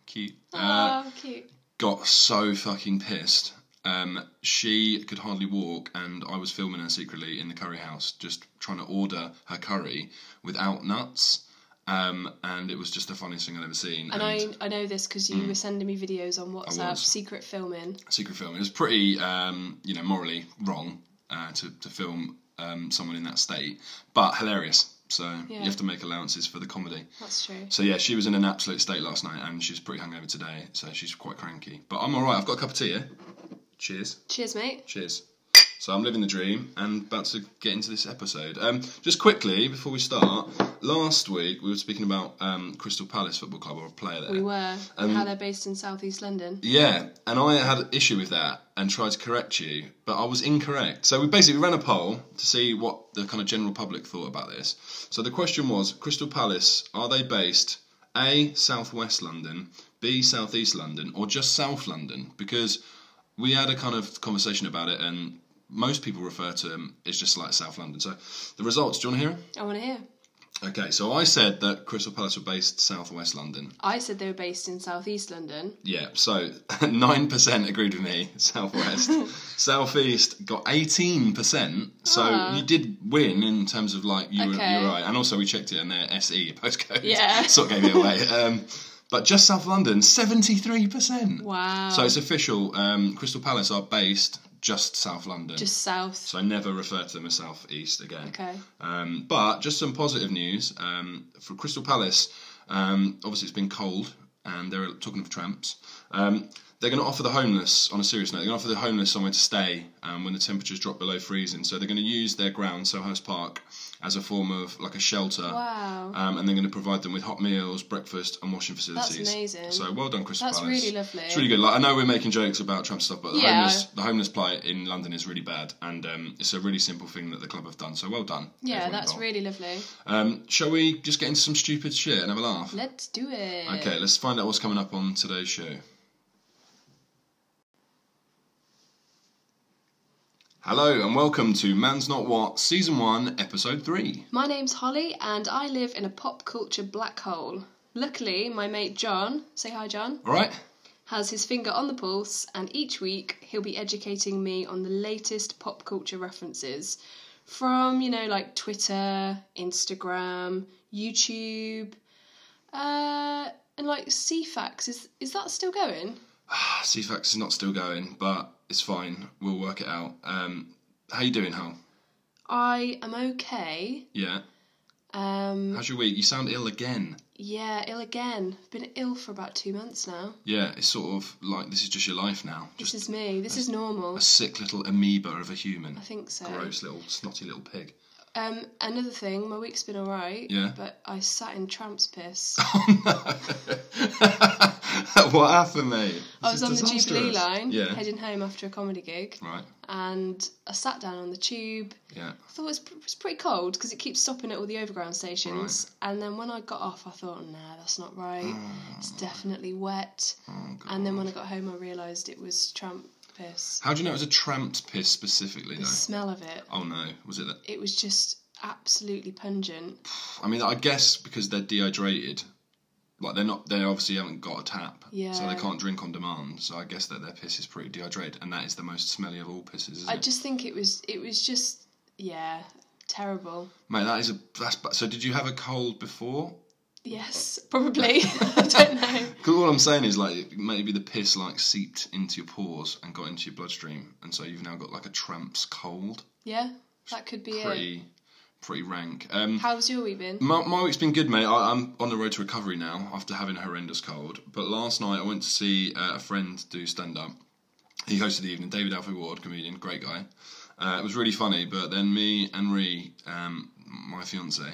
Speaker 1: cute, uh,
Speaker 2: oh, cute.
Speaker 1: got so fucking pissed. Um, she could hardly walk, and I was filming her secretly in the curry house, just trying to order her curry without nuts. Um, and it was just the funniest thing I'd ever seen.
Speaker 2: And I, I know this because you were sending me videos on WhatsApp,
Speaker 1: Mm. was.
Speaker 2: secret filming.
Speaker 1: secret film. It was pretty, um, you know, morally wrong uh, to to film um, someone in that state, but hilarious. So
Speaker 2: Yeah.
Speaker 1: you have to make allowances for the comedy.
Speaker 2: That's true.
Speaker 1: So yeah, she was in an absolute state last night, and she's pretty hungover today, so she's quite cranky. But I'm all right. I've got a cup of tea. Yeah? Cheers.
Speaker 2: Cheers, mate.
Speaker 1: Cheers. So I'm living the dream and about to get into this episode. Um, just quickly before we start, last week we were speaking about um, Crystal Palace Football Club or a player there.
Speaker 2: We were.
Speaker 1: Um,
Speaker 2: and how they're based in southeast London.
Speaker 1: Yeah, and I had an issue with that and tried to correct you, but I was incorrect. So we basically ran a poll to see what the kind of general public thought about this. So the question was Crystal Palace, are they based A, southwest London, B, southeast London, or just south London? Because we had a kind of conversation about it and most people refer to them as just like South London. So the results, do you want to hear 'em?
Speaker 2: I want to hear.
Speaker 1: Okay, so I said that Crystal Palace were based southwest London.
Speaker 2: I said they were based in southeast London.
Speaker 1: Yeah, so 9% agreed with me, Southwest. Southeast got 18%, so
Speaker 2: Ah.
Speaker 1: you did win in terms of like, you, were, you
Speaker 2: Okay.
Speaker 1: were right. And also, we checked it and their SE postcode.
Speaker 2: Yeah.
Speaker 1: sort of gave it away. Um, but just South London, 73%.
Speaker 2: Wow.
Speaker 1: So it's official. Um, Crystal Palace are based just South London.
Speaker 2: just south.
Speaker 1: so I never refer to them as South East again.
Speaker 2: okay.
Speaker 1: Um, but just some positive news um, for Crystal Palace. Um, obviously, it's been cold, and they're talking of tramps. Um, they're going to offer the homeless, on a serious note, they're going to offer the homeless somewhere to stay um, when the temperatures drop below freezing. So they're going to use their ground, Soho's Park, as a form of like a shelter.
Speaker 2: Wow.
Speaker 1: Um, and they're going to provide them with hot meals, breakfast, and washing
Speaker 2: That's
Speaker 1: facilities.
Speaker 2: amazing.
Speaker 1: So well done, Crystal
Speaker 2: That's
Speaker 1: Palace.
Speaker 2: really lovely.
Speaker 1: It's really good. Like I know we're making jokes about Trump stuff, but the
Speaker 2: Yeah.
Speaker 1: homeless the homeless plight in London is really bad, and um, it's a really simple thing that the club have done. So well done.
Speaker 2: yeah,
Speaker 1: everyone
Speaker 2: that's
Speaker 1: involved.
Speaker 2: really lovely.
Speaker 1: Um, shall we just get into some stupid shit and have a laugh?
Speaker 2: Let's do it.
Speaker 1: Okay, let's find out what's coming up on today's show. Hello and welcome to Man's Not What, Season 1, Episode 3.
Speaker 2: My name's Holly, and I live in a pop culture black hole. Luckily, my mate John, say hi, John,
Speaker 1: Alright?
Speaker 2: has his finger on the pulse, and each week he'll be educating me on the latest pop culture references from, you know, like Twitter, Instagram, YouTube, uh, and like CFAX. Is is that still going?
Speaker 1: CFAX is not still going, but it's fine. We'll work it out. Um, how you doing, Hal?
Speaker 2: I am okay.
Speaker 1: Yeah.
Speaker 2: Um,
Speaker 1: How's your week? You sound ill again.
Speaker 2: yeah, ill again. Been ill for about two months now.
Speaker 1: Yeah, it's sort of like this is just your life now.
Speaker 2: This
Speaker 1: Just
Speaker 2: is me. This is normal.
Speaker 1: a sick little amoeba of a human.
Speaker 2: I think so.
Speaker 1: Gross little snotty little pig.
Speaker 2: Um, another thing, my week's been alright.
Speaker 1: Yeah.
Speaker 2: But I sat in tramp's piss.
Speaker 1: Oh, what happened, mate?
Speaker 2: I
Speaker 1: This
Speaker 2: was
Speaker 1: is
Speaker 2: Oh, on the Jubilee
Speaker 1: disastrous.
Speaker 2: line,
Speaker 1: Yeah.
Speaker 2: heading home after a comedy gig,
Speaker 1: Right.
Speaker 2: and I sat down on the tube.
Speaker 1: Yeah.
Speaker 2: I thought it was, pr- it was pretty cold because it keeps stopping at all the overground stations. And then when I got off, I thought, nah, that's not right.
Speaker 1: Hmm.
Speaker 2: It's definitely wet.
Speaker 1: Oh, God.
Speaker 2: And then when I got home, I realised it was tramp piss.
Speaker 1: How do you know it was a tramp's piss specifically,
Speaker 2: The
Speaker 1: though?
Speaker 2: smell of it,
Speaker 1: Oh no, was it that?
Speaker 2: it was just absolutely pungent.
Speaker 1: I mean, I guess because they're dehydrated, like they're not, they obviously haven't got a tap, so
Speaker 2: Yeah.
Speaker 1: they can't drink on demand. So I guess that their piss is pretty dehydrated, and that is the most smelly of all pisses, isn't
Speaker 2: I
Speaker 1: it?
Speaker 2: just think it was, it was just, yeah, terrible.
Speaker 1: Mate, that is a that's. ba- So did you have a cold before?
Speaker 2: Yes, probably. I don't know.
Speaker 1: Because all I'm saying is like maybe the piss like seeped into your pores and got into your bloodstream, and so you've now got like a tramp's cold.
Speaker 2: Yeah, that could be it.
Speaker 1: Pretty, pretty rank. Um,
Speaker 2: How's your wee been?
Speaker 1: My, my week's been good, mate. I, I'm on the road to recovery now after having a horrendous cold. But last night I went to see uh, a friend do stand up. He hosted the evening, David Alfie Ward, comedian, great guy. Uh, it was really funny, but then me and Ree, um, my fiance,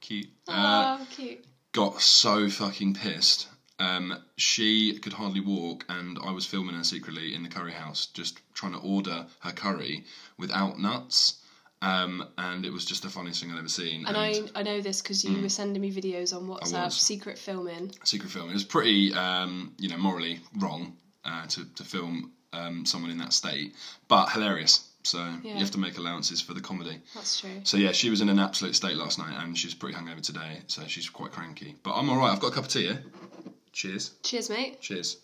Speaker 1: cute, uh,
Speaker 2: oh, cute.
Speaker 1: got so fucking pissed. Um, she could hardly walk, and I was filming her secretly in the curry house, just trying to order her curry without nuts. Um, and it was just the funniest thing I'd ever seen.
Speaker 2: And I, I know this because you were sending me videos on WhatsApp,
Speaker 1: Mm. was.
Speaker 2: secret filming.
Speaker 1: secret film. It was pretty, um, you know, morally wrong uh, to to film um, someone in that state, but hilarious. So
Speaker 2: Yeah.
Speaker 1: you have to make allowances for the comedy.
Speaker 2: That's true.
Speaker 1: So yeah, she was in an absolute state last night, and she's pretty hungover today, so she's quite cranky. But I'm all right. I've got a cup of tea. Yeah? Cheers.
Speaker 2: Cheers, mate.
Speaker 1: Cheers.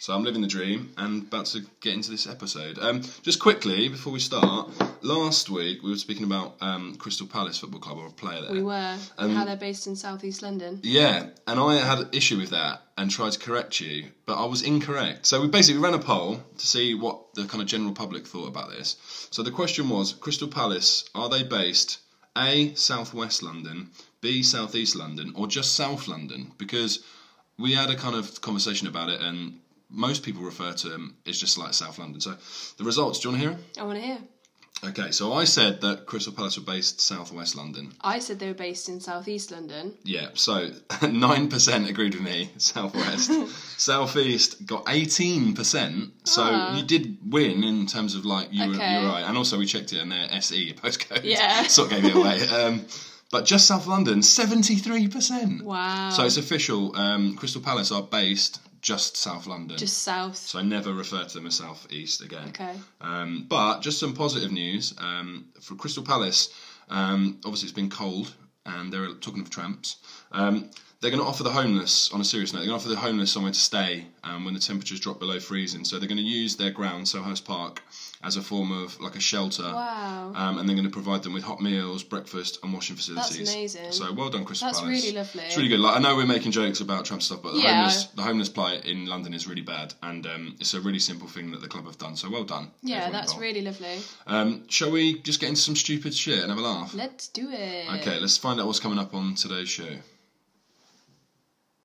Speaker 1: So I'm living the dream and about to get into this episode. Um, just quickly before we start, last week we were speaking about um, Crystal Palace Football Club or a player there.
Speaker 2: We were.
Speaker 1: Um,
Speaker 2: and how they're based in southeast London.
Speaker 1: Yeah, and I had an issue with that and tried to correct you, but I was incorrect. So we basically ran a poll to see what the kind of general public thought about this. So the question was Crystal Palace, are they based A, southwest London, B, southeast London, or just south London? Because we had a kind of conversation about it and most people refer to them as just like South London. So the results, do you want to hear 'em?
Speaker 2: I want to hear.
Speaker 1: Okay, so I said that Crystal Palace were based southwest London.
Speaker 2: I said they were based in southeast London.
Speaker 1: Yeah, so 9% agreed with me, Southwest. Southeast got 18%, so
Speaker 2: Ah.
Speaker 1: you did win in terms of like, you, were, you
Speaker 2: Okay.
Speaker 1: were right. And also, we checked it and their SE postcode.
Speaker 2: Yeah.
Speaker 1: sort of gave it away. Um, but just South London, 73%.
Speaker 2: Wow.
Speaker 1: So it's official. Um, Crystal Palace are based just South London.
Speaker 2: just south.
Speaker 1: so I never refer to them as Southeast again.
Speaker 2: okay.
Speaker 1: Um, but just some positive news um, for Crystal Palace. Um, obviously, it's been cold, and they're talking of tramps. Um, they're going to offer the homeless, on a serious note, they're going to offer the homeless somewhere to stay um, when the temperatures drop below freezing. So they're going to use their ground, Soho's Park, as a form of like a shelter.
Speaker 2: Wow.
Speaker 1: Um, and they're going to provide them with hot meals, breakfast, and washing facilities.
Speaker 2: amazing.
Speaker 1: So well done, Crystal
Speaker 2: That's
Speaker 1: Palace.
Speaker 2: really lovely.
Speaker 1: It's really good. Like, I know we're making jokes about Trump stuff, but the,
Speaker 2: Yeah.
Speaker 1: homeless, the homeless plight in London is really bad, and um, it's a really simple thing that the club have done. So well done.
Speaker 2: yeah,
Speaker 1: everyone
Speaker 2: that's
Speaker 1: involved.
Speaker 2: really lovely.
Speaker 1: Um, shall we just get into some stupid shit and have a laugh?
Speaker 2: Let's do it.
Speaker 1: Okay, let's find out what's coming up on today's show.